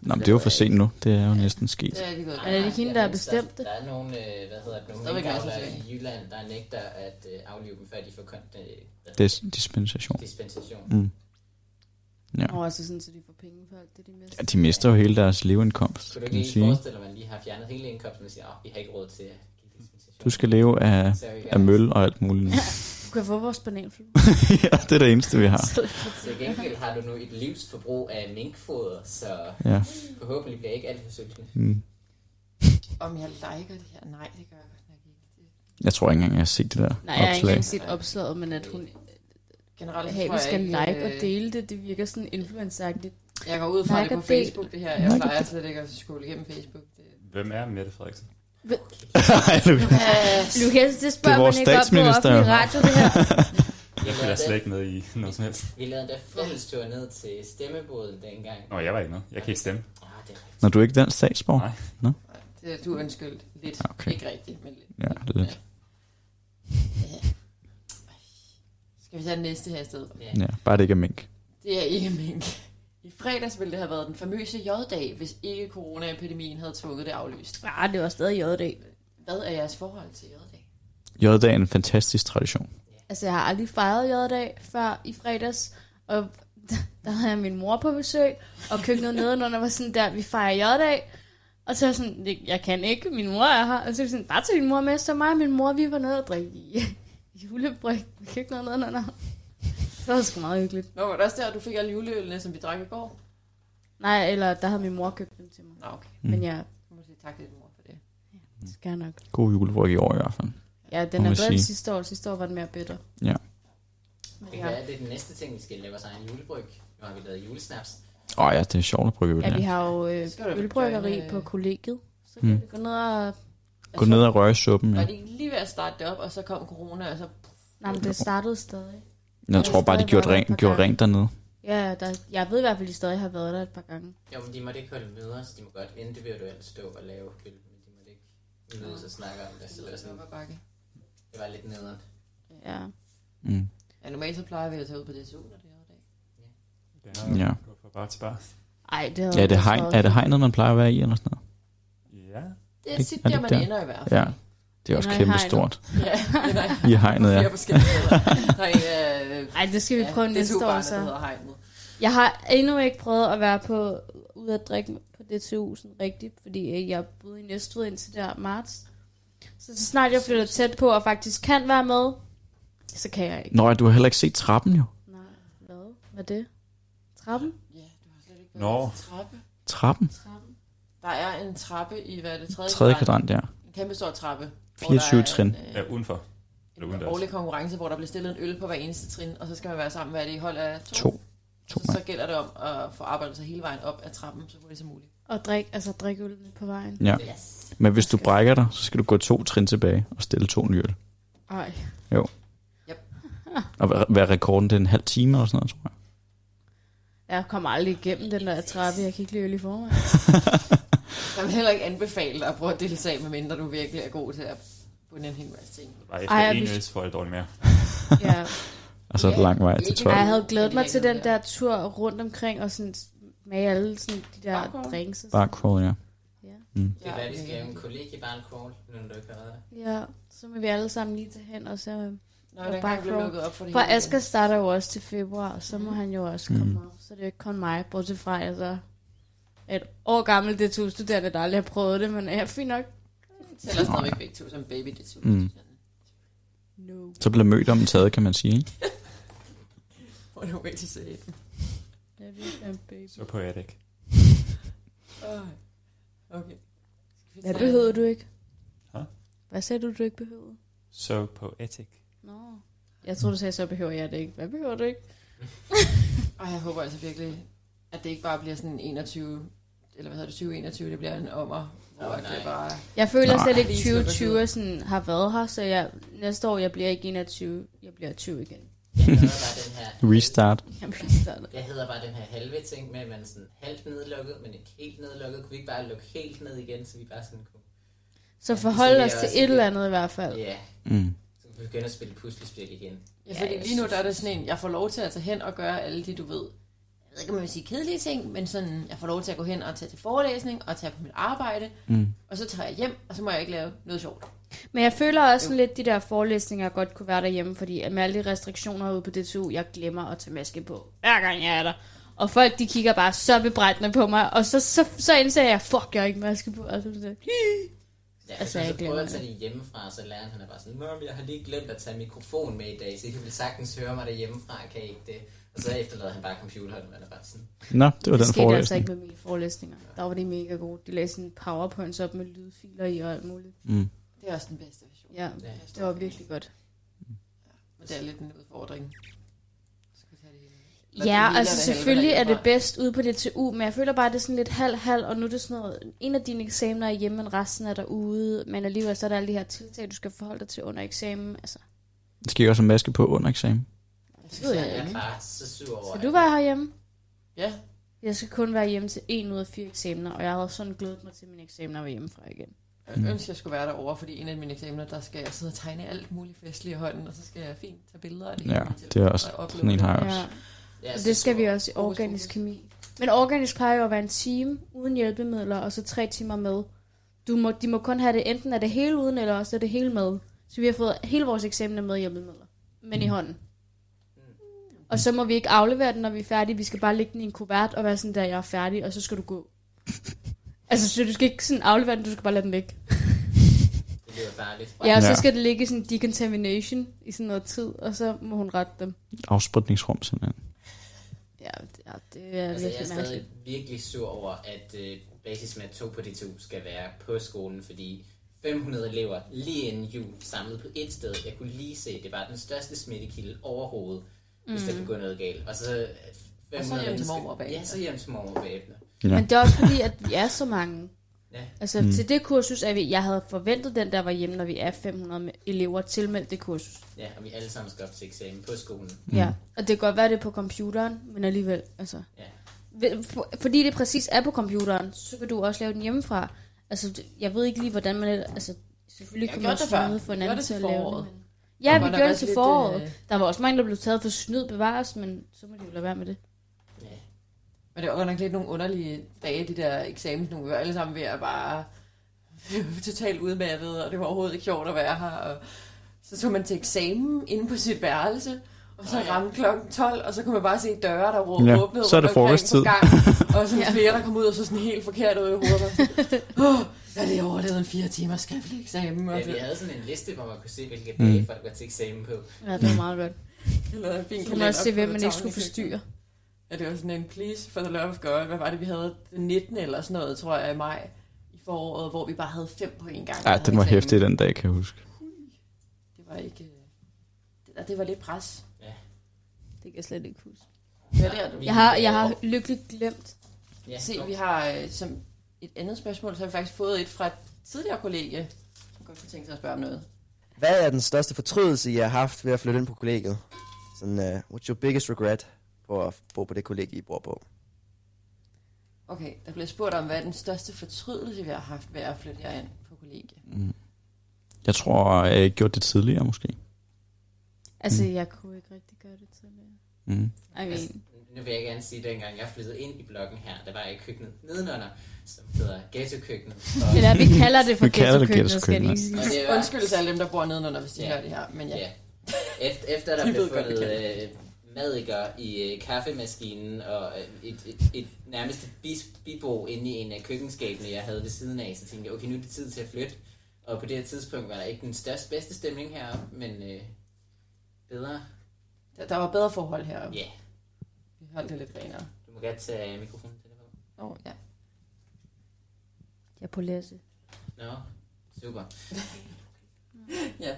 Speaker 4: Nå, men det er jo for sent nu. Det er jo næsten sket.
Speaker 2: Det er det gået
Speaker 5: Er det ikke hende, der har bestemt
Speaker 1: Der,
Speaker 5: det?
Speaker 1: der er nogle, øh, hvad hedder det, nogle
Speaker 2: Stadigvæk
Speaker 1: minkavlere
Speaker 2: masser af
Speaker 1: i Jylland, der nægter at øh, aflive dem, før de får kon- øh, hvad-
Speaker 4: Det er dispensation.
Speaker 1: dispensation.
Speaker 4: Mm. Ja.
Speaker 5: Og altså sådan, så de får penge for alt det, de mister.
Speaker 4: ja, de mister jo hele deres leveindkomst,
Speaker 1: Kunne du
Speaker 4: kan
Speaker 1: ikke
Speaker 4: man
Speaker 1: lige
Speaker 4: sige.
Speaker 1: forestille dig, at man lige har fjernet hele indkomsten og siger, at vi har ikke råd til at give dispensation?
Speaker 4: Du skal leve af,
Speaker 1: Seriøst.
Speaker 4: af møl og alt muligt. nu.
Speaker 5: Du kan få vores bananflue.
Speaker 4: ja, det er det eneste, vi har.
Speaker 1: Til gengæld har du nu et livsforbrug af minkfoder, så
Speaker 4: Ja.
Speaker 1: forhåbentlig bliver ikke alt for sulten.
Speaker 4: Mm.
Speaker 2: Om jeg liker det her? Nej, det gør jeg godt nok ikke.
Speaker 4: Jeg tror ikke engang, jeg har set det der
Speaker 5: Nej, jeg har ikke
Speaker 4: opslag.
Speaker 5: engang set opslaget, men at hun
Speaker 2: Generelt
Speaker 5: hey,
Speaker 2: tror
Speaker 5: vi
Speaker 2: jeg
Speaker 5: skal
Speaker 2: ikke,
Speaker 5: like og
Speaker 2: øh,
Speaker 5: dele det. Det virker sådan influenceragtigt.
Speaker 2: Jeg går ud fra
Speaker 5: Like
Speaker 2: like det på
Speaker 5: og del.
Speaker 2: Facebook, det her. Jeg
Speaker 4: Like og
Speaker 2: plejer
Speaker 4: del.
Speaker 2: slet ikke at skulle igennem Facebook. Det...
Speaker 6: Hvem er Mette Frederiksen?
Speaker 4: Ej, Lukas.
Speaker 5: Øh, Lukas, det
Speaker 4: Det
Speaker 5: spørger
Speaker 4: er
Speaker 5: man
Speaker 4: vores
Speaker 5: ikke op på
Speaker 4: statsminister.
Speaker 5: offentlig radio, det her.
Speaker 6: Jeg følger slet ikke med i noget som helst.
Speaker 1: Vi lavede endda frihedstur ned til stemmeboden dengang.
Speaker 6: Nå, jeg var ikke med. Jeg kan ikke stemme.
Speaker 1: Ah, det er rigtigt.
Speaker 4: Når du er ikke dansk statsborger?
Speaker 6: Nej.
Speaker 2: Det er du undskyldt lidt.
Speaker 4: Okay.
Speaker 2: Ikke rigtigt, men lidt.
Speaker 4: Ja, lidt.
Speaker 2: Skal vi tage den næste her i stedet?
Speaker 4: Ja, bare det ikke er mink.
Speaker 2: Det er ikke mink. I fredags ville det have været den famøse J-dag, hvis ikke coronaepidemien havde tvunget det aflyst.
Speaker 5: Nej, det var stadig J-dag.
Speaker 2: Hvad er jeres forhold til J-dag?
Speaker 4: J-dag er en fantastisk tradition.
Speaker 5: Altså, jeg har aldrig fejret J-dag før i fredags, og der havde jeg min mor på besøg, og køkkenet nedenunder var sådan der, vi fejrer J-dag. Og så var jeg sådan, "Det- jeg kan ikke, min mor er her. Og så var jeg sådan, bare tag din mor med. Så mig og min mor, vi var nede og drikke i julebryg med køkkenet nedenunder. Så var det sgu meget hyggeligt.
Speaker 2: Nå, var det også der, du fik alle juleølene, som vi drak i går?
Speaker 5: Nej, eller der havde min mor købt dem til mig.
Speaker 2: Nå, okay.
Speaker 5: Men jeg
Speaker 2: Du må sige tak til din mor for det.
Speaker 5: skal nok.
Speaker 4: God julebryg i år i hvert fald.
Speaker 5: Ja, den
Speaker 4: Må
Speaker 5: er
Speaker 4: man
Speaker 5: bedre
Speaker 4: sige.
Speaker 5: end sidste år. Sidste år var den mere bitter.
Speaker 1: Det kan være, det er den næste ting, vi skal lave os egen julebryg. Nu har vi lavet julesnaps.
Speaker 4: Åh oh, ja, det er sjovt at brygge øl.
Speaker 5: Ja, vi
Speaker 4: Ja.
Speaker 5: har jo øh,
Speaker 2: Skal du
Speaker 5: ølbryggeri
Speaker 2: joine-
Speaker 5: på kollegiet. Så
Speaker 4: Mm.
Speaker 5: kan vi gå ned og...
Speaker 4: Gå ned og røre i suppen,
Speaker 2: Var
Speaker 4: ja.
Speaker 2: de ikke lige ved at starte det op, og så kom corona, og så...
Speaker 5: Nej, men det startede stadig.
Speaker 4: Jeg tror bare, de gjorde rent, gjorde rent dernede.
Speaker 5: Ja, der, jeg ved i hvert fald, at de stadig har været der et par gange.
Speaker 1: Jo, men de måtte ikke holde møder, så de må godt individuelt stå og lave øl, men de måtte ikke mødes og snakke om det. Så det var, sådan,
Speaker 2: op ad bakke.
Speaker 1: det var lidt nederen.
Speaker 5: Ja.
Speaker 4: Mm.
Speaker 2: Ja, normalt så plejer vi at tage ud på det sol, når det er dag.
Speaker 4: Ja.
Speaker 6: Gå fra bar til bar.
Speaker 5: Ej, det havde
Speaker 4: Ja, er det,
Speaker 5: været
Speaker 4: hegn,
Speaker 5: meget
Speaker 4: er det
Speaker 5: hyggeligt.
Speaker 4: hegnet, man plejer at være i, eller sådan noget?
Speaker 6: Ja.
Speaker 2: Det er
Speaker 4: Det-
Speaker 2: tit
Speaker 4: er det
Speaker 2: der,
Speaker 4: ikke
Speaker 2: man
Speaker 4: der?
Speaker 2: ender i hvert fald.
Speaker 4: Ja. Det er også
Speaker 5: Nej,
Speaker 4: kæmpe
Speaker 5: hegnet.
Speaker 4: stort.
Speaker 2: Ja, det er
Speaker 4: I hegnet, ja.
Speaker 2: flere forskellige steder. Der er en af...
Speaker 5: Ej, det skal vi prøve
Speaker 2: ja,
Speaker 5: næste år så.
Speaker 2: Det hedder hegnet.
Speaker 5: Jeg har endnu ikke prøvet at være på, ude at drikke på DTU sådan rigtigt, fordi øh, jeg boede i Næstved indtil der marts. Så, så snart jeg flytter tæt på og faktisk kan være med, så kan jeg ikke.
Speaker 4: Nå, ja, du har heller ikke set trappen jo.
Speaker 5: Nej, hvad? Hvad er det? Trappen?
Speaker 2: Ja, du har slet ikke
Speaker 6: Nå.
Speaker 2: været til trappe.
Speaker 4: Trappen?
Speaker 5: Trappen.
Speaker 2: Der er en trappe i, hvad er det, tredje,
Speaker 4: Tredje kvadrant, ja.
Speaker 2: En kæmpe stor trappe. hvor
Speaker 4: 24
Speaker 2: der er
Speaker 4: trin.
Speaker 2: En, øh,
Speaker 6: Ja, udenfor. Eller
Speaker 2: en
Speaker 6: udendørs.
Speaker 2: årlig konkurrence, hvor der bliver stillet en øl på hver eneste trin, og så skal man være sammen med det i hold af to.
Speaker 4: To. To,
Speaker 2: Så,
Speaker 4: ja.
Speaker 2: så gælder det om at få arbejdet sig hele vejen op ad trappen så hurtigt som muligt.
Speaker 5: Og drik, altså drik ølene på vejen.
Speaker 4: ja.
Speaker 2: Yes.
Speaker 4: Men hvis du brækker dig, så skal du gå to trin tilbage og stille to nye øl.
Speaker 5: Ej.
Speaker 4: Og hvad- hvad er rekorden? Det er en halv time eller sådan noget, tror jeg.
Speaker 5: Jeg kommer aldrig igennem den der trappe. Jeg kan ikke lide øl i forvejen.
Speaker 2: Jeg vil heller ikke anbefale dig at prøve at deltage, medmindre du virkelig er god til at bunde en hel masse ting.
Speaker 6: Bare efter
Speaker 5: Ej, jeg
Speaker 6: en
Speaker 5: vidste-
Speaker 6: øs får jeg det dårligt mere.
Speaker 5: Ja.
Speaker 4: Og så er der
Speaker 2: Ja,
Speaker 4: lang vej til
Speaker 2: ikke-
Speaker 5: Ej,
Speaker 4: tolv.
Speaker 5: jeg havde glædet mig
Speaker 2: Det
Speaker 5: til
Speaker 2: er
Speaker 5: den
Speaker 2: ikke noget,
Speaker 5: der tur rundt omkring og sådan med alle sådan de der
Speaker 2: Barcrawl?
Speaker 5: drinks. Og sådan.
Speaker 4: Bare crawl, ja.
Speaker 1: Det er
Speaker 2: Ja,
Speaker 1: være, vi skal
Speaker 2: det er
Speaker 1: lave en kollegiebarn-crawl, nu når du ikke har været der.
Speaker 5: Ja, så må vi alle sammen lige tage hen, og så...
Speaker 2: Når
Speaker 5: Og
Speaker 2: den
Speaker 5: bare
Speaker 2: gang blev
Speaker 5: crawl.
Speaker 2: lukket op for det
Speaker 5: For
Speaker 2: hele Mm.
Speaker 5: Asger starter jo også til februar, og så må han jo også komme op. Så det er jo ikke kun mig, bortset fra, at jeg så er et år gammel det to studerende, der aldrig har prøvet det, men er fint nok.
Speaker 2: igen, tæller stadigvæk begge to som baby, det synes
Speaker 4: Mm.
Speaker 2: jeg.
Speaker 5: No.
Speaker 4: Så bliver mødt om en taget, kan man sige. ikke?
Speaker 2: Hvor er det virkelig sæt.
Speaker 5: Jeg vil ikke være en baby.
Speaker 6: Så på jeg det ikke.
Speaker 2: Okay. Skal vi
Speaker 5: Hvad
Speaker 2: tage-
Speaker 5: behøvede du ikke?
Speaker 6: Hva?
Speaker 5: Hvad sagde du, du ikke behøvede?
Speaker 6: Så på etik.
Speaker 5: Nå. Jeg tror du sagde, så behøver jeg det ikke. Hvad behøver du ikke?
Speaker 2: Og jeg håber altså virkelig, at det ikke bare bliver sådan 21, eller hvad hedder det, 2021, det bliver en ommer, hvor
Speaker 1: Åh,
Speaker 2: oh, det
Speaker 1: nej.
Speaker 2: bare...
Speaker 5: Jeg føler
Speaker 4: Nej.
Speaker 5: slet ikke,
Speaker 2: Lige slipper
Speaker 5: 2020 er sådan, har været her, så jeg, næste år, jeg bliver ikke 21, jeg bliver 20 igen.
Speaker 1: Jeg hedder bare den her...
Speaker 4: Restart.
Speaker 5: Jeg bliver startet.
Speaker 1: Jeg hedder bare den her halve ting med, at man er sådan halvt nedlukket, men ikke helt nedlukket. Kunne vi ikke bare lukke helt ned igen, så vi bare sådan kunne...
Speaker 5: Så
Speaker 1: Ja, det
Speaker 5: forhold
Speaker 1: tænker
Speaker 5: os
Speaker 1: jeg
Speaker 5: til
Speaker 1: også.
Speaker 5: et eller andet i hvert fald.
Speaker 1: Ja,
Speaker 4: Mm.
Speaker 1: så kunne vi begynde at spille puslespil igen.
Speaker 2: Ja, fordi lige nu der er det sådan en, jeg får lov til at tage hen og gøre alle de, du ved, jeg ved ikke, om man vil sige kedelige ting, men sådan, jeg får lov til at gå hen og tage til forelæsning og tage på mit arbejde,
Speaker 4: Mm.
Speaker 2: og så tager jeg hjem, og så må jeg ikke lave noget sjovt.
Speaker 5: Men jeg føler også sådan lidt, de der forelæsninger godt kunne være derhjemme, fordi med alle de restriktioner ude på DTU, jeg glemmer at tage maske på, hver gang jeg er der. Og folk, de kigger bare så bebrejdende på mig, og så, så, så indser jeg, fuck, jeg har ikke maske på. Og så, så,
Speaker 1: Ja, altså,
Speaker 5: Altså, jeg
Speaker 1: så prøver
Speaker 5: glemmer
Speaker 1: at tage det hjemmefra, og så lærer han er bare sådan, Mom, jeg har lige glemt at tage mikrofon med i dag, så I kan vel sagtens høre mig derhjemmefra, kan I ikke det? Og så efterlader han bare computeren, og man er bare sådan,
Speaker 4: Nå, det var den
Speaker 5: skete altså
Speaker 4: forelæsning.
Speaker 5: ikke med mine forelæsninger. Der var det mega gode. De læste sådan powerpoints op med lydfiler i og alt muligt.
Speaker 4: Mm.
Speaker 2: Det er også den bedste version.
Speaker 5: Ja, det var virkelig godt.
Speaker 2: Men det er lidt en udfordring. Så kan vi tage det hele. Hvad det
Speaker 5: Ja,
Speaker 2: hele
Speaker 5: altså
Speaker 2: og det halve
Speaker 5: selvfølgelig er det
Speaker 2: derhjemmefra.
Speaker 5: bedst ude på DTU, men jeg føler bare, at det er sådan lidt halv-halv, og nu er det sådan noget, en af dine eksamener er hjemme, men resten er derude, men alligevel så er der alle de her tiltag, du skal forholde dig til under eksamen. Altså,
Speaker 4: Det skal jeg også have maske på under eksamen.
Speaker 5: det ved jeg
Speaker 1: jeg er
Speaker 5: ikke.
Speaker 1: bare så sur over,
Speaker 5: Skal
Speaker 1: at-
Speaker 5: du være herhjemme?
Speaker 2: Ja,
Speaker 5: Jeg skal kun være hjemme til en ud af fire eksamener, og jeg havde sådan glædet mig til mine eksamener var hjemmefra igen.
Speaker 2: jeg
Speaker 4: Mm.
Speaker 2: ønsker, jeg skulle være derovre, fordi en af mine eksamener, der skal jeg sidde og tegne alt muligt festligt i hånden, og så skal jeg fint tage billeder af det.
Speaker 4: Ja, det er også, sådan en har jeg også.
Speaker 1: Jeg er
Speaker 5: Og
Speaker 1: så
Speaker 5: det skal
Speaker 1: sur
Speaker 5: vi
Speaker 1: over-
Speaker 5: også i organisk kemi. Men organisk plejer jo at være en time uden hjælpemidler, og så tre timer med. Du må, de må kun have det, enten er det hele uden, eller også er det hele med. Så vi har fået hele vores eksamener med hjælpemidler, men
Speaker 1: Mm.
Speaker 5: i hånden. Og så må vi ikke aflevere den, når vi er færdige. Vi skal bare lægge den i en kuvert og være sådan der, jeg er færdig, og så skal du gå. altså, så du skal ikke sådan aflevere den, du skal bare lade den væk.
Speaker 1: Det lyder farligt.
Speaker 5: Ja, og så
Speaker 4: Ja.
Speaker 5: skal det ligge i sådan decontamination i sådan noget tid, og så må hun rette dem.
Speaker 4: Afspritningsrum simpelthen.
Speaker 5: Ja, det er, det er
Speaker 1: Altså, jeg er
Speaker 5: virkelig mærkeligt.
Speaker 1: stadig virkelig sur over, at øh, basismat 2 på DTU skal være på skolen, fordi 500 elever lige inden jul samlet på et sted. Jeg kunne lige se, det var den største smittekilde overhovedet, hvis
Speaker 5: Mm.
Speaker 1: der kunne gå noget galt. Og så øh, 500
Speaker 2: Og så hjem til
Speaker 1: mennesker-
Speaker 2: mormor bagefter.
Speaker 1: Ja, så hjem til mormor bagefter.
Speaker 4: Ja.
Speaker 5: Men det er også fordi, at vi er så mange.
Speaker 1: Ja.
Speaker 5: Altså mm. til det kursus, at vi, jeg havde forventet den der var hjemme, når vi er 500 me- elever tilmeldt det kursus.
Speaker 1: Ja, og vi alle sammen skal op til eksamen på skolen.
Speaker 5: Mm. Ja, og det kan godt være, det er på computeren, men alligevel, altså.
Speaker 1: Ja.
Speaker 5: Ved- for- Fordi det præcis er på computeren, så kan du også lave den hjemmefra. Altså, det- jeg ved ikke lige, hvordan man... Altså, selvfølgelig
Speaker 2: Jeg
Speaker 5: kan
Speaker 2: gjorde
Speaker 5: man også
Speaker 2: det før.
Speaker 5: få noget for en
Speaker 2: Jeg
Speaker 5: anden
Speaker 2: gjorde
Speaker 5: til
Speaker 2: det
Speaker 5: at
Speaker 2: til
Speaker 5: lave
Speaker 2: foråret.
Speaker 5: det. men- Ja,
Speaker 2: var
Speaker 5: vi
Speaker 2: der
Speaker 5: gjorde det
Speaker 2: også
Speaker 5: til
Speaker 2: lidt,
Speaker 5: foråret.
Speaker 2: øh,
Speaker 5: Der var også mange, der blev taget for snyd bevares, men så må de jo lade være med det.
Speaker 1: Ja.
Speaker 2: Men det var godt nok lidt nogle underlige dage, de der eksamen, nu. Vi var alle sammen ved at bare totalt udmattet, og det var overhovedet ikke sjovt at være her. Og så tog man til eksamen inde på sit værelse, og så ramte klokken 12, og så kunne man bare se døre, der råb,
Speaker 4: Ja,
Speaker 2: åbnede
Speaker 4: så er det
Speaker 2: rundt omkring
Speaker 4: frokosttid.
Speaker 2: på gangen, og sådan flere, der kom ud og så sådan helt forkert ud i hovedet. og sådan, Åh, jeg har lige overlevet en fire timer skriftlig eksamen, og
Speaker 1: ja, vi
Speaker 2: det
Speaker 1: havde sådan en liste, hvor man kunne se, hvilke dage
Speaker 4: Mm.
Speaker 1: folk var til eksamen på.
Speaker 5: Ja, det var meget godt.
Speaker 2: jeg lavede en fin
Speaker 5: Så kunne man også se, hvem man ikke skulle forstyrre.
Speaker 2: Ja, det var sådan en please for the love of God. Hvad var det, vi havde den 19. eller sådan noget, tror jeg, i maj i foråret, hvor vi bare havde fem på en gang.
Speaker 4: Ja,
Speaker 2: Der havde
Speaker 4: den var
Speaker 2: eksamen.
Speaker 4: hæftig den dag, kan jeg huske.
Speaker 2: Det var ikke... øh, Det, der, det var lidt pres.
Speaker 5: Det kan jeg slet ikke huske.
Speaker 2: Det var der, du...
Speaker 5: Jeg har, jeg har lykkeligt glemt.
Speaker 1: Ja,
Speaker 2: Se, vi har øh, som et andet spørgsmål, så har vi faktisk fået et fra et tidligere kollegie, som godt kunne tænke sig at spørge om noget.
Speaker 12: Hvad er den største fortrydelse, I har haft ved at flytte ind på kollegiet? Sådan, uh, what's your biggest regret på at bo på det kollegie, I bor på?
Speaker 2: Okay, der blev spurgt om, hvad den største fortrydelse, vi har haft ved at flytte herind på kollegie.
Speaker 4: Mm. Jeg tror, jeg ikke gjort det tidligere måske.
Speaker 5: Altså, jeg kunne ikke rigtig gøre det tidligere.
Speaker 4: Mm.
Speaker 5: I
Speaker 1: Altså,
Speaker 5: mean,
Speaker 1: nu vil jeg gerne sige, at dengang jeg flyttede ind i blokken her, der var jeg i køkkenet nedenunder, som hedder ghetto-køkkenet. Og,
Speaker 5: eller vi kalder det for
Speaker 4: Vi kalder det
Speaker 5: ghetto-køkkenet, skal jeg lige sige.
Speaker 1: og det var,
Speaker 2: Undskyld til alle dem, der bor nedenunder, hvis de
Speaker 1: Ja.
Speaker 2: hører det her, men ja.
Speaker 1: Ja. Efter, efter
Speaker 2: De
Speaker 1: der blev
Speaker 2: ved godt,
Speaker 1: fundet
Speaker 2: hvad
Speaker 1: øh, madikker i øh, kaffemaskinen og øh, et, et, et nærmest et bis, bibo inde i en af køkkenskabene, jeg havde ved siden af, så tænkte jeg, okay, nu er det tid til at flytte. Og på det her tidspunkt var der ikke den største bedste stemning heroppe, men øh, bedre.
Speaker 2: Der, der var bedre forhold heroppe.
Speaker 1: Ja,
Speaker 2: Vi holdt det lidt renere.
Speaker 1: du må gerne tage øh, mikrofonen til det.
Speaker 2: Åh, oh, ja.
Speaker 5: Jeg er på læse.
Speaker 1: Nå, super.
Speaker 2: Ja.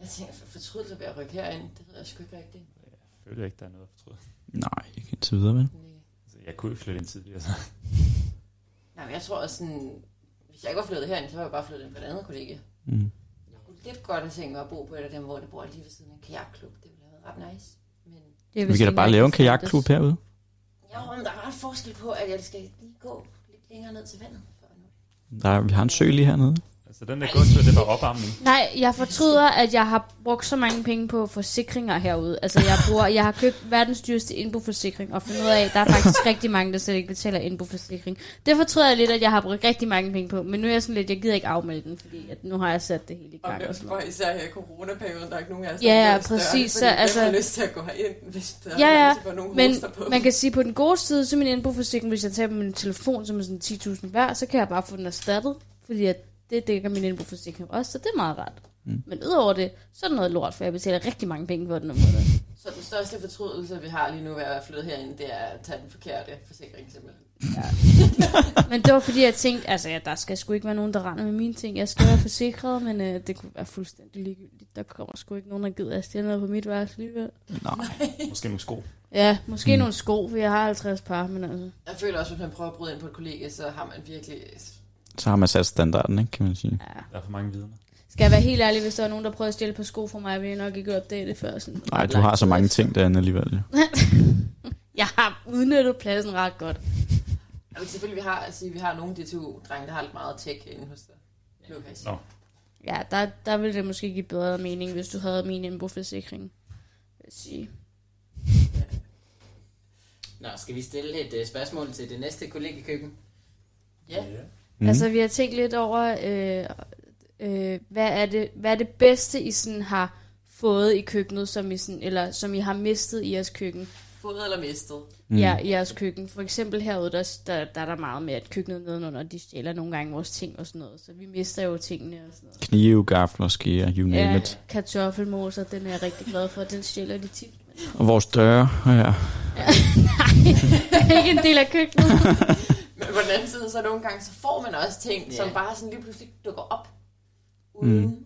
Speaker 2: Jeg tænker, for fortrydelse ved at rykke herind, det ved jeg sgu ikke rigtigt.
Speaker 6: Jeg føler ikke, der er noget at fortryde.
Speaker 4: Nej, ikke indtil videre, vel?
Speaker 2: Nej.
Speaker 6: Altså, jeg kunne ikke flytte ind tidligere, så.
Speaker 2: Nej, men jeg tror også sådan, hvis jeg ikke var flyttet herind, så var jeg bare flyttet ind på et andet kollega.
Speaker 4: Mm.
Speaker 2: Jeg kunne lidt godt have tænkt mig at bo på et af dem, hvor det bor lige ved siden af en kajakklub. Det ville have været ret nice. Men
Speaker 5: Det er
Speaker 4: Vi
Speaker 5: vist
Speaker 4: kan da
Speaker 5: ikke
Speaker 4: bare lave en
Speaker 5: engang
Speaker 4: kajakklub
Speaker 5: standards.
Speaker 4: herude.
Speaker 2: jo, men der er ret forskel på, at jeg skal lige gå lidt længere ned til vandet. for at nå det.
Speaker 4: Der, vi har en sø lige hernede.
Speaker 6: Altså, den der gåtur, det var opvarmning.
Speaker 5: Nej, jeg fortryder, at jeg har brugt så mange penge på forsikringer herude. Altså, jeg, bruger, jeg har købt verdens dyreste indboforsikring, og fundet ud af, at der er faktisk rigtig mange, der slet ikke betaler indboforsikring. Det fortryder jeg lidt, at jeg har brugt rigtig mange penge på, men nu er jeg sådan lidt, jeg gider ikke afmelde den, fordi at nu har jeg sat det hele i
Speaker 2: Og det
Speaker 5: gang.
Speaker 2: er
Speaker 5: og
Speaker 2: også
Speaker 5: sådan
Speaker 2: bare
Speaker 5: noget.
Speaker 2: især her i coronaperioden, der er ikke nogen af os,
Speaker 5: Ja,
Speaker 2: der
Speaker 5: ja,
Speaker 2: Altså, er større,
Speaker 5: præcis,
Speaker 2: fordi
Speaker 5: så
Speaker 2: hvem
Speaker 5: altså-
Speaker 2: har lyst til at gå herind, hvis der
Speaker 5: Ja,
Speaker 2: er
Speaker 5: ja,
Speaker 2: nogen, der får nogle
Speaker 5: Men
Speaker 2: hoster på.
Speaker 5: man kan sige, på den gode side, så min indboforsikring, hvis jeg tager min telefon, som er sådan 10.000 værd, så kan jeg bare få den erstattet, fordi at det dækker min indboforsikring også, så det er meget rart. Mm. Men udover det, så er det noget lort, for jeg betaler rigtig mange penge for den om måneden.
Speaker 2: Så den største fortrydelse, vi har lige nu ved at være flyttet herinde, det er at tage den forkerte forsikring simpelthen.
Speaker 5: Men det var fordi, jeg tænkte, altså ja, der skal sgu ikke være nogen, der render med mine ting. Jeg skal være forsikret, men øh, det kunne være fuldstændig ligegyldigt. Der kommer sgu ikke nogen, der gider at stjæle noget på mit værelse alligevel.
Speaker 7: Nej. Måske nogle sko.
Speaker 5: Ja, måske
Speaker 7: Mm.
Speaker 5: mm. nogle sko, for jeg har 50 par, men altså...
Speaker 2: Jeg føler også, at hvis man prøver at bryde ind på et kollega, så har man virkelig...
Speaker 4: Så har man sat standarden, ikke, kan man sige.
Speaker 5: Ja.
Speaker 7: Der er for mange vidner.
Speaker 5: Skal jeg være helt ærlig, hvis der var nogen, der prøvede at stjæle et par sko fra mig, ville jeg nok ikke opdage det før. Sådan.
Speaker 4: Nej, du har så mange ting derinde alligevel. jo.
Speaker 5: jeg har udnyttet pladsen ret godt.
Speaker 2: Og selvfølgelig, vi har, altså, vi har nogle DTU-drenge, der har lidt meget tech inde hos dig. Lukas.
Speaker 7: Nå.
Speaker 5: Ja, der, der ville det måske give bedre mening, hvis du havde min indboforsikring. Vil jeg sige.
Speaker 1: Nå, skal vi stille et uh, spørgsmål til det næste kollega i køkken?
Speaker 2: Ja.
Speaker 5: Mm. Altså, vi har tænkt lidt over, øh, øh, hvad, er det, hvad er det bedste, I sådan har fået i køkkenet, som I, sådan, eller som I har mistet i jeres køkken?
Speaker 2: Fået eller mistet?
Speaker 5: Mm. Ja, i jeres køkken. For eksempel herude, der, der, der er der meget med, at køkkenet nedenunder, de stjæler nogle gange vores ting og sådan noget. Så vi mister jo tingene og sådan noget.
Speaker 4: Knive, gafler, skære, you name it.
Speaker 5: kartoffelmoser, den er jeg rigtig glad for. Den stjæler de tit.
Speaker 4: Og vores døre, ja.
Speaker 5: Det er ikke en del af køkkenet.
Speaker 2: Men på den anden side, så nogle gange, så får man også ting, yeah. som bare sådan lige pludselig dukker op,
Speaker 4: Mm.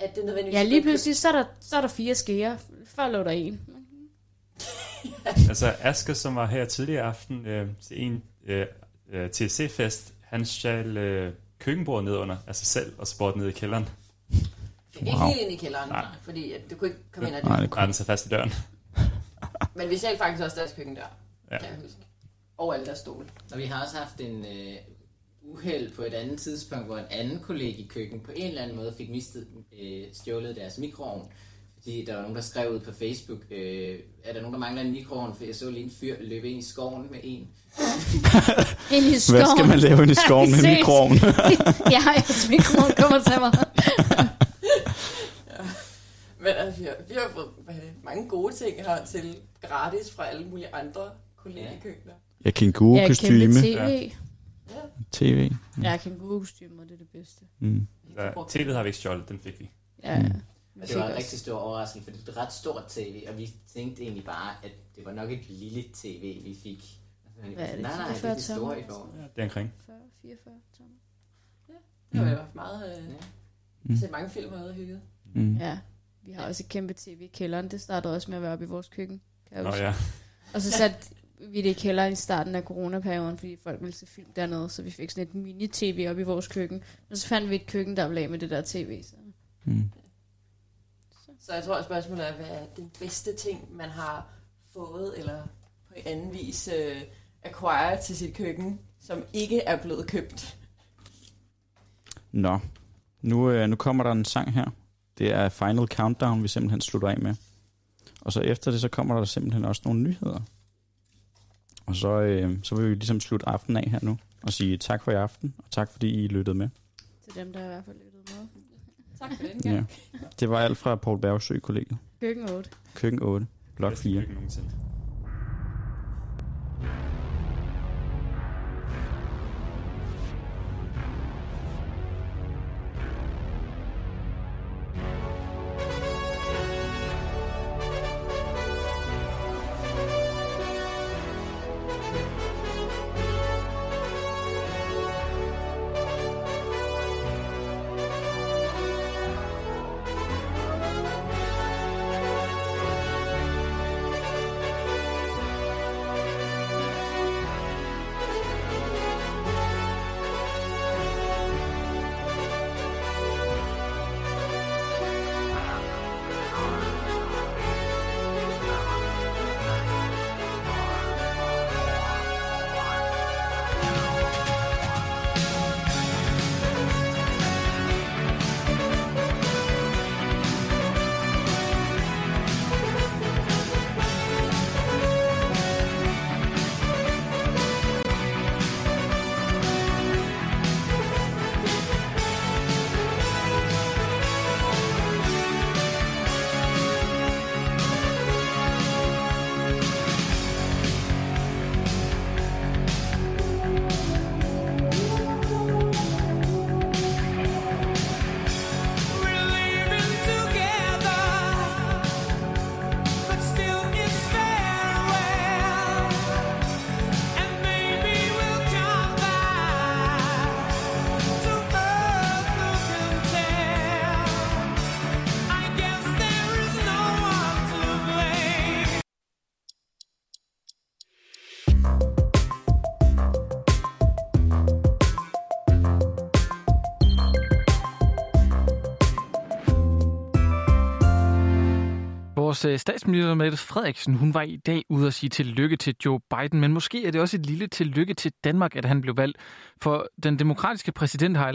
Speaker 2: at det er nødvendigvis...
Speaker 5: Ja, lige pludselig, så er der, så er der fire skeer. Før lå der en.
Speaker 6: Altså Asger, som var her tidligere aften øh, til en øh, øh, TSC-fest, han stjal øh, køkkenbordet ned under af sig selv og spurgte ned i kælderen.
Speaker 2: Wow. Ikke helt ind i kælderen, Nej. fordi at du kunne ikke komme ind ad døren.
Speaker 6: kunne... den sig fast i døren.
Speaker 2: Men vi ser faktisk også deres køkkendør,
Speaker 6: Ja.
Speaker 2: ja. kan jeg huske. Og alle deres stole.
Speaker 1: Og vi har også haft en øh, uheld på et andet tidspunkt, hvor en anden kollega i køkken på en eller anden måde fik mistet, øh, stjålet deres mikroovn. Fordi der var nogen, der skrev ud på Facebook, øh, er der nogen, der mangler en mikroovn? For jeg så lige en fyr løbe ind i skoven med en.
Speaker 5: Ind i skoven.
Speaker 4: Hvad skal man lave inde i skoven med en
Speaker 5: Præcis.
Speaker 4: mikroovn?
Speaker 5: ja, jeres mikroovn kommer til mig.
Speaker 2: Men altså, vi har, vi har fået hvad er det, mange gode ting her til gratis fra alle mulige andre kollegekøkkener.
Speaker 4: Ja, kænguru-kostyme.
Speaker 5: tv.
Speaker 4: TV.
Speaker 5: Ja, kængurukostymer, det er det bedste.
Speaker 4: Mm.
Speaker 6: Ja, TV'et har vi ikke stjålet, den fik vi.
Speaker 5: Ja, ja.
Speaker 1: Og det var en rigtig stor overraskelse, for det var et ret stort tv, og vi tænkte egentlig bare, at det var nok et lille tv, vi fik. Og så var de
Speaker 5: Hvad er
Speaker 1: sådan, Nej,
Speaker 5: det,
Speaker 1: nej, det
Speaker 5: 44
Speaker 1: er det store i
Speaker 5: tommer?
Speaker 1: forhold.
Speaker 6: Det er omkring.
Speaker 5: 40, 44 tommer.
Speaker 2: Det har vi haft meget... Øh,
Speaker 4: Mm.
Speaker 2: ja. set mange film og hygget.
Speaker 4: Mm.
Speaker 5: Ja, vi har også et kæmpe tv i kælderen. Det startede også med at være oppe i vores køkken. Kan jeg
Speaker 6: Nå
Speaker 5: huske.
Speaker 6: ja.
Speaker 5: Og så satte vi det i kælderen i starten af coronaperioden, fordi folk ville se film dernede, så vi fik sådan et mini-tv op i vores køkken. Men så fandt vi et køkken, der blev af med det der tv. Så.
Speaker 2: Så jeg tror, at spørgsmålet er, hvad er den bedste ting, man har fået eller på en anden vis øh, acquired til sit køkken, som ikke er blevet købt?
Speaker 4: Nå, nu, øh, nu kommer der en sang her. Det er Final Countdown, vi simpelthen slutter af med. Og så efter det, så kommer der simpelthen også nogle nyheder. Og så, øh, så vil vi ligesom slutte aftenen af her nu, og sige tak for i aften, og tak fordi I lyttede med.
Speaker 5: Til dem, der i hvert fald lyttede med.
Speaker 2: Tak for den
Speaker 4: Ja. Det var alt fra Paul Bergsø kollegiet.
Speaker 5: Køkken 8.
Speaker 4: Køkken 8, blok 4.
Speaker 6: Køkken nogensinde.
Speaker 9: Thank
Speaker 3: Vores øh, statsminister Mette Frederiksen, hun var i dag ude at sige tillykke til Joe Biden, men måske er det også et lille tillykke til Danmark, at han blev valgt. For den demokratiske præsident har allerede